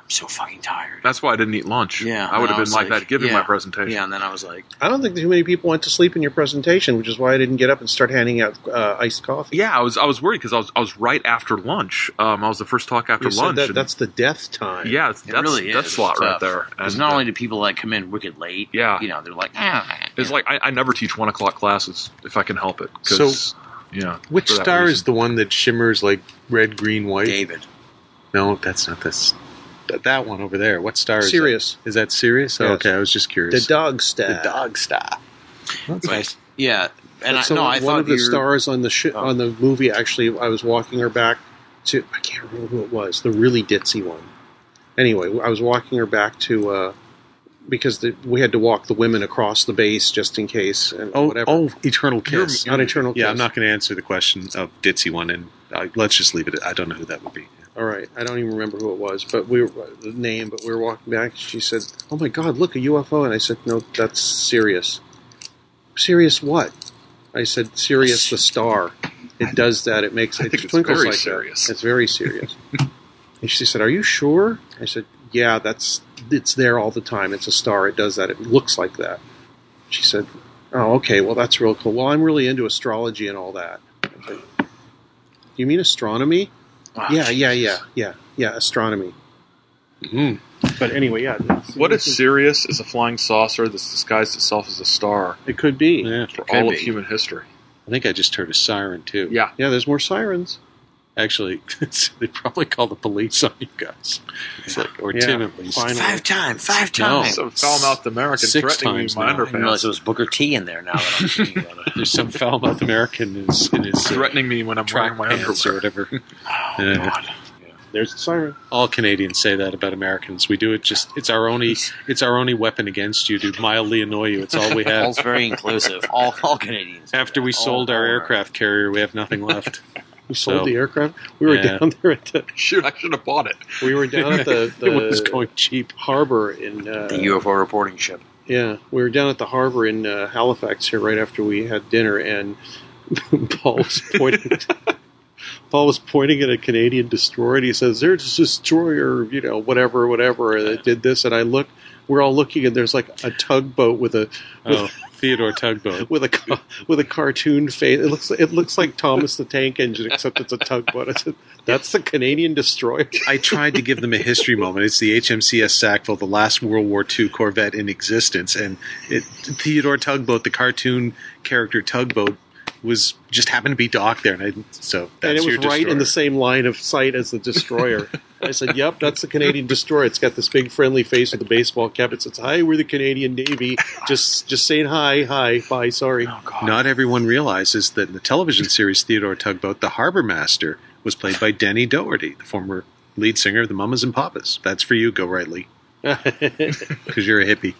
[SPEAKER 11] I'm so fucking tired.
[SPEAKER 4] That's why I didn't eat lunch.
[SPEAKER 11] Yeah,
[SPEAKER 4] I would
[SPEAKER 11] and
[SPEAKER 4] have been
[SPEAKER 11] was
[SPEAKER 4] like, that given
[SPEAKER 11] yeah,
[SPEAKER 4] my presentation.
[SPEAKER 11] Yeah, and then I was like,
[SPEAKER 2] I don't think too many people went to sleep in your presentation, which is why I didn't get up and start handing out uh, iced coffee.
[SPEAKER 4] Yeah, I was I was worried because I was I was right after lunch. Um, I was the first talk after
[SPEAKER 2] You said
[SPEAKER 4] lunch.
[SPEAKER 2] that,
[SPEAKER 4] and-
[SPEAKER 2] that's the death time.
[SPEAKER 4] yeah, it's,
[SPEAKER 11] it
[SPEAKER 4] that's
[SPEAKER 11] really is.
[SPEAKER 4] that's slot
[SPEAKER 11] It's
[SPEAKER 4] right
[SPEAKER 11] tough.
[SPEAKER 4] there.
[SPEAKER 11] 'Cause
[SPEAKER 4] And,
[SPEAKER 11] not
[SPEAKER 4] uh,
[SPEAKER 11] only do people like come in wicked late,
[SPEAKER 4] yeah,
[SPEAKER 11] you know, they're like, ah,
[SPEAKER 4] uh, it's like I, I never teach one o'clock classes if I can help it. 'cause, yeah,
[SPEAKER 13] Which
[SPEAKER 4] for that
[SPEAKER 13] star
[SPEAKER 4] reason.
[SPEAKER 13] is the one that shimmers like red, green, white?
[SPEAKER 11] David.
[SPEAKER 13] No, that's not this. Th- That one over there. What star is
[SPEAKER 2] Sirius.
[SPEAKER 13] That? Is that Sirius? Oh,
[SPEAKER 2] Yes.
[SPEAKER 13] Okay, I was just
[SPEAKER 2] The
[SPEAKER 13] curious.
[SPEAKER 2] dog star.
[SPEAKER 13] The dog star. That's
[SPEAKER 11] But- yeah, and I,
[SPEAKER 2] so
[SPEAKER 11] no,
[SPEAKER 2] one
[SPEAKER 11] I
[SPEAKER 2] one
[SPEAKER 11] thought Oh.
[SPEAKER 2] of the
[SPEAKER 11] you were-
[SPEAKER 2] stars on the sh- on the movie. Actually, I was walking her back to. I can't remember who it was. The really ditzy one. Anyway, I was walking her back to uh, because the, we had to walk the women across the base just in case and
[SPEAKER 13] Oh,
[SPEAKER 2] whatever.
[SPEAKER 13] oh, Eternal
[SPEAKER 2] You're-
[SPEAKER 13] Kiss.
[SPEAKER 2] you're- Not Eternal
[SPEAKER 13] Yeah,
[SPEAKER 2] Kiss.
[SPEAKER 13] I'm not going to answer the question of Ditzy one, and uh, let's just leave it. at- I don't know who that would be.
[SPEAKER 2] All right, I don't even remember who it was, but we were the name. But we were walking back. and She said, "Oh my God, look a UFO!" And I said, "No, that's Sirius. Sirius what?" I said, "Sirius the star. It does that. It makes it
[SPEAKER 4] think it's
[SPEAKER 2] twinkles
[SPEAKER 4] very
[SPEAKER 2] like
[SPEAKER 4] serious.
[SPEAKER 2] that. It's very serious." and she said, "Are you sure?" I said, "Yeah, that's it's there all the time. It's a star. It does that. It looks like that." She said, "Oh, okay. Well, that's real cool. Well, I'm really into astrology and all that." I said, you mean astronomy?
[SPEAKER 11] Ah,
[SPEAKER 2] yeah, yeah, yeah, yeah, yeah. Astronomy.
[SPEAKER 13] Mm.
[SPEAKER 2] But anyway, yeah. it's-
[SPEAKER 4] What if Sirius is a flying saucer that's disguised itself as a star
[SPEAKER 2] It could be. Yeah.
[SPEAKER 13] Yeah,
[SPEAKER 4] for
[SPEAKER 11] Could
[SPEAKER 4] all
[SPEAKER 11] be.
[SPEAKER 4] of human history?
[SPEAKER 13] I think I just heard a siren too.
[SPEAKER 4] Yeah.
[SPEAKER 2] there's more sirens.
[SPEAKER 13] Actually, they probably call the police on you guys. It's like, or
[SPEAKER 2] Yeah,
[SPEAKER 13] Tim at least.
[SPEAKER 2] finally.
[SPEAKER 11] Five time, five
[SPEAKER 13] No.
[SPEAKER 11] time.
[SPEAKER 4] Some foul-mouthed American
[SPEAKER 13] Six
[SPEAKER 4] threatening me
[SPEAKER 13] times
[SPEAKER 4] with my
[SPEAKER 13] now.
[SPEAKER 11] I didn't realize
[SPEAKER 4] underpants,
[SPEAKER 11] it was Booker T in there. Now that I'm thinking about it.
[SPEAKER 13] There's some foul-mouthed American in his, in his uh,
[SPEAKER 4] threatening me when I'm
[SPEAKER 13] track
[SPEAKER 4] wearing my
[SPEAKER 13] pants
[SPEAKER 4] underwear.
[SPEAKER 13] or whatever. Yeah.
[SPEAKER 2] There's a siren.
[SPEAKER 13] All Canadians say that about Americans. We do it just it's our only it's our only weapon against you to mildly annoy you. It's all we have.
[SPEAKER 11] All's very inclusive. All, all Canadians.
[SPEAKER 13] After we
[SPEAKER 11] All-
[SPEAKER 13] sold our
[SPEAKER 11] all
[SPEAKER 13] aircraft carrier, we have nothing left.
[SPEAKER 2] We sold
[SPEAKER 13] So-
[SPEAKER 2] the aircraft. We were
[SPEAKER 13] Yeah.
[SPEAKER 2] down there at the.
[SPEAKER 4] Shoot, I should have bought it.
[SPEAKER 2] We were down at the. the
[SPEAKER 13] it was going cheap.
[SPEAKER 2] harbor in. Uh,
[SPEAKER 11] The UFO reporting ship.
[SPEAKER 2] yeah, we were down at the harbor in uh, Halifax here right after we had dinner, and Paul was pointing. Paul was pointing at a Canadian destroyer, and he says, "There's a destroyer, you know, whatever, whatever." That did this, and I look. We're all looking, and there's like a tugboat with a
[SPEAKER 13] Oh, Theodore Tugboat.
[SPEAKER 2] with a ca- with a cartoon face. It looks it looks like Thomas the Tank Engine, except it's a tugboat. I said, "That's the Canadian destroyer."
[SPEAKER 13] I tried to give them a history moment. It's the HMCS Sackville, the last World War II corvette in existence, and it, Theodore Tugboat, the cartoon character Tugboat, was just happened to be docked there, and I, so that's
[SPEAKER 2] and it was
[SPEAKER 13] your
[SPEAKER 2] right in
[SPEAKER 13] destroyer.
[SPEAKER 2] the same line of sight as the destroyer. I said, "Yep, that's the Canadian destroyer. It's got this big friendly face with a baseball cap. It says, "Hi, we're the Canadian Navy. Just just saying hi, hi, bye, sorry."
[SPEAKER 13] Oh, Not everyone realizes that in the television series Theodore Tugboat, the harbor master was played by Denny Doherty, the former lead singer of the Mamas and Papas. That's for you, Go Rightly, because you're a hippie.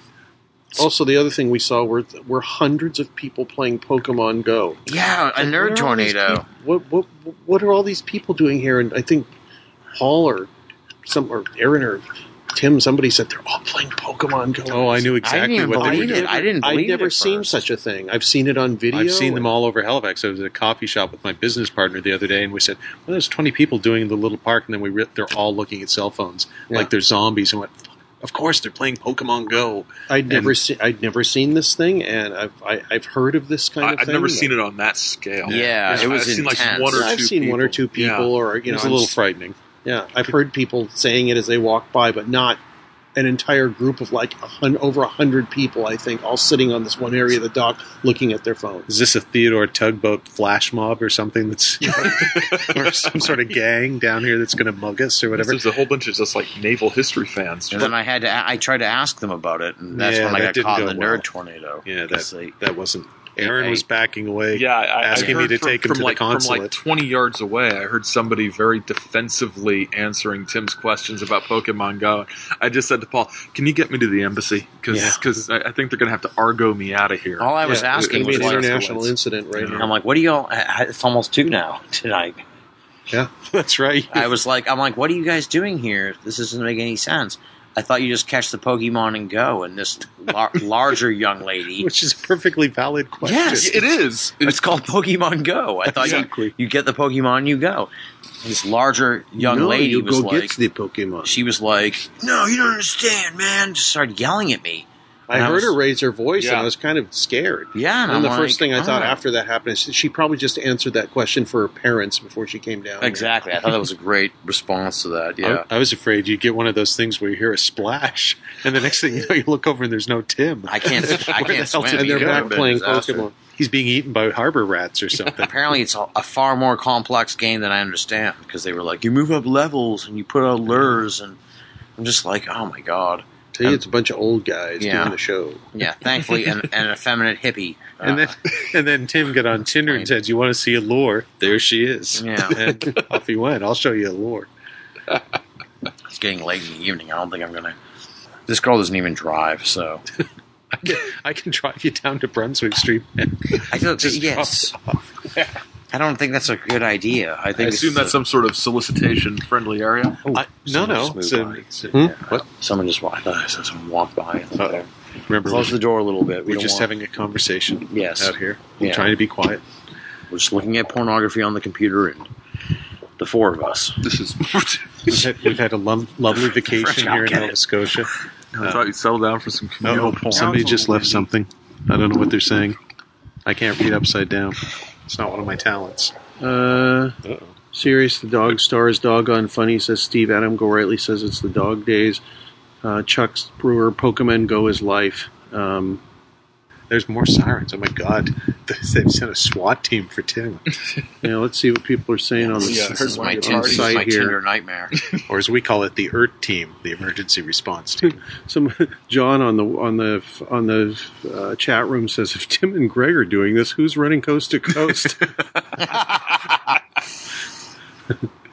[SPEAKER 2] also, the other thing we saw were were hundreds of people playing Pokemon Go.
[SPEAKER 11] Yeah, a
[SPEAKER 2] Where are
[SPEAKER 11] nerd
[SPEAKER 2] all these
[SPEAKER 11] tornado.
[SPEAKER 2] peop- What what what are all these people doing here? And I think Paul or some or Aaron or Tim, somebody said they're all playing Pokemon Go.
[SPEAKER 13] Oh, I knew
[SPEAKER 11] I didn't
[SPEAKER 13] exactly
[SPEAKER 11] even
[SPEAKER 13] what they were
[SPEAKER 11] believe
[SPEAKER 13] doing.
[SPEAKER 11] it. I didn't believe
[SPEAKER 2] I've
[SPEAKER 11] it.
[SPEAKER 2] never
[SPEAKER 11] at
[SPEAKER 2] seen
[SPEAKER 11] first.
[SPEAKER 2] such a thing. I've seen it on video.
[SPEAKER 13] I've seen them all over Halifax. I was at a coffee shop with my business partner the other day, and we said, "Well, there's 20 people doing the little park," and then we re- they're all looking at cell phones
[SPEAKER 2] Yeah.
[SPEAKER 13] like they're zombies. And went,
[SPEAKER 2] of course they're playing Pokemon Go. I'd never seen I'd never seen this thing, and I've I, I've heard of this kind
[SPEAKER 4] I,
[SPEAKER 2] of.
[SPEAKER 4] I've
[SPEAKER 2] thing.
[SPEAKER 4] never seen it on that scale.
[SPEAKER 2] Yeah,
[SPEAKER 4] I've
[SPEAKER 2] it was
[SPEAKER 4] I've seen like
[SPEAKER 2] intense.
[SPEAKER 4] one or two.
[SPEAKER 2] I've seen one or two people,
[SPEAKER 4] Yeah.
[SPEAKER 2] or you know, I'm s- Yeah, I've heard people saying it as they walk by, but not an entire group of like a hun- over a hundred people. I think all sitting on this one area of the dock, looking at their phones.
[SPEAKER 13] Is this a Theodore tugboat flash mob or something that's or some sort of gang down here that's going to mug us or whatever?
[SPEAKER 4] There's a whole bunch of just like naval history fans.
[SPEAKER 13] And then
[SPEAKER 11] I had to. I tried to ask them about it, and that's
[SPEAKER 13] Yeah,
[SPEAKER 11] when I
[SPEAKER 13] that
[SPEAKER 11] got
[SPEAKER 13] didn't
[SPEAKER 11] caught in
[SPEAKER 13] go
[SPEAKER 11] the
[SPEAKER 13] well.
[SPEAKER 11] nerd tornado.
[SPEAKER 13] Yeah,
[SPEAKER 11] Because they-
[SPEAKER 13] that, that wasn't. Aaron
[SPEAKER 11] I-
[SPEAKER 13] was backing away,
[SPEAKER 4] Yeah, I, I
[SPEAKER 13] asking me
[SPEAKER 4] heard
[SPEAKER 13] to
[SPEAKER 4] from,
[SPEAKER 13] take him
[SPEAKER 4] from
[SPEAKER 13] to
[SPEAKER 4] like,
[SPEAKER 13] the consulate.
[SPEAKER 4] From like 20 yards away, I heard somebody very defensively answering Tim's questions about Pokemon Go. I just said to Paul, "Can you get me to the embassy?
[SPEAKER 11] Yeah.
[SPEAKER 4] Because I, I think they're going to have to argo me out of here."
[SPEAKER 11] All I was asking was like, I'm like, what do y'all? I- I- It's almost two now tonight.
[SPEAKER 2] Yeah, that's right.
[SPEAKER 11] I was like, I'm like, what are you guys doing here? This doesn't make any sense. I thought you just catch the Pokemon and go, and this lar- larger young lady,
[SPEAKER 13] which is a perfectly valid question.
[SPEAKER 11] Yes,
[SPEAKER 13] it
[SPEAKER 4] is.
[SPEAKER 11] It's called Pokemon Go. I thought
[SPEAKER 13] Exactly.
[SPEAKER 11] you, you get the Pokemon, you go. This larger young
[SPEAKER 2] No,
[SPEAKER 11] lady
[SPEAKER 2] you
[SPEAKER 11] was
[SPEAKER 2] go
[SPEAKER 11] like,
[SPEAKER 2] get the Pokemon.
[SPEAKER 11] She was like, "No, you don't understand, man." Just started yelling at me.
[SPEAKER 2] I
[SPEAKER 11] And
[SPEAKER 2] heard
[SPEAKER 11] was-
[SPEAKER 2] her raise her voice, and
[SPEAKER 11] Yeah.
[SPEAKER 2] I was kind of scared.
[SPEAKER 11] Yeah, and
[SPEAKER 2] and, the
[SPEAKER 11] I'm
[SPEAKER 2] first
[SPEAKER 11] like,
[SPEAKER 2] thing I thought
[SPEAKER 11] oh.
[SPEAKER 2] after that happened is she probably just answered that question for her parents before she came down.
[SPEAKER 11] Exactly. I thought that was a great response to that. Yeah.
[SPEAKER 13] I, I was afraid you'd get one of those things where you hear a splash, and the next thing you know, you look over and there's no Tim.
[SPEAKER 11] I can't- I
[SPEAKER 13] Where
[SPEAKER 11] can't
[SPEAKER 13] the hell
[SPEAKER 11] swim
[SPEAKER 13] did he
[SPEAKER 11] either.
[SPEAKER 13] go?
[SPEAKER 11] I've been a disaster.
[SPEAKER 13] He's being eaten by harbor rats or something.
[SPEAKER 11] Apparently, it's a, a far more complex game than I understand because they were like, you move up levels and you put out lures, and I'm just like, oh my god.
[SPEAKER 2] Tell you, it's a bunch of old guys
[SPEAKER 11] Yeah.
[SPEAKER 2] doing the show.
[SPEAKER 11] Yeah, thankfully, an, an effeminate hippie. uh,
[SPEAKER 13] and then, and then Tim got on Tinder and said, "You want to see a lure? There she is."
[SPEAKER 11] Yeah.
[SPEAKER 13] and off he went. I'll show you a lure.
[SPEAKER 11] It's getting late in the evening. I don't think I'm gonna. This girl doesn't even drive, so
[SPEAKER 13] I can, I can drive you down to Brunswick Street.
[SPEAKER 11] I feel yes. I don't think that's a good idea. I
[SPEAKER 4] I
[SPEAKER 11] think
[SPEAKER 4] assume that's some sort of solicitation-friendly area.
[SPEAKER 13] I, no, no. hmm?
[SPEAKER 11] Just moved
[SPEAKER 13] it's
[SPEAKER 11] by.
[SPEAKER 13] a-
[SPEAKER 11] What? Someone just walked uh, by. So someone walked by. Okay.
[SPEAKER 13] Remember,
[SPEAKER 11] Close
[SPEAKER 13] we-
[SPEAKER 11] the door a little bit. We
[SPEAKER 13] We're
[SPEAKER 11] don't
[SPEAKER 13] just
[SPEAKER 11] want-
[SPEAKER 13] having a conversation.
[SPEAKER 11] Yes.
[SPEAKER 13] out here.
[SPEAKER 11] Yeah.
[SPEAKER 13] Trying to be quiet.
[SPEAKER 11] We're just looking at pornography on the computer, and the four of us.
[SPEAKER 4] This is.
[SPEAKER 13] We've had, we've had a lum- lovely vacation
[SPEAKER 11] I'll
[SPEAKER 13] here in
[SPEAKER 11] get
[SPEAKER 13] Nova
[SPEAKER 11] it.
[SPEAKER 13] Scotia.
[SPEAKER 4] I thought you'd settle down for some communal
[SPEAKER 13] Oh,
[SPEAKER 4] porn.
[SPEAKER 13] somebody just left something. I don't know what they're saying. I can't read upside down. It's not one of my talents.
[SPEAKER 2] Uh, serious. The dog stars dog on funny says Steve Adam Gorightly says it's the dog days. Uh, Chuck's Brewer Pokemon Go is life. Um,
[SPEAKER 13] There's more sirens. Oh my god, they've sent a SWAT team for Tim.
[SPEAKER 2] yeah, let's see what people are saying on the
[SPEAKER 13] This is- this is my
[SPEAKER 2] on the
[SPEAKER 13] Tinder- this is
[SPEAKER 2] site
[SPEAKER 13] my
[SPEAKER 2] here.
[SPEAKER 13] Tinder
[SPEAKER 11] nightmare.
[SPEAKER 13] or as we call it, the ERT team, the emergency response team.
[SPEAKER 2] Some John on the on the on the uh, chat room says if Tim and Greg are doing this, who's running coast to coast?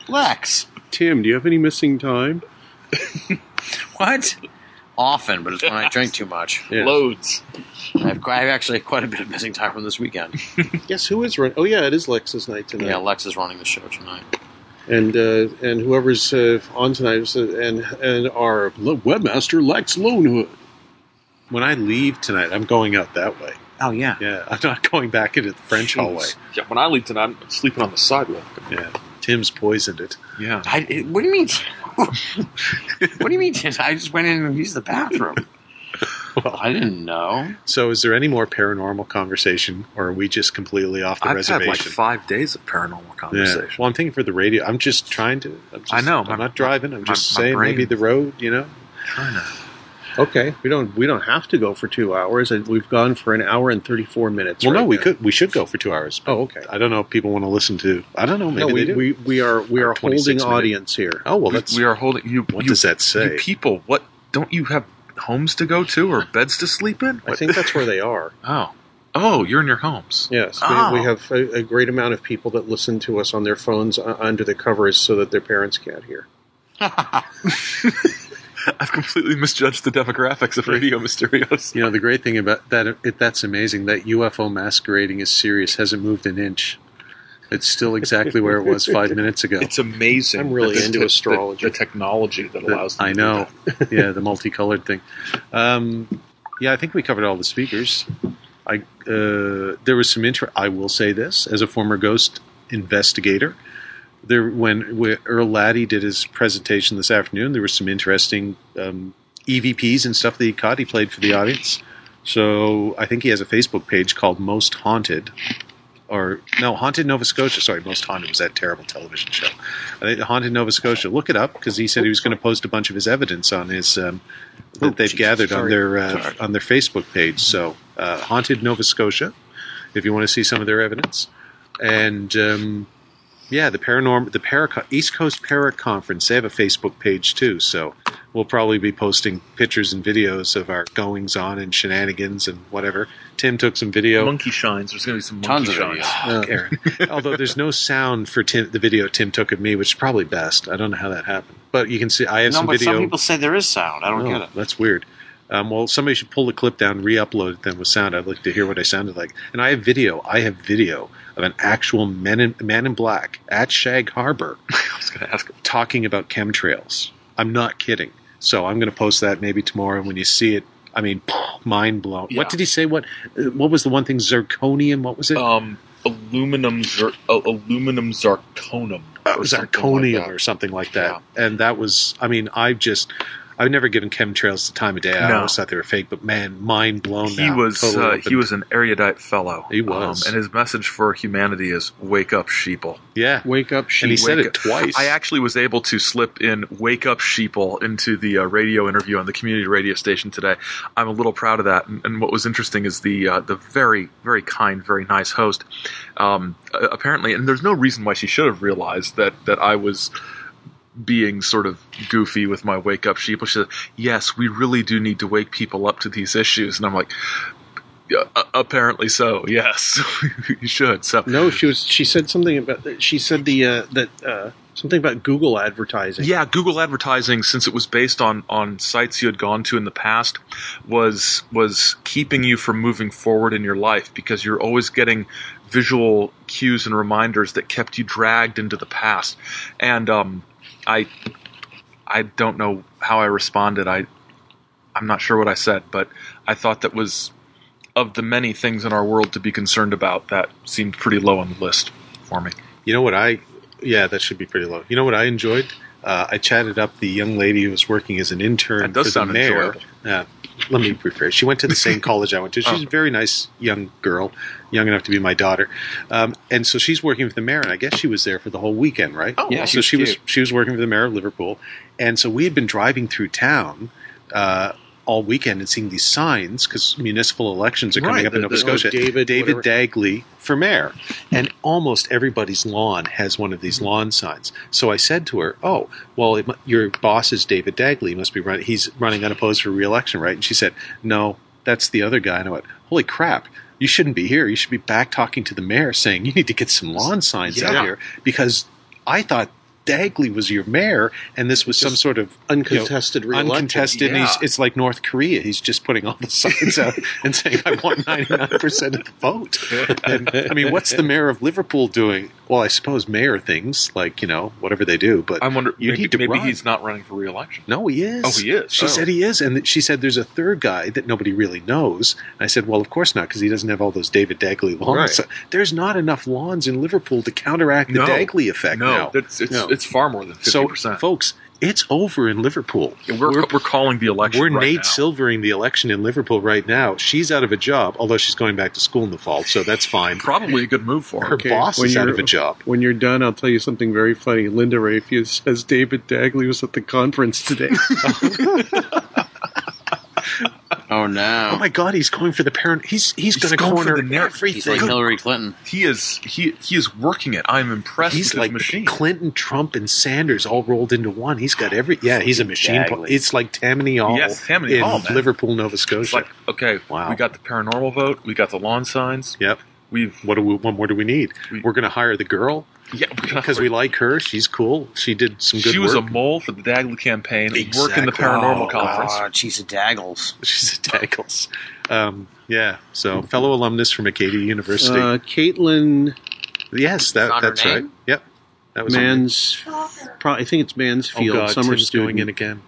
[SPEAKER 11] Lex.
[SPEAKER 2] Tim, do you have any missing time?
[SPEAKER 11] What? Often, but it's when I drink too much.
[SPEAKER 2] Yeah.
[SPEAKER 11] Loads. I've, quite, I've actually quite a bit of missing time from this weekend.
[SPEAKER 2] Yes, who is running? Oh yeah, it is Lex's night tonight.
[SPEAKER 11] yeah, Lex is running the show tonight.
[SPEAKER 2] and uh, and whoever's uh, on tonight is, uh, and and our le- webmaster Lex Lonehood.
[SPEAKER 13] When I leave tonight, I'm going out that way.
[SPEAKER 11] Oh yeah,
[SPEAKER 13] yeah. I'm not going back into the French hallway.
[SPEAKER 4] Yeah, when I leave tonight, I'm sleeping on the sidewalk.
[SPEAKER 13] Yeah, Tim's poisoned it.
[SPEAKER 4] Yeah.
[SPEAKER 11] I, it- what do you mean? what do you mean? Tim? I just went in and used the bathroom.
[SPEAKER 13] Well,
[SPEAKER 11] I didn't know.
[SPEAKER 13] So, is there any more paranormal conversation, or are we just completely off the
[SPEAKER 4] I've had
[SPEAKER 13] reservation?
[SPEAKER 4] like five days of paranormal conversation.
[SPEAKER 13] Yeah. Well, I'm thinking for the radio. I'm just trying to. I'm just,
[SPEAKER 4] I know.
[SPEAKER 13] I'm
[SPEAKER 4] My-
[SPEAKER 13] not driving. I'm
[SPEAKER 4] my-
[SPEAKER 13] just
[SPEAKER 4] my
[SPEAKER 13] saying
[SPEAKER 4] brain.
[SPEAKER 13] maybe the road. You know.
[SPEAKER 2] Okay, we don't we don't have to go for two hours. and We've gone for an hour and thirty four minutes.
[SPEAKER 13] well,
[SPEAKER 2] right
[SPEAKER 13] no, we
[SPEAKER 2] now.
[SPEAKER 13] could. We should go for two hours.
[SPEAKER 2] Oh, okay.
[SPEAKER 13] I don't know if people want to listen to. I don't know. Maybe
[SPEAKER 2] No, we,
[SPEAKER 13] they do.
[SPEAKER 2] we we are we
[SPEAKER 13] Our
[SPEAKER 2] are holding
[SPEAKER 13] 26 minute-
[SPEAKER 2] audience here.
[SPEAKER 13] oh well,
[SPEAKER 4] we,
[SPEAKER 13] that's
[SPEAKER 4] we are holding you.
[SPEAKER 13] What
[SPEAKER 4] you-
[SPEAKER 13] does that say?
[SPEAKER 4] You people, what don't you have homes to go to or beds to sleep in?
[SPEAKER 2] I
[SPEAKER 4] What-
[SPEAKER 2] think that's where they are.
[SPEAKER 4] Oh, oh, you're in your homes.
[SPEAKER 2] Yes, we,
[SPEAKER 13] Oh.
[SPEAKER 2] we have uh, a, a great amount of people that listen to us on their phones uh, under the covers so that their parents can't hear.
[SPEAKER 4] I've completely misjudged the demographics of Radio Mysterios.
[SPEAKER 13] You know, the great thing about that, it, that's amazing that UFO masquerading as serious hasn't moved an inch. It's still exactly where it was five minutes ago.
[SPEAKER 4] It's amazing.
[SPEAKER 2] I'm really
[SPEAKER 4] that the
[SPEAKER 2] into
[SPEAKER 4] te-
[SPEAKER 2] astrology.
[SPEAKER 4] The, the technology that
[SPEAKER 13] That-
[SPEAKER 4] allows. Them
[SPEAKER 13] I
[SPEAKER 4] to do
[SPEAKER 13] know.
[SPEAKER 4] that.
[SPEAKER 13] yeah, the multicolored thing. Um, yeah, I think we covered all the speakers. I uh, there was some inter I will say this as a former ghost investigator. There, when, when Earl Laddie did his presentation this afternoon, there were some interesting um, EVPs and stuff that he caught. He played for the audience. So I think he has a Facebook page called Most Haunted. Or no, Haunted Nova Scotia. Sorry, Most Haunted was that terrible television show. I think Uh, Haunted Nova Scotia. Look it up because he said he was going to post a bunch of his evidence on his um, that they've gathered on their uh, on their Facebook page. So uh, Haunted Nova Scotia, if you want to see some of their evidence, and um, yeah, the paranorm, the Paraco- East Coast Para Conference. They have a Facebook page too, so we'll probably be posting pictures and videos of our goings on and shenanigans and whatever. Tim took some video.
[SPEAKER 4] Monkey shines. There's going to be some
[SPEAKER 13] Tons
[SPEAKER 4] monkey shines.
[SPEAKER 13] of videos. Oh, Aaron. Although there's no sound for Tim, the video Tim took of me, which is probably best. I don't know how that happened, but you can see I have
[SPEAKER 11] no,
[SPEAKER 13] some
[SPEAKER 11] but
[SPEAKER 13] video.
[SPEAKER 11] some people say there is sound. I don't
[SPEAKER 13] Oh,
[SPEAKER 11] get it.
[SPEAKER 13] That's weird. Um, well, somebody should pull the clip down, re-upload it then with sound. I'd like to hear what I sounded like. And I have video. I have video of an actual man in, man in black at Shag Harbor. I was going to ask talking about chemtrails. I'm not kidding. So I'm going to post that maybe tomorrow. And when you see it, I mean, mind blown. What did he say? What uh, What was the one thing? Zirconium. What was it?
[SPEAKER 4] Um, aluminum, zir- uh, aluminum zirconium.
[SPEAKER 13] uh,
[SPEAKER 4] or something like
[SPEAKER 13] zirconium
[SPEAKER 4] that.
[SPEAKER 13] or something like that. And that was, I mean, I've just, I've never given chemtrails the time of day. I
[SPEAKER 4] No.
[SPEAKER 13] always thought they were fake, but man, mind blown.
[SPEAKER 4] He
[SPEAKER 13] now.
[SPEAKER 4] was
[SPEAKER 13] Totally
[SPEAKER 4] uh,
[SPEAKER 13] opened.
[SPEAKER 4] he was an erudite fellow. He
[SPEAKER 13] was.
[SPEAKER 4] and his message for humanity is "Wake up, sheeple."
[SPEAKER 13] yeah. Wake up, And he
[SPEAKER 4] Wake
[SPEAKER 13] said it
[SPEAKER 4] up.
[SPEAKER 13] twice.
[SPEAKER 4] I actually was able to slip in "Wake up, sheeple" into the uh, radio interview on the community radio station today. I'm a little proud of that. And, and what was interesting is the uh, the very very kind, very nice host. Um, uh, apparently, and there's no reason why she should have realized that that I was being sort of goofy with my wake up sheeple. She said, "Yes, we really do need to wake people up to these issues," and I'm like. "Yeah, a- apparently so. Yes, you should. So
[SPEAKER 2] no, she was. She said something about. She said the uh, that uh, something about Google advertising.
[SPEAKER 4] Yeah, Google advertising, since it was based on on sites you had gone to in the past, was was keeping you from moving forward in your life because you're always getting visual cues and reminders that kept you dragged into the past. And um, I I don't know how I responded. I I'm not sure what I said, but I thought that was of the many things in our world to be concerned about. That seemed pretty low on the list for me.
[SPEAKER 13] You know what I? Yeah, that should be pretty low. You know what I enjoyed? Uh, I chatted up the young lady who was working as an intern
[SPEAKER 4] That does
[SPEAKER 13] for
[SPEAKER 4] sound
[SPEAKER 13] the mayor.
[SPEAKER 4] enjoyable.
[SPEAKER 13] Uh, let me rephrase. She went to the same college I went to. She's
[SPEAKER 4] Oh.
[SPEAKER 13] a very nice young girl, young enough to be my daughter, um, and so she's working with the mayor. And I guess she was there for the whole weekend, right?
[SPEAKER 4] Oh, yeah,
[SPEAKER 13] so
[SPEAKER 4] she
[SPEAKER 13] she
[SPEAKER 4] was
[SPEAKER 13] was
[SPEAKER 4] cute.
[SPEAKER 13] she was working for the mayor of Liverpool, and so we had been driving through town. Uh, all weekend and seeing these signs because municipal elections are coming
[SPEAKER 2] Right,
[SPEAKER 13] up in
[SPEAKER 2] the-
[SPEAKER 13] Nova
[SPEAKER 2] the- oh,
[SPEAKER 13] Scotia.
[SPEAKER 2] David-
[SPEAKER 13] David
[SPEAKER 2] whatever.
[SPEAKER 13] Dagley for mayor. And almost everybody's lawn has one of
[SPEAKER 2] Mm-hmm.
[SPEAKER 13] these lawn signs. So I said to her, Oh, well, it, mu- your boss is David Dagley. He must be running. He's running unopposed for reelection, right? And she said, No, that's the other guy. And I went, Holy crap. You shouldn't be here. You should be back talking to the mayor saying, You need to get some lawn signs
[SPEAKER 2] Yeah.
[SPEAKER 13] out here because I thought. Dagley was your mayor, and this was some sort of you know,
[SPEAKER 2] Uncontested reelection.
[SPEAKER 13] Uncontested, and he's,
[SPEAKER 2] Yeah.
[SPEAKER 13] it's like North Korea. He's just putting all the signs out and saying, "I want ninety nine percent of the vote." And, I mean, what's the mayor of Liverpool doing? Well, I suppose mayor things like you know whatever they do, but
[SPEAKER 4] I wonder.
[SPEAKER 13] you
[SPEAKER 4] maybe
[SPEAKER 13] need to
[SPEAKER 4] maybe
[SPEAKER 13] run.
[SPEAKER 4] he's not running for reelection.
[SPEAKER 13] No, he is.
[SPEAKER 4] Oh, he is.
[SPEAKER 13] She
[SPEAKER 4] Oh.
[SPEAKER 13] said he is, and that she said there's a third guy that nobody really knows. And I said, well, of course not, because he doesn't have all those David Dagley lawns.
[SPEAKER 4] Right.
[SPEAKER 13] So there's not enough lawns in Liverpool to counteract the
[SPEAKER 4] No.
[SPEAKER 13] Dagley effect.
[SPEAKER 4] No,
[SPEAKER 13] now.
[SPEAKER 4] that's- it's-
[SPEAKER 13] No.
[SPEAKER 4] it's far more than
[SPEAKER 13] So,
[SPEAKER 4] 50%.
[SPEAKER 13] folks, it's over in Liverpool.
[SPEAKER 4] We're, we're, calling the election.
[SPEAKER 13] We're
[SPEAKER 4] right
[SPEAKER 13] Nate
[SPEAKER 4] now.
[SPEAKER 13] Silvering the election in Liverpool right now. She's out of a job, although she's going back to school in the fall, so that's fine.
[SPEAKER 4] Probably a good move for
[SPEAKER 13] her.
[SPEAKER 4] her.
[SPEAKER 13] boss
[SPEAKER 2] when
[SPEAKER 13] is out
[SPEAKER 2] you're-
[SPEAKER 13] of a job.
[SPEAKER 2] When you're done, I'll tell you something very funny. Linda Rayfield says David Dagley was at the conference today.
[SPEAKER 11] Oh no!
[SPEAKER 13] Oh my God, he's going for the parent. He's he's, going to corner everything.
[SPEAKER 11] He's like Hillary Clinton.
[SPEAKER 4] He is he he is working it. I'm impressed.
[SPEAKER 13] He's
[SPEAKER 4] with
[SPEAKER 13] like
[SPEAKER 4] his machine.
[SPEAKER 13] Clinton, Trump, and Sanders all rolled into one. He's got every. Yeah, he's a machine.
[SPEAKER 4] Dagley.
[SPEAKER 13] It's like Tammany Hall
[SPEAKER 4] Yes, Tammany
[SPEAKER 13] in
[SPEAKER 4] Hall, man.
[SPEAKER 13] Liverpool, Nova Scotia.
[SPEAKER 4] It's like okay, wow. We got the paranormal vote. We got the lawn signs.
[SPEAKER 13] Yep.
[SPEAKER 4] We've
[SPEAKER 13] what do we, what more do we need? We, are going to hire the girl.
[SPEAKER 4] Yeah,
[SPEAKER 13] because we like her. She's cool. She did some good.
[SPEAKER 4] She was
[SPEAKER 13] work.
[SPEAKER 4] a mole for the Dagley campaign. Work in
[SPEAKER 13] Exactly.
[SPEAKER 4] the paranormal
[SPEAKER 13] Oh,
[SPEAKER 4] conference.
[SPEAKER 13] God,
[SPEAKER 11] she's a daggles.
[SPEAKER 13] She's a daggles. Um, yeah. So fellow alumnus from Acadia University.
[SPEAKER 2] Uh, Caitlin.
[SPEAKER 13] yes, that, that's right. Yep. That was
[SPEAKER 2] Mans. Pro- I think it's Mansfield.
[SPEAKER 13] Oh, God,
[SPEAKER 2] summer
[SPEAKER 13] Tim's
[SPEAKER 2] student.
[SPEAKER 13] going in again.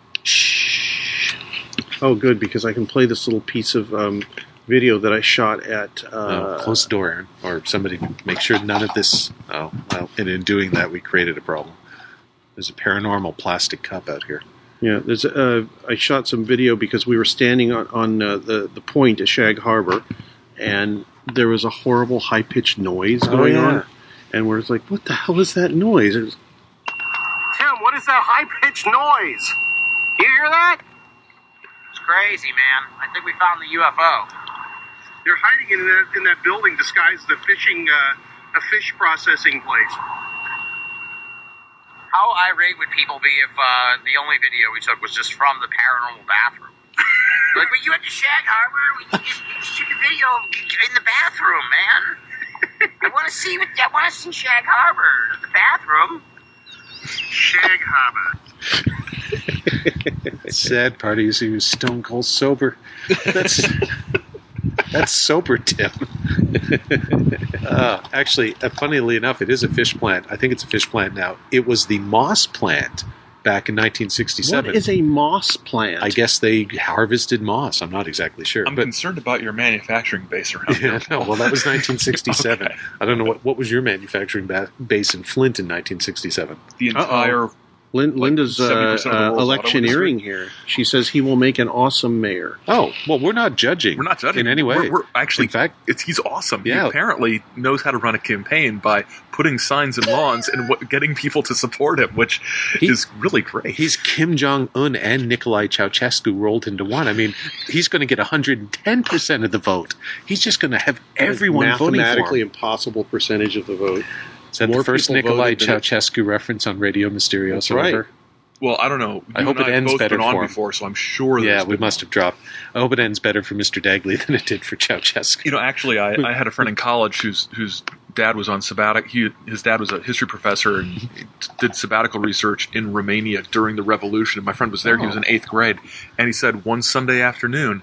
[SPEAKER 2] Oh, good because I can play this little piece of um, video that I shot at.
[SPEAKER 13] Oh,
[SPEAKER 2] Uh,
[SPEAKER 13] close the door, Aaron, or somebody make sure none of this. Oh, well, and in doing that, we created a problem. There's a paranormal plastic cup out here.
[SPEAKER 2] Yeah, there's. Uh, I shot some video because we were standing on, on uh, the the point at Shag Harbor, and there was a horrible high pitched noise
[SPEAKER 17] Oh,
[SPEAKER 2] going
[SPEAKER 17] yeah.
[SPEAKER 2] on, and we're just like, "What the hell is that noise?" It was,
[SPEAKER 17] Tim, what is that high pitched noise? You hear that?
[SPEAKER 10] It's crazy, man. I think we found the UFO.
[SPEAKER 17] They're hiding in that in that building disguised as a fishing uh, a fish processing place.
[SPEAKER 10] How irate would people be if uh, the only video we took was just from the paranormal bathroom? like, but you had to shag harbor. We you just, you just took a video of- in the bathroom, man. I want to see what I want to see Shag Harbor, not the bathroom.
[SPEAKER 17] Shag Harbor.
[SPEAKER 13] Sad part is he was stone cold sober. That's that's sober, Tim. uh, actually, uh, funnily enough, it is a fish plant. I think it's a fish plant now. It was the moss plant back in 1967.
[SPEAKER 2] What is a moss plant?
[SPEAKER 13] I guess they harvested moss. I'm not exactly sure.
[SPEAKER 4] I'm concerned about your manufacturing base around
[SPEAKER 13] Yeah,
[SPEAKER 4] here.
[SPEAKER 13] no, well, that was 1967. I don't know what what was your manufacturing ba- base in Flint in 1967.
[SPEAKER 4] The entire
[SPEAKER 2] Lin- Linda's uh,
[SPEAKER 13] 70% of the
[SPEAKER 2] uh,
[SPEAKER 13] world's auto
[SPEAKER 2] electioneering here. She says he will make an awesome mayor.
[SPEAKER 13] Oh well, we're not judging.
[SPEAKER 4] We're not judging
[SPEAKER 13] in any way.
[SPEAKER 4] We're, we're actually,
[SPEAKER 13] in fact,
[SPEAKER 4] it's he's awesome.
[SPEAKER 13] Yeah.
[SPEAKER 4] He apparently knows how to run a campaign by putting signs in lawns and what, getting people to support him, which is really great.
[SPEAKER 13] He's Kim Jong Un and Nikolai Ceausescu rolled into one. I mean, he's going to get 110 percent of the vote. He's just going to have everyone voting for
[SPEAKER 2] mathematically
[SPEAKER 13] him.
[SPEAKER 2] impossible percentage of the vote.
[SPEAKER 13] Is that the first
[SPEAKER 2] people
[SPEAKER 13] Nikolai
[SPEAKER 2] voted than-
[SPEAKER 13] Ceausescu reference on Radio Mysterio?
[SPEAKER 2] That's right.
[SPEAKER 4] Well, I don't know.
[SPEAKER 13] I
[SPEAKER 4] You
[SPEAKER 13] hope
[SPEAKER 4] and
[SPEAKER 13] it
[SPEAKER 4] I have
[SPEAKER 13] ends
[SPEAKER 4] both
[SPEAKER 13] better
[SPEAKER 4] been on
[SPEAKER 13] for him.
[SPEAKER 4] before, so I'm sure. there's
[SPEAKER 13] Yeah, we
[SPEAKER 4] been-
[SPEAKER 13] must have dropped. I hope it ends better for Mr. Dagley than it did for Ceausescu.
[SPEAKER 4] You know, actually, I, I had a friend in college whose whose dad was on sabbatic. He his dad was a history professor and he t- did sabbatical research in Romania during the revolution. And my friend was there. He was
[SPEAKER 2] Oh.
[SPEAKER 4] in eighth grade, and he said one Sunday afternoon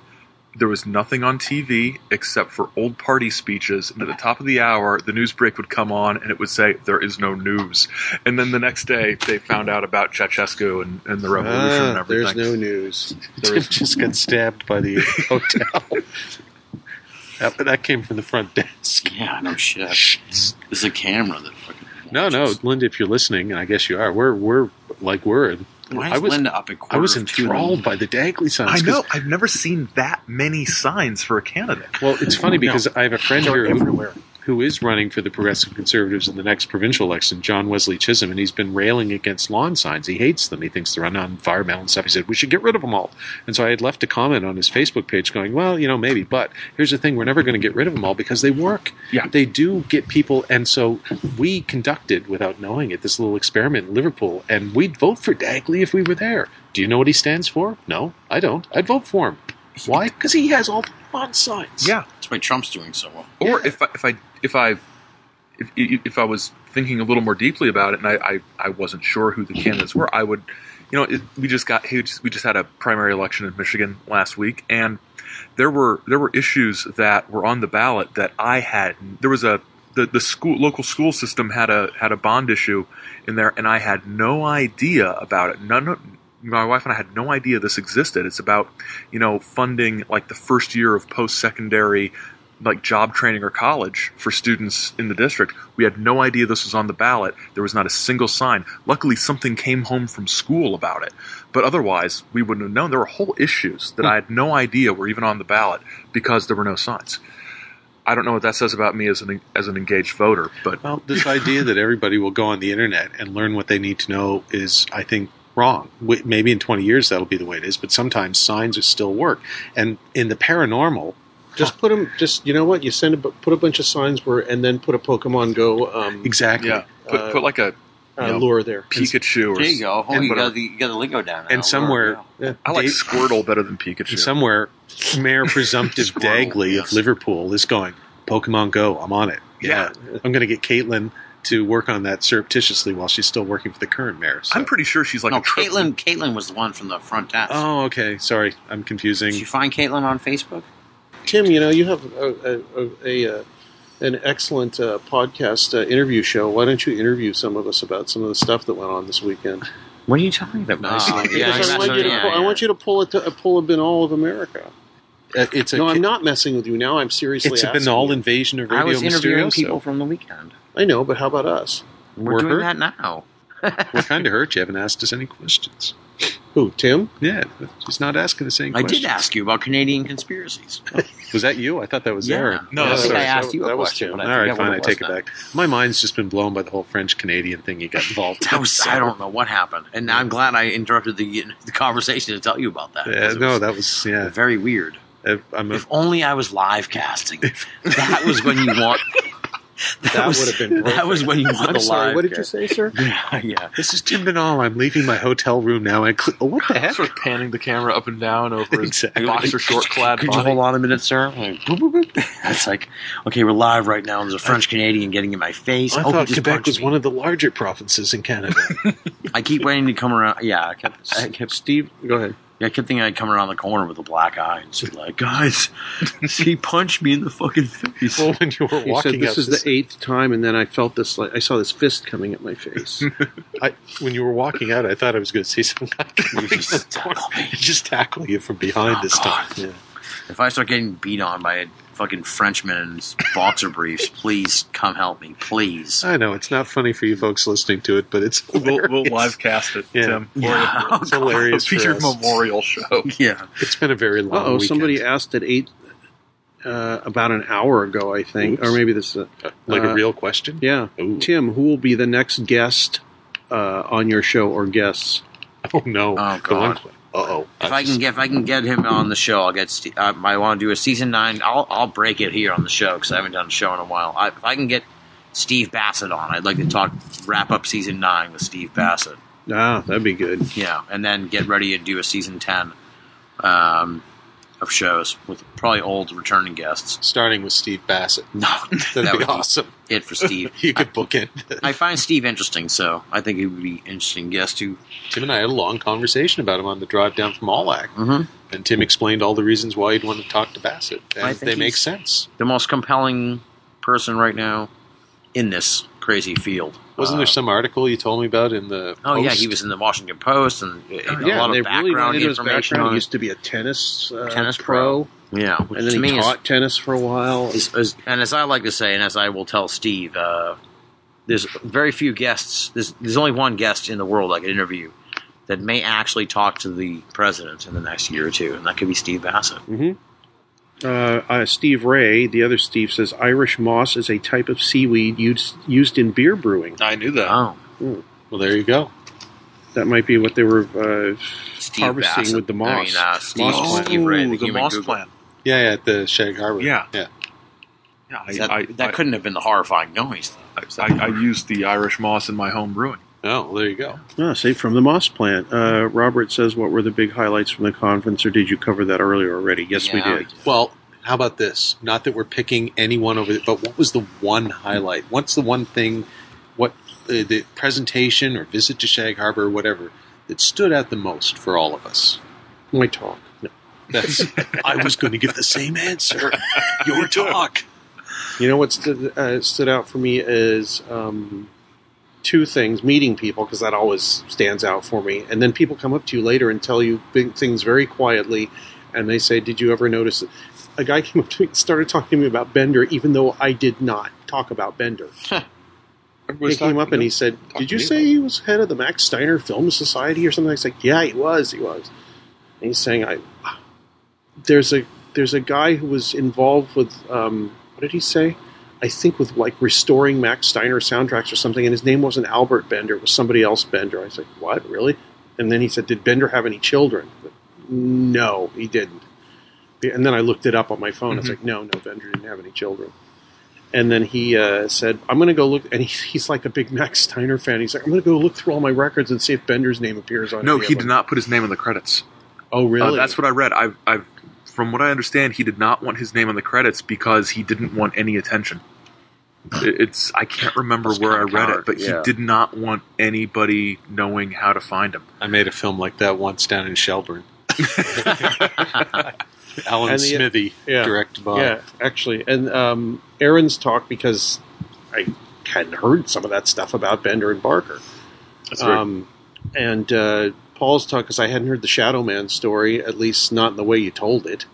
[SPEAKER 4] there was nothing on TV except for old party speeches. And at the top of the hour, the news break would come on and it would say, There is no news. And then the next day, they found out about Ceausescu and, and the revolution and
[SPEAKER 2] Ah,
[SPEAKER 4] everything.
[SPEAKER 2] there's no news.
[SPEAKER 13] Tim just got stabbed by the hotel. that, that came from the front desk.
[SPEAKER 11] Yeah, no shit. There's a camera that fucking.
[SPEAKER 13] No, no, Linda, if you're listening, and I guess you are, we're we're like we're.
[SPEAKER 11] Why is
[SPEAKER 13] I was,
[SPEAKER 11] Linda up at
[SPEAKER 13] I was
[SPEAKER 11] quarter of two in the
[SPEAKER 13] enthralled by the Dagley signs.
[SPEAKER 4] I
[SPEAKER 13] 'cause-
[SPEAKER 4] know. I've never seen that many signs for a candidate.
[SPEAKER 13] Well, it's funny because I have a friend
[SPEAKER 4] They're
[SPEAKER 13] here
[SPEAKER 4] everywhere.
[SPEAKER 13] who, who is running for the Progressive Conservatives in the next provincial election, John Wesley Chisholm, and he's been railing against lawn signs. He hates them. He thinks they're environmental and stuff. He said, we should get rid of them all. And so I had left a comment on his Facebook page going, well, you know, maybe, but here's the thing. We're never going to get rid of them all because they work.
[SPEAKER 4] Yeah.
[SPEAKER 13] They do get people. And so we conducted, without knowing it, this little experiment in Liverpool, and we'd vote for Dagley if we were there. Do you know what he stands for? No, I don't. I'd vote for him. Why? Because he has all the lawn signs.
[SPEAKER 4] Yeah.
[SPEAKER 11] That's why Trump's doing so well.
[SPEAKER 4] Or if I, if I if I if, if I was thinking a little more deeply about it, and I, I, I wasn't sure who the candidates were, I would, you know, it, we just got we just, we just had a primary election in Michigan last week, and there were there were issues that were on the ballot that I had. There was a the, the school local school system had a had a bond issue in there, and I had no idea about it. None. of- My wife and I had no idea this existed. It's about you know funding like the first year of post secondary like job training or college for students in the district. We had no idea this was on the ballot. There was not a single sign. Luckily, something came home from school about it. But otherwise, we wouldn't have known. There were whole issues
[SPEAKER 11] Hmm.
[SPEAKER 4] that I had no idea were even on the ballot because there were no signs. I don't know what that says about me as an as an engaged voter, but
[SPEAKER 13] Well, this idea that everybody will go on the internet and learn what they need to know is, I think, wrong. Wi- Maybe in 20 years that'll be the way it is, but sometimes signs are still work. And in the paranormal,
[SPEAKER 2] Just put them. Just you know what? You send a, bu- put a bunch of signs where, and then put a Pokemon Go. Um,
[SPEAKER 13] exactly.
[SPEAKER 4] Yeah. Put,
[SPEAKER 2] uh,
[SPEAKER 4] put like a
[SPEAKER 2] uh, lure there.
[SPEAKER 4] Pikachu. Or,
[SPEAKER 11] There you go. Oh,
[SPEAKER 4] and
[SPEAKER 11] you,
[SPEAKER 4] whatever.
[SPEAKER 11] got the, you got the lingo down. now.
[SPEAKER 13] and somewhere,
[SPEAKER 4] I like Squirtle better than Pikachu.
[SPEAKER 13] and somewhere, Mayor Presumptive Dagley of Liverpool is going, Pokemon Go, I'm on it. Yeah. I'm going to get Caitlin to work on that surreptitiously while she's still working for the current mayor. So.
[SPEAKER 4] I'm pretty sure she's like
[SPEAKER 11] no, Caitlin. Caitlin was the one from the front desk.
[SPEAKER 13] Oh, okay. Sorry. I'm confusing.
[SPEAKER 11] Did you find Caitlin on Facebook?
[SPEAKER 2] Tim, you know you have a, a, a, a an excellent uh, podcast uh, interview show. Why don't you interview some of us about some of the stuff that went on this weekend?
[SPEAKER 11] What are you talking about?
[SPEAKER 2] Because I, want you to pull, I want you to pull it to uh, pull a bin all of America.
[SPEAKER 13] it's a,
[SPEAKER 2] no, I'm not messing with you now. I'm seriously.
[SPEAKER 13] it's a
[SPEAKER 2] asking
[SPEAKER 13] banal
[SPEAKER 2] you.
[SPEAKER 13] invasion of
[SPEAKER 11] I
[SPEAKER 13] Radio
[SPEAKER 11] was interviewing
[SPEAKER 13] Mysterioso.
[SPEAKER 11] people from the weekend.
[SPEAKER 2] I know, but how about us?
[SPEAKER 11] We're,
[SPEAKER 13] We're
[SPEAKER 11] doing
[SPEAKER 13] hurt.
[SPEAKER 11] that now.
[SPEAKER 13] We're kind of hurt. You haven't asked us any questions. Who, Tim? Yeah, he's not asking us any
[SPEAKER 11] I
[SPEAKER 13] questions.
[SPEAKER 11] did ask you about Canadian conspiracies.
[SPEAKER 13] Was that you? I thought that was
[SPEAKER 11] Yeah.
[SPEAKER 13] Aaron.
[SPEAKER 11] No, I think
[SPEAKER 13] sorry.
[SPEAKER 11] I asked you a
[SPEAKER 13] that was
[SPEAKER 11] question,
[SPEAKER 13] Tim.
[SPEAKER 11] but I
[SPEAKER 13] All right,
[SPEAKER 11] forget what
[SPEAKER 13] fine.
[SPEAKER 11] it
[SPEAKER 13] I
[SPEAKER 11] was
[SPEAKER 13] take it
[SPEAKER 11] now.
[SPEAKER 13] back. My mind's just been blown by the whole French Canadian thing you got involved.
[SPEAKER 11] That was, I don't know what happened, and I'm glad I interrupted the the conversation to tell you about that.
[SPEAKER 13] Yeah,
[SPEAKER 11] because it
[SPEAKER 13] no,
[SPEAKER 11] was
[SPEAKER 13] that was yeah.
[SPEAKER 11] very weird.
[SPEAKER 13] I'm
[SPEAKER 11] if only I was live casting. That was when you want. That,
[SPEAKER 13] That
[SPEAKER 11] was-
[SPEAKER 13] would've been
[SPEAKER 11] That was when you
[SPEAKER 13] perfect.
[SPEAKER 11] want
[SPEAKER 13] I'm
[SPEAKER 11] the
[SPEAKER 13] sorry,
[SPEAKER 11] live
[SPEAKER 13] what did you
[SPEAKER 11] cast.
[SPEAKER 13] say, sir?
[SPEAKER 11] Yeah, yeah.
[SPEAKER 13] This is Tim Banal. I'm leaving my hotel room now. I cl- oh, what the heck?
[SPEAKER 18] Sort of panning the camera up and down over his
[SPEAKER 13] Exactly.
[SPEAKER 18] boxer short clad
[SPEAKER 11] Could you
[SPEAKER 18] body.
[SPEAKER 11] hold on a minute, sir? Like, boop, boop, boop. That's like, okay, we're live right now. There's a French Canadian getting in my face.
[SPEAKER 13] I
[SPEAKER 11] oh, he
[SPEAKER 13] thought
[SPEAKER 11] just
[SPEAKER 13] Quebec
[SPEAKER 11] punched
[SPEAKER 13] was
[SPEAKER 11] me.
[SPEAKER 13] one of the larger provinces in Canada.
[SPEAKER 11] I keep waiting to come around. Yeah, I kept. I kept
[SPEAKER 13] Steve, go ahead.
[SPEAKER 11] Yeah, I kept thinking I'd come around the corner with a black eye and just be like, guys, he punched me in the fucking face.
[SPEAKER 13] Well, when you were
[SPEAKER 2] He
[SPEAKER 13] walking
[SPEAKER 2] said, "This
[SPEAKER 13] out
[SPEAKER 2] is
[SPEAKER 13] this-
[SPEAKER 2] the eighth time," and then I felt this like I saw this fist coming at my face.
[SPEAKER 13] I, when you were walking out, I thought I was going to see some guy just, just tackle you from behind this time. Yeah.
[SPEAKER 11] If I start getting beat on by a fucking Frenchman in boxer briefs, please come help me, please.
[SPEAKER 13] I know it's not funny for you folks listening to it, but it's
[SPEAKER 18] We'll,
[SPEAKER 13] hilarious.
[SPEAKER 18] we'll live cast it,
[SPEAKER 13] Yeah.
[SPEAKER 18] Tim.
[SPEAKER 11] Yeah.
[SPEAKER 18] Or
[SPEAKER 13] It's hilarious.
[SPEAKER 18] a featured
[SPEAKER 13] for us.
[SPEAKER 18] memorial show.
[SPEAKER 11] Yeah.
[SPEAKER 13] It's been a very long.
[SPEAKER 2] Oh,
[SPEAKER 13] weekend.
[SPEAKER 2] somebody asked at eight uh, about an hour ago, I think, or maybe this is a,
[SPEAKER 13] like
[SPEAKER 2] uh,
[SPEAKER 13] a real question.
[SPEAKER 2] Yeah, Tim, who will be the next guest uh, on your show or guests?
[SPEAKER 13] Oh no!
[SPEAKER 11] Oh
[SPEAKER 13] The one-
[SPEAKER 11] god.
[SPEAKER 13] Uh-oh.
[SPEAKER 11] If I can get if I can get him on the show, I'll get. Ste uh, I want to do a season nine. I'll I'll break it here on the show because I haven't done a show in a while. I, if I can get Steve Bassett on, I'd like to talk wrap up season nine with Steve Bassett.
[SPEAKER 2] Ah, that'd be good.
[SPEAKER 11] Yeah, and then get ready to do a season ten um, of shows with probably old returning guests.
[SPEAKER 13] starting with Steve Bassett.
[SPEAKER 11] No,
[SPEAKER 13] That'd
[SPEAKER 11] that
[SPEAKER 13] be
[SPEAKER 11] would be
[SPEAKER 13] awesome.
[SPEAKER 11] it for Steve.
[SPEAKER 13] you could book it.
[SPEAKER 11] I find Steve interesting, so I think he would be an interesting guest too.
[SPEAKER 13] Tim and I had a long conversation about him on the drive down from Allac,
[SPEAKER 11] Mhm.
[SPEAKER 13] and Tim explained all the reasons why he'd want to talk to Bassett,
[SPEAKER 11] I
[SPEAKER 13] and
[SPEAKER 11] think
[SPEAKER 13] they make
[SPEAKER 11] he's-
[SPEAKER 13] sense.
[SPEAKER 11] The most compelling person right now in this crazy field.
[SPEAKER 13] Wasn't
[SPEAKER 11] Uh,
[SPEAKER 13] there some article you told me about in the?
[SPEAKER 11] Oh yeah,
[SPEAKER 13] Post?
[SPEAKER 11] he was in the Washington Post and uh, a
[SPEAKER 2] Oh,
[SPEAKER 11] lot
[SPEAKER 2] they
[SPEAKER 11] of
[SPEAKER 2] really
[SPEAKER 11] background
[SPEAKER 2] went into his
[SPEAKER 11] information
[SPEAKER 2] background.
[SPEAKER 11] on
[SPEAKER 2] He
[SPEAKER 11] it.
[SPEAKER 2] used to be a tennis uh,
[SPEAKER 11] Tennis
[SPEAKER 2] pro,
[SPEAKER 11] Yeah, which
[SPEAKER 2] and then
[SPEAKER 11] to
[SPEAKER 2] he
[SPEAKER 11] me is-
[SPEAKER 2] taught tennis for a while.
[SPEAKER 11] is, is- and as I like to say, and as I will tell Steve, uh, there's very few guests. There's, there's only one guest in the world I could interview that may actually talk to the president in the next year or two, and that could be Steve Bassett.
[SPEAKER 2] hmm Uh, uh, Steve Ray, the other Steve, says Irish moss is a type of seaweed used, used in beer brewing.
[SPEAKER 18] I knew that.
[SPEAKER 11] Oh,
[SPEAKER 2] Hmm.
[SPEAKER 13] Well, there you go.
[SPEAKER 2] That might be what they were uh,
[SPEAKER 11] Steve
[SPEAKER 2] harvesting
[SPEAKER 11] Bassett.
[SPEAKER 2] with the moss.
[SPEAKER 11] I mean, uh, Steve,
[SPEAKER 2] Moss plant.
[SPEAKER 11] Steve Ray, the,
[SPEAKER 18] Ooh, the
[SPEAKER 11] human
[SPEAKER 18] moss
[SPEAKER 11] Google.
[SPEAKER 18] plant.
[SPEAKER 13] Yeah, yeah, at the Shag Harbor.
[SPEAKER 18] Yeah.
[SPEAKER 13] yeah.
[SPEAKER 18] Yeah, I,
[SPEAKER 11] That,
[SPEAKER 18] I,
[SPEAKER 11] that
[SPEAKER 18] I-
[SPEAKER 11] couldn't have been the horrifying noise.
[SPEAKER 18] I, I, I used the Irish moss in my home brewing.
[SPEAKER 13] Oh, well, there you go.
[SPEAKER 2] Ah, say from the moss plant. Uh, Robert says, "What were the big highlights from the conference, or did you cover that earlier already?" Yes, we
[SPEAKER 11] Yeah.
[SPEAKER 2] did.
[SPEAKER 13] Well, how about this? Not that we're picking anyone over, there, but what was the one highlight? What's the one thing? What uh, the presentation or visit to Shag Harbor or whatever that stood out the most for all of us?
[SPEAKER 2] My talk.
[SPEAKER 13] That's. I was going to give the same answer. Your talk.
[SPEAKER 2] You know what stood, uh, stood out for me is um, two things: meeting people, because that always stands out for me, and then people come up to you later and tell you big things very quietly, and they say, "Did you ever notice?" That? A guy came up to me and started talking to me about Bender, even though I did not talk about Bender. he
[SPEAKER 18] Everybody's
[SPEAKER 2] came
[SPEAKER 18] talking
[SPEAKER 2] up and
[SPEAKER 18] to-
[SPEAKER 2] he said,
[SPEAKER 18] talking
[SPEAKER 2] "Did
[SPEAKER 18] to
[SPEAKER 2] you
[SPEAKER 18] me
[SPEAKER 2] say
[SPEAKER 18] about
[SPEAKER 2] he was head of the Max Steiner Film Society or something?" I said, "Yeah, he was. He was." And he's saying, "I there's a there's a guy who was involved with um, what did he say? I think with like restoring Max Steiner soundtracks or something, and his name wasn't Albert Bender; it was somebody else Bender." I was like, "What, really?" And then he said, "Did Bender have any children?" I said, no, he didn't. And then I looked it up on my phone. It's
[SPEAKER 18] Mhm.
[SPEAKER 2] like, no, no, Bender didn't have any children. And then he uh, said, I'm going to go look. And he, he's like a big Max Steiner fan. He's like, I'm going to go look through all my records and see if Bender's name appears on
[SPEAKER 18] No,
[SPEAKER 2] any of
[SPEAKER 18] he did
[SPEAKER 2] them."
[SPEAKER 18] not put his name in the credits.
[SPEAKER 2] Oh, really?
[SPEAKER 18] Uh, that's what I read. I've, I've, from what I understand, he did not want his name on the credits because he didn't want any attention. It- It's I can't remember where I
[SPEAKER 11] kinda
[SPEAKER 18] read
[SPEAKER 11] coward,
[SPEAKER 18] it, but
[SPEAKER 11] yeah.
[SPEAKER 18] he did not want anybody knowing how to find him.
[SPEAKER 13] I made a film like that once down in Shelburne. Alan
[SPEAKER 2] And the- uh,
[SPEAKER 13] Smithy,
[SPEAKER 2] yeah.
[SPEAKER 13] directed by.
[SPEAKER 2] Yeah, actually. And um, Aaron's talk, because I hadn't heard some of that stuff about Bender and Barker.
[SPEAKER 18] That's right.
[SPEAKER 2] Um, and uh, Paul's talk, because I hadn't heard the Shadow Man story, at least not in the way you told it.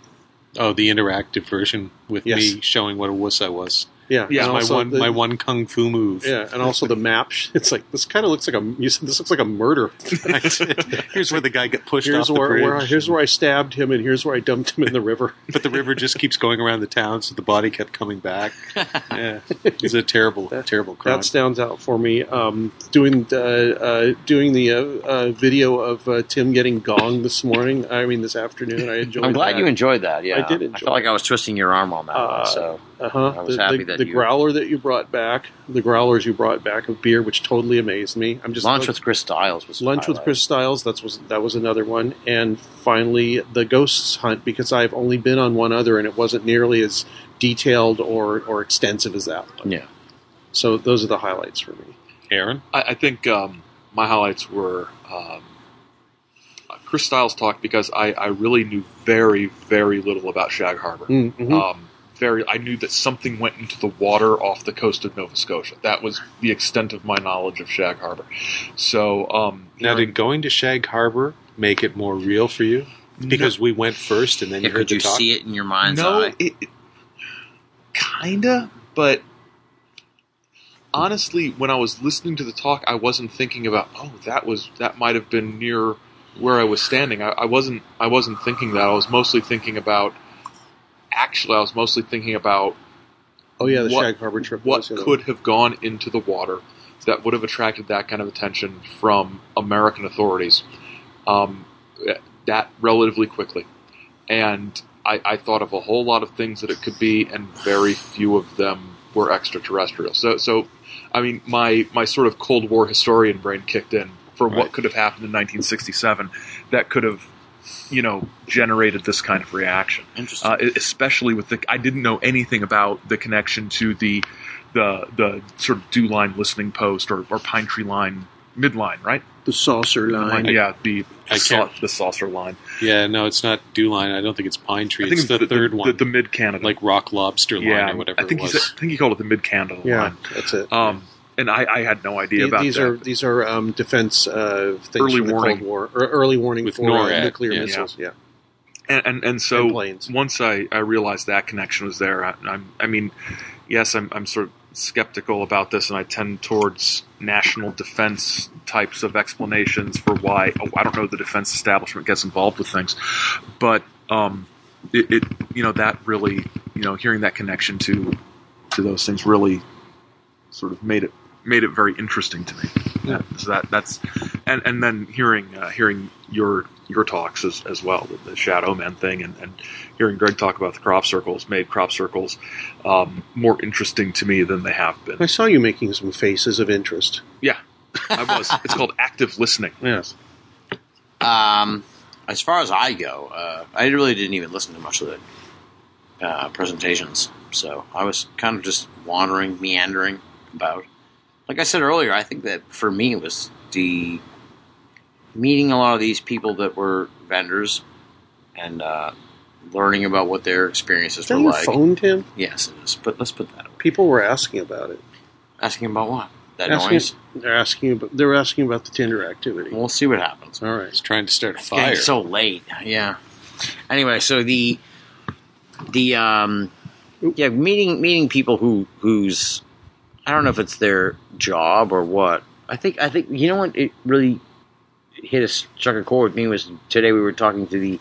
[SPEAKER 13] Oh, the interactive version with
[SPEAKER 2] Yes.
[SPEAKER 13] me showing what a wuss I was.
[SPEAKER 2] Yeah,
[SPEAKER 13] yeah.
[SPEAKER 2] and
[SPEAKER 13] My
[SPEAKER 2] also
[SPEAKER 13] one,
[SPEAKER 2] the-
[SPEAKER 13] my one kung fu move.
[SPEAKER 2] Yeah, and also the map. sh- It's like this kind of looks like a. You said this looks like a murder.
[SPEAKER 13] here's where the guy got pushed
[SPEAKER 2] here's
[SPEAKER 13] off the
[SPEAKER 2] where,
[SPEAKER 13] bridge.
[SPEAKER 2] where I, here's where I stabbed him, and here's where I dumped him in the river.
[SPEAKER 13] but the river just keeps going around the town, so the body kept coming back. Yeah, it's a terrible, terrible crime.
[SPEAKER 2] That stands out for me. Um, doing uh, uh, doing the uh, uh, video of uh, Tim getting gonged this morning. I mean, this afternoon. I enjoyed.
[SPEAKER 11] I'm glad
[SPEAKER 2] that.
[SPEAKER 11] you enjoyed that. Yeah,
[SPEAKER 2] I did enjoy.
[SPEAKER 11] I felt like I was twisting your arm on that.
[SPEAKER 2] Uh,
[SPEAKER 11] one, so
[SPEAKER 2] uh-huh.
[SPEAKER 11] I was
[SPEAKER 2] the,
[SPEAKER 11] happy
[SPEAKER 2] the,
[SPEAKER 11] that
[SPEAKER 2] the
[SPEAKER 11] you
[SPEAKER 2] growler that you brought back, the growlers you brought back of beer, which totally amazed me. I'm just
[SPEAKER 11] lunch with Chris Stiles was
[SPEAKER 2] lunch with
[SPEAKER 11] highlight.
[SPEAKER 2] Chris Stiles. That was that was another one, and finally the ghosts hunt because I've only been on one other, and it wasn't nearly as detailed or or extensive as that one.
[SPEAKER 11] Yeah.
[SPEAKER 2] So those are the highlights for me.
[SPEAKER 13] Aaron,
[SPEAKER 4] I, I think um, my highlights were um, uh, Chris Styles' talk because I, I really knew very very little about Shag Harbor.
[SPEAKER 2] Mm, mhm.
[SPEAKER 4] Um, very, I knew that something went into the water off the coast of Nova Scotia. That was the extent of my knowledge of Shag Harbor. So um,
[SPEAKER 13] Now, did going to Shag Harbor make it more real for you? Because we went first, and then you
[SPEAKER 11] Yeah,
[SPEAKER 13] heard
[SPEAKER 11] could
[SPEAKER 13] the
[SPEAKER 11] you
[SPEAKER 13] talk.
[SPEAKER 11] see it in your mind's
[SPEAKER 4] no,
[SPEAKER 11] eye?
[SPEAKER 4] It, it- kinda, but honestly, when I was listening to the talk, I wasn't thinking about oh that was that might have been near where I was standing. I, I wasn't I wasn't thinking that. I was mostly thinking about actually I was mostly thinking about
[SPEAKER 2] Oh yeah, the
[SPEAKER 4] What-
[SPEAKER 2] Shag Harbor trip.
[SPEAKER 4] what
[SPEAKER 2] was the other
[SPEAKER 4] could have gone into the water that would have attracted that kind of attention from American authorities um, that relatively quickly. And I, I thought of a whole lot of things that it could be, and very few of them were extraterrestrial. So, so I mean, my, my sort of Cold War historian brain kicked in for what could have happened in 1967 that could have, you know, generated this kind of reaction.
[SPEAKER 11] Interesting.
[SPEAKER 4] Uh, especially with the, I didn't know anything about the connection to the the the sort of dew line listening post or, or pine tree line midline, right?
[SPEAKER 2] The saucer line.
[SPEAKER 4] yeah, the
[SPEAKER 13] I
[SPEAKER 4] sau-
[SPEAKER 13] can't-
[SPEAKER 4] the saucer line.
[SPEAKER 13] Yeah, no, it's not dew line. I don't think it's pine tree.
[SPEAKER 4] I think
[SPEAKER 13] it's the, third one,
[SPEAKER 4] the, the mid Canada,
[SPEAKER 13] like rock lobster line
[SPEAKER 4] yeah,
[SPEAKER 13] or whatever
[SPEAKER 4] I think
[SPEAKER 13] it
[SPEAKER 4] he
[SPEAKER 13] was.
[SPEAKER 4] said, I think he called it the mid Canada
[SPEAKER 2] Yeah,
[SPEAKER 4] line.
[SPEAKER 2] That's it.
[SPEAKER 4] Um, and I, I had no idea
[SPEAKER 2] The-
[SPEAKER 4] about
[SPEAKER 2] these
[SPEAKER 4] that.
[SPEAKER 2] are these are um, defense uh, things
[SPEAKER 4] Early
[SPEAKER 2] from the
[SPEAKER 4] warning.
[SPEAKER 2] Cold War, or early warning
[SPEAKER 4] With
[SPEAKER 2] for uh,
[SPEAKER 4] NORAD,
[SPEAKER 2] nuclear
[SPEAKER 4] yeah.
[SPEAKER 2] missiles. Yeah.
[SPEAKER 4] and and, and so
[SPEAKER 2] And planes.
[SPEAKER 4] once I, I realized that connection was there, I, I'm I mean, yes, I'm I'm sort of skeptical about this, and I tend towards national defense types of explanations for why oh, I don't know the defense establishment gets involved with things, but um, it, it you know that really you know hearing that connection to to those things really sort of made it made it very interesting to me. That, so that that's and and then hearing uh, hearing your your talks as, as well with the shadow man thing and, and hearing Greg talk about the crop circles made crop circles um, more interesting to me than they have been.
[SPEAKER 2] I saw you making some faces of interest.
[SPEAKER 4] Yeah, I was. it's called active listening.
[SPEAKER 2] Yes.
[SPEAKER 11] Um, as far as I go, uh, I really didn't even listen to much of the uh, presentations, so I was kind of just wandering, meandering about. Like I said earlier, I think that for me it was the meeting a lot of these people that were vendors and uh, learning about what their experiences
[SPEAKER 2] Is that
[SPEAKER 11] were
[SPEAKER 2] your
[SPEAKER 11] like.
[SPEAKER 2] phone, Tim?
[SPEAKER 11] Yes, it is. But let's put that away.
[SPEAKER 2] People were asking about it.
[SPEAKER 11] Asking about what? That
[SPEAKER 2] asking,
[SPEAKER 11] noise.
[SPEAKER 2] They're asking about. They're asking about the Tinder activity.
[SPEAKER 11] We'll see what happens.
[SPEAKER 2] All right.
[SPEAKER 13] trying to start a
[SPEAKER 11] It's getting
[SPEAKER 13] fire.
[SPEAKER 11] so late. Yeah. Anyway, so the the um yeah meeting meeting people who who's I don't know if it's their job or what. I think I think you know what it really hit a struck a chord with me was today we were talking to the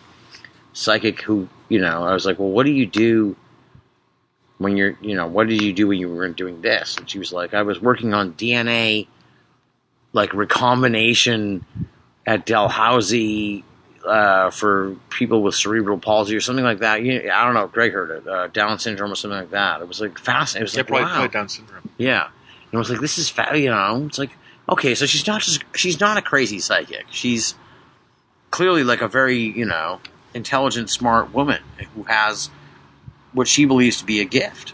[SPEAKER 11] psychic who you know I was like well what do you do when you're you know what did you do when you were doing this and she was like I was working on DNA like recombination at Dalhousie uh, for people with cerebral palsy or something like that. You, I don't know. Greg heard it. Uh, Down syndrome or something like that. It was like fascinating. It was
[SPEAKER 4] Yeah,
[SPEAKER 11] like
[SPEAKER 4] probably,
[SPEAKER 11] wow.
[SPEAKER 4] probably Down syndrome.
[SPEAKER 11] Yeah, and I was like, this is fa You know, it's like okay, so she's not just she's not a crazy psychic. She's clearly like a very you know intelligent, smart woman who has what she believes to be a gift.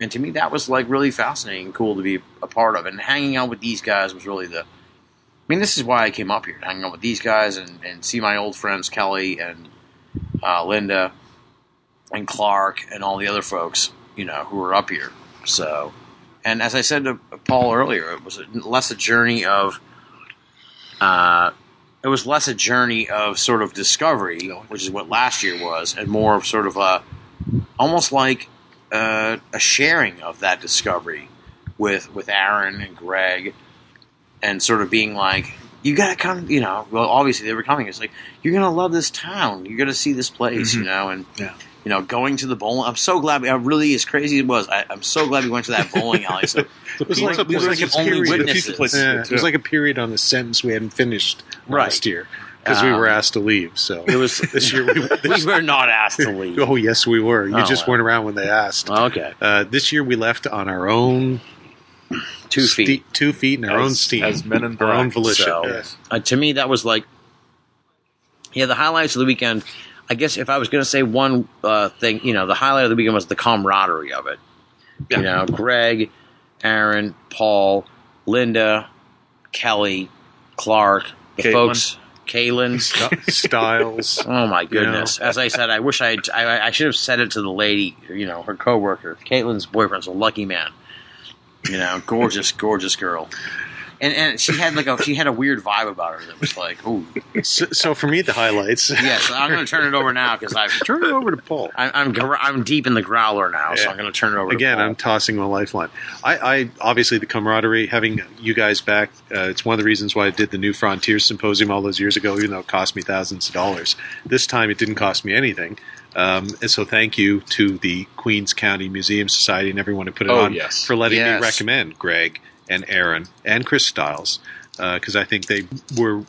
[SPEAKER 11] And to me, that was like really fascinating and cool to be a part of. And hanging out with these guys was really the. I mean, this is why I came up here to hang out with these guys and, and see my old friends Kelly and uh, Linda and Clark and all the other folks, you know, who were up here. So, and as I said to Paul earlier, it was less a journey of, uh, it was less a journey of sort of discovery, which is what last year was, and more of sort of a, almost like a, uh, a sharing of that discovery with with Aaron and Greg, and sort of being like, "You got to come," you know. Well, obviously they were coming. It's like you're gonna love this town. You're gonna see this place,
[SPEAKER 13] Mm-hmm.
[SPEAKER 11] you know, and
[SPEAKER 18] Yeah.
[SPEAKER 11] you know, going to the bowling. I'm so glad. I really, as crazy as it was, I, I'm so glad we went to that bowling alley. So
[SPEAKER 13] It was
[SPEAKER 11] people-
[SPEAKER 13] like, it
[SPEAKER 11] people
[SPEAKER 13] was like
[SPEAKER 11] can
[SPEAKER 13] a
[SPEAKER 11] only
[SPEAKER 13] period.
[SPEAKER 11] witness this.
[SPEAKER 13] Yeah, it was like a period on the sentence we hadn't finished last year because we
[SPEAKER 11] Um,
[SPEAKER 13] were asked to leave. So
[SPEAKER 11] it was
[SPEAKER 13] this year. We,
[SPEAKER 11] we were not asked to leave.
[SPEAKER 13] oh yes, we were. You
[SPEAKER 11] Oh,
[SPEAKER 13] just
[SPEAKER 11] wow.
[SPEAKER 13] weren't around when they asked.
[SPEAKER 11] Okay.
[SPEAKER 13] Uh, this year we left on our own
[SPEAKER 11] two feet,
[SPEAKER 13] two feet, and our own steam, our own volition.
[SPEAKER 11] So,
[SPEAKER 13] Yes.
[SPEAKER 11] uh, to me, that was like, yeah, the highlights of the weekend. I guess if I was going to say one uh, thing, you know, the highlight of the weekend was the camaraderie of it. You know, Greg, Aaron, Paul, Linda, Kelly, Clark, the
[SPEAKER 13] Caitlin.
[SPEAKER 11] folks, Kaylin,
[SPEAKER 13] Styles.
[SPEAKER 11] Oh my
[SPEAKER 13] You know.
[SPEAKER 11] goodness! As I said, I wish I, had, I I should have said it to the lady, you know, her coworker. Caitlin's boyfriend's a lucky man. You know, gorgeous, gorgeous girl. And and she had like a she had a weird vibe about her that was like, oh
[SPEAKER 13] So, so for me, the highlights.
[SPEAKER 11] yes, I'm going to turn it over now because I've
[SPEAKER 13] turn it over to Paul.
[SPEAKER 11] I, I'm gr- I'm deep in the growler now, so
[SPEAKER 13] Yeah.
[SPEAKER 11] I'm going to turn it over to
[SPEAKER 13] Again,
[SPEAKER 11] Paul.
[SPEAKER 13] I'm tossing the lifeline. I, I obviously the camaraderie, having you guys back, uh, it's one of the reasons why I did the New Frontiers Symposium all those years ago, even though it cost me thousands of dollars. This time it didn't cost me anything. Um, and so thank you to the Queens County Museum Society and everyone who put it
[SPEAKER 18] Oh,
[SPEAKER 13] on
[SPEAKER 18] yes.
[SPEAKER 13] for letting
[SPEAKER 18] Yes.
[SPEAKER 13] me recommend Greg and Aaron and Chris Stiles because I think they were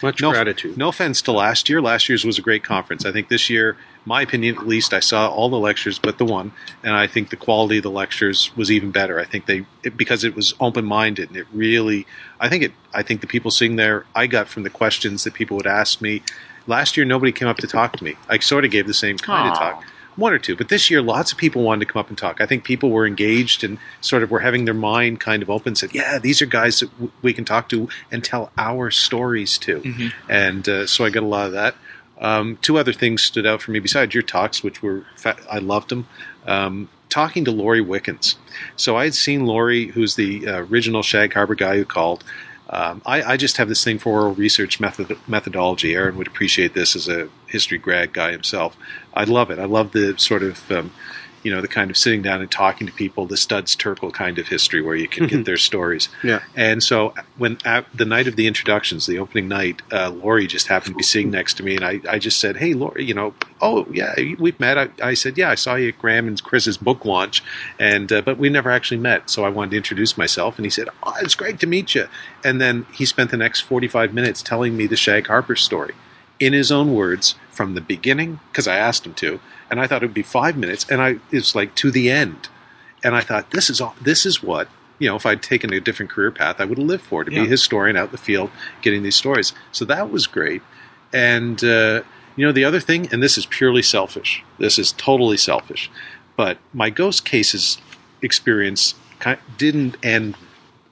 [SPEAKER 2] Much
[SPEAKER 13] no,
[SPEAKER 2] gratitude.
[SPEAKER 13] No offense to last year. Last year's was a great conference. I think this year, my opinion at least, I saw all the lectures but the one, and I think the quality of the lectures was even better. I think they it, because it was open minded and it really. I think it. I think the people sitting there, I got from the questions that people would ask me. Last year, nobody came up to talk to me. I sort of gave the same kind
[SPEAKER 11] Aw.
[SPEAKER 13] of talk one or two, but this year lots of people wanted to come up and talk. I think people were engaged and sort of were having their mind kind of open. Said, "Yeah, these are guys that w- we can talk to and tell our stories to." And uh, so I got a lot of that. Um, two other things stood out for me besides your talks, which were fa- I loved them. Um, talking to Lori Wickens. So I had seen Lori, who's the uh, original Shag Harbor guy who called. Um, I, I just have this thing for oral research method, methodology. Aaron would appreciate this as a history grad guy himself. I love it. I love the sort of, um, you know, the kind of sitting down and talking to people, the Studs Terkel kind of history where you can get their stories.
[SPEAKER 2] Yeah.
[SPEAKER 13] And so when at the night of the introductions, the opening night, uh, Lori just happened to be sitting next to me, and I, I just said, "Hey, Lori, you know, oh yeah, we've met." I, I said, "Yeah, I saw you at Graham and Chris's book launch, and uh, but we never actually met." So I wanted to introduce myself, and he said, "Oh, it's great to meet you." And then he spent the next forty-five minutes telling me the Shag Harper story in his own words from the beginning because I asked him to, and I thought it would be five minutes, and I it's like to the end, and I thought this is all, this is what you know if I'd taken a different career path I would have lived for to be
[SPEAKER 18] Yeah.
[SPEAKER 13] a historian out in the field getting these stories. So that was great, and uh, you know the other thing, and this is purely selfish. This is totally selfish, but my ghost cases experience ki didn't end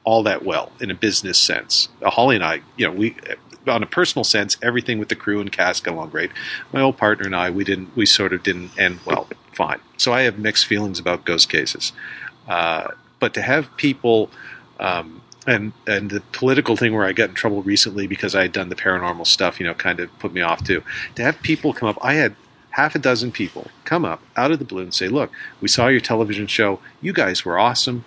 [SPEAKER 13] all that well in a business sense. Uh, Holly and I, you know, we uh, on a personal sense, everything with the crew and cast got along great. My old partner and I, we didn't, we sort of didn't end well. Fine. So I have mixed feelings about ghost cases, uh, but to have people. Um, and and the political thing where I got in trouble recently because I had done the paranormal stuff, you know, kind of put me off too. To have people come up, I had half a dozen people come up out of the blue and say, "Look, we saw your television show. You guys were awesome.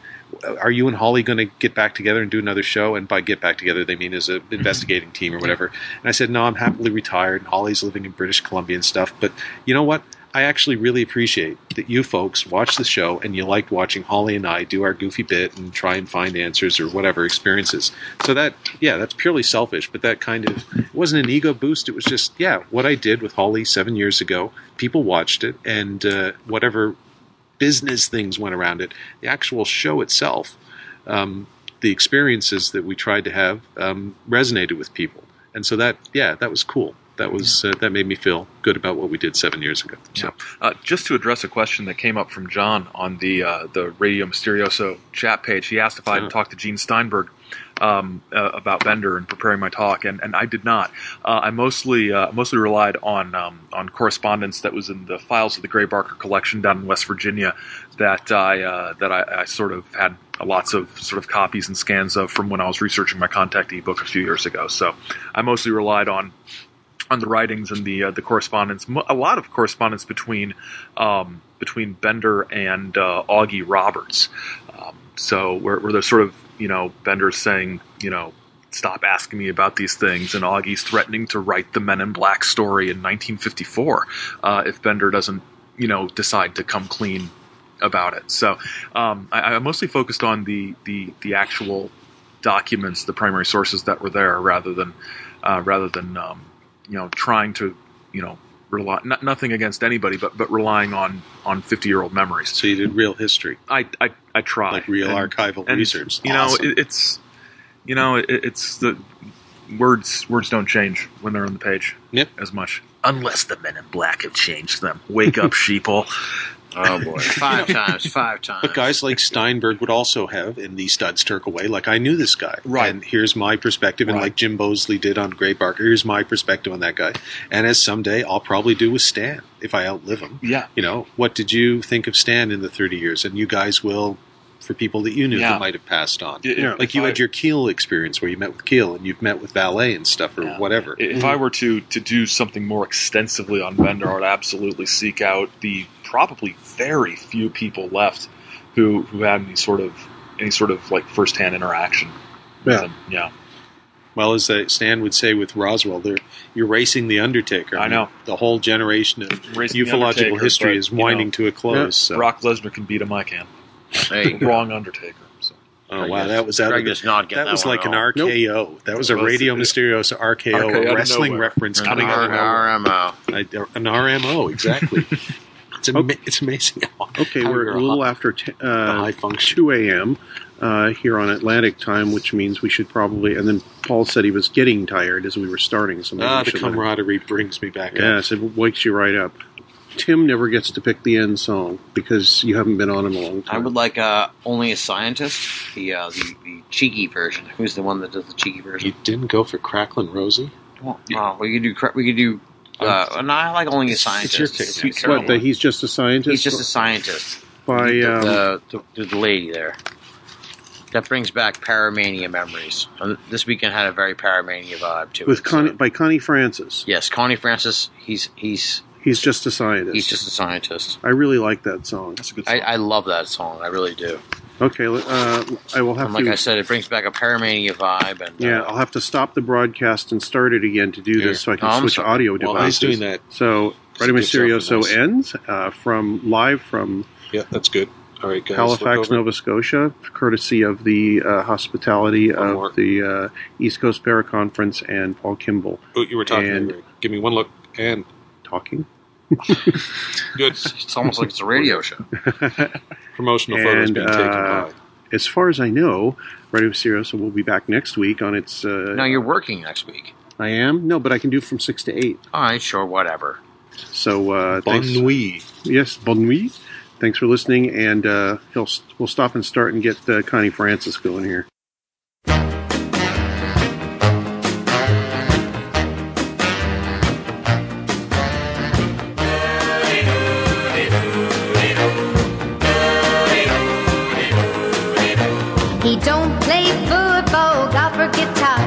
[SPEAKER 13] Are you and Holly going to get back together and do another show?" And by get back together, they mean as an investigating team or whatever. And I said, "No, I'm happily retired, and Holly's living in British Columbia and stuff. But you know what?" I actually really appreciate that you folks watch the show and you liked watching Holly and I do our goofy bit and try and find answers or whatever experiences. So that, yeah, that's purely selfish, but that kind of it wasn't an ego boost. It was just, yeah, what I did with Holly seven years ago, people watched it, and uh, whatever business things went around it, the actual show itself, um, the experiences that we tried to have um, resonated with people, and so that, yeah, that was cool. That was uh, that made me feel good about what we did seven years ago. So.
[SPEAKER 18] Uh, just to address a question that came up from John on the uh, the Radio Mysterioso chat page, he asked if I had
[SPEAKER 13] Oh.
[SPEAKER 18] talked to Gene Steinberg um, uh, about Bender and preparing my talk, and, and I did not. Uh, I mostly uh, mostly relied on um, on correspondence that was in the files of the Gray Barker collection down in West Virginia that I uh, that I, I sort of had lots of sort of copies and scans of from when I was researching my contact ebook a few years ago. So I mostly relied on
[SPEAKER 4] on the writings and the uh, the correspondence, mo- a lot of correspondence between um, between Bender and uh, Augie Roberts. Um, so where, where there's sort of you know Bender saying you know stop asking me about these things, and Augie's threatening to write the Men in Black story in 1954 uh, if Bender doesn't you know decide to come clean about it. So um, I, I mostly focused on the the the actual documents, the primary sources that were there, rather than uh, rather than um, you know trying to you know rely not, nothing against anybody, but but relying on on fifty year old memories.
[SPEAKER 13] So you did real history.
[SPEAKER 4] I I, I try
[SPEAKER 13] like real
[SPEAKER 4] And-
[SPEAKER 13] archival
[SPEAKER 4] and,
[SPEAKER 13] research.
[SPEAKER 4] You
[SPEAKER 13] Awesome.
[SPEAKER 4] know, it, it's you know it, it's the words words don't change when they're on the page.
[SPEAKER 13] Yep.
[SPEAKER 4] as much unless the men in black have changed them. Wake up, sheeple.
[SPEAKER 11] Oh boy, five times, five times.
[SPEAKER 13] But guys like Steinberg would also have in the Studs Terkel way, like I knew this guy, right? And here's my perspective, and like Jim Bosley did on Gray Barker, here's my perspective on that guy. And as someday I'll probably do with Stan if I outlive him.
[SPEAKER 4] Yeah.
[SPEAKER 13] You know, what did you think of Stan in the 30 years? And you guys will, for people that you knew
[SPEAKER 4] Yeah.
[SPEAKER 13] that might have passed on,
[SPEAKER 4] Yeah, yeah.
[SPEAKER 13] like you had your Keel experience where you met with Keel and you've met with Valet and stuff or whatever.
[SPEAKER 4] If I were to to do something more extensively on Bender, I'd absolutely seek out the probably very few people left who who had any sort of any sort of like first hand interaction. with
[SPEAKER 13] Yeah.
[SPEAKER 4] him. yeah.
[SPEAKER 13] Well, as uh, Stan would say with Roswell, they're erasing the Undertaker.
[SPEAKER 4] I know.
[SPEAKER 13] the whole generation of
[SPEAKER 4] Erasing the
[SPEAKER 13] ufological
[SPEAKER 4] Undertaker,
[SPEAKER 13] history
[SPEAKER 4] but,
[SPEAKER 13] is
[SPEAKER 4] you know,
[SPEAKER 13] winding to a close. So.
[SPEAKER 4] Brock Lesnar can beat him. I can.
[SPEAKER 11] There you go.
[SPEAKER 4] Wrong Undertaker. So.
[SPEAKER 13] Oh wow, that was out
[SPEAKER 11] Greg
[SPEAKER 13] of the-
[SPEAKER 11] is not getting
[SPEAKER 13] that,
[SPEAKER 11] that
[SPEAKER 13] was
[SPEAKER 11] one
[SPEAKER 13] like
[SPEAKER 11] at
[SPEAKER 13] an
[SPEAKER 11] all.
[SPEAKER 13] RKO. That was a
[SPEAKER 11] Well,
[SPEAKER 13] Radio
[SPEAKER 11] it's-
[SPEAKER 13] Mysterioso RKO,
[SPEAKER 11] RKO out
[SPEAKER 13] a
[SPEAKER 11] of
[SPEAKER 13] wrestling
[SPEAKER 11] nowhere.
[SPEAKER 13] reference
[SPEAKER 11] An
[SPEAKER 13] coming out of
[SPEAKER 11] R- RMO.
[SPEAKER 13] nowhere. I- An RMO, exactly. it's, ama- it's amazing. how-
[SPEAKER 2] Okay,
[SPEAKER 13] how
[SPEAKER 2] we're
[SPEAKER 13] you're
[SPEAKER 2] a little
[SPEAKER 13] hot.
[SPEAKER 2] after t- uh, 2 a.m. Uh, here on Atlantic time, which means we should probably. And then Paul said he was getting tired as we were starting. So maybe
[SPEAKER 13] Ah,
[SPEAKER 2] we
[SPEAKER 13] the
[SPEAKER 2] should let him-
[SPEAKER 13] camaraderie brings me back. up.
[SPEAKER 2] Yes, it wakes you right up. Tim never gets to pick the end song because you haven't been on him a long
[SPEAKER 11] I
[SPEAKER 2] time.
[SPEAKER 11] would like uh, only a scientist, the, uh, the the cheeky version. Who's the one that does the cheeky version?
[SPEAKER 13] You didn't go for Cracklin' Rosie.
[SPEAKER 11] Well, uh, we could do. cra- We could do. Uh, no, I like only a scientist.
[SPEAKER 13] your pick,
[SPEAKER 11] It's
[SPEAKER 13] man.
[SPEAKER 11] a terrible
[SPEAKER 2] What, that he's just a scientist?
[SPEAKER 11] He's just a scientist. uh,
[SPEAKER 2] By,
[SPEAKER 11] the,
[SPEAKER 2] um,
[SPEAKER 11] the, the, the lady there. That brings back Paramania memories. And this weekend had a very Paramania vibe to
[SPEAKER 2] with
[SPEAKER 11] it.
[SPEAKER 2] Connie, by Connie Francis.
[SPEAKER 11] Yes, Connie Francis. He's he's
[SPEAKER 2] He's just a scientist.
[SPEAKER 11] he's just a scientist.
[SPEAKER 2] I really like that song. That's
[SPEAKER 4] a good
[SPEAKER 11] I, I love that song. I really do.
[SPEAKER 2] Okay, let- uh, I will have
[SPEAKER 11] And like
[SPEAKER 2] to.
[SPEAKER 11] I said, it brings back a Paramania vibe. And uh,
[SPEAKER 2] yeah, I'll have to stop the broadcast and start it again to do this, so I can
[SPEAKER 11] Oh, I'm
[SPEAKER 2] switch
[SPEAKER 11] sorry.
[SPEAKER 2] audio
[SPEAKER 11] Well,
[SPEAKER 2] devices.
[SPEAKER 11] he's doing that.
[SPEAKER 2] So Radio
[SPEAKER 13] Just give yourself a
[SPEAKER 2] Mysterioso
[SPEAKER 13] nice-
[SPEAKER 2] ends uh, from live from
[SPEAKER 13] Yeah, that's good. All right, guys.
[SPEAKER 2] Halifax,
[SPEAKER 13] look over.
[SPEAKER 2] Nova Scotia, courtesy of the uh, hospitality of the uh, East Coast Para Conference and Paul Kimball.
[SPEAKER 13] Oh, you were talking.
[SPEAKER 2] And-
[SPEAKER 13] Greg. Give me one look and
[SPEAKER 2] talking.
[SPEAKER 13] Good.
[SPEAKER 11] It's almost like it's a radio show.
[SPEAKER 13] Promotional photos being taken
[SPEAKER 2] uh,
[SPEAKER 13] by.
[SPEAKER 2] As far as I know, Radio Mysterioso will be back next week on its. Uh,
[SPEAKER 11] Now you're working next week.
[SPEAKER 2] I am no, but I can do from six to eight.
[SPEAKER 11] All right, sure, whatever.
[SPEAKER 2] So uh,
[SPEAKER 11] Bon
[SPEAKER 2] thanks.
[SPEAKER 13] nuit.
[SPEAKER 2] Yes, bon nuit. Thanks for listening, and uh, he'll st- we'll stop and start and get uh, Connie Francis going here.
[SPEAKER 19] He don't play football, golf or guitar.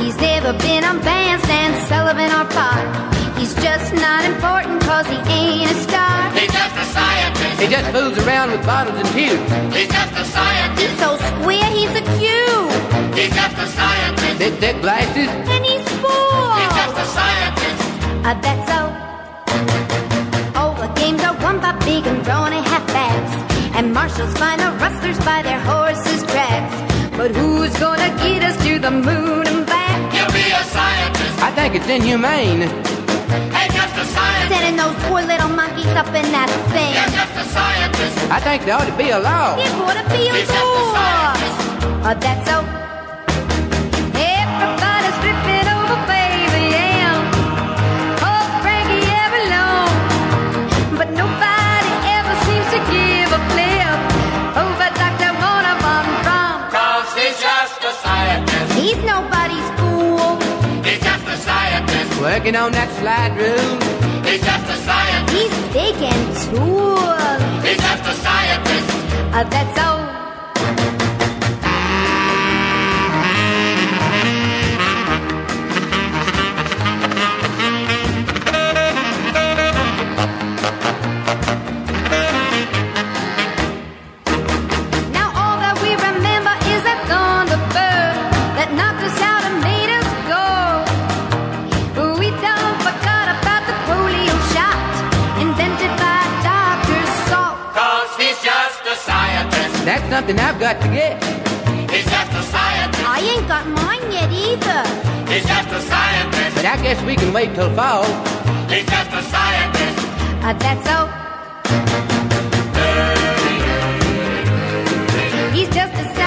[SPEAKER 19] He's never been on bandstand, Sullivan or Park. He's just not important cause he ain't a star. He's just a scientist.
[SPEAKER 20] He just fools around with bottles and tubes.
[SPEAKER 19] He's just a scientist. He's so square, he's a cube. He's just a scientist.
[SPEAKER 20] Thick, thick glasses.
[SPEAKER 19] And he's fooled. He's just a scientist. I bet so. All the games are won by big and brawny halfbacks. And marshals find the rustlers by their horses' tracks. But who's gonna get us to the moon and back? He'll be a scientist.
[SPEAKER 20] I think it's inhumane.
[SPEAKER 19] Hey, just a scientist. Setting those poor little monkeys up in that thing. He's just a scientist.
[SPEAKER 20] I think there ought to be a law.
[SPEAKER 19] It ought to be a law. Oh, that's so. Everybody's tripping over, baby, yeah. Oh, Frankie Avalon. But nobody ever seems to give a flip over Dr. Warner von Braun.
[SPEAKER 20] Cause he's just a scientist.
[SPEAKER 19] He's nobody's fool. He's just a scientist.
[SPEAKER 20] Working on that slide room.
[SPEAKER 19] He's just a scientist. He's big and cool. He's just a scientist. Uh, that's all.
[SPEAKER 20] He's
[SPEAKER 21] that's something I've got to get.
[SPEAKER 19] He's just a scientist. I ain't got mine yet either. He's just a scientist.
[SPEAKER 21] But I guess we can wait till fall.
[SPEAKER 19] He's just a scientist. Uh, that's so. He's just a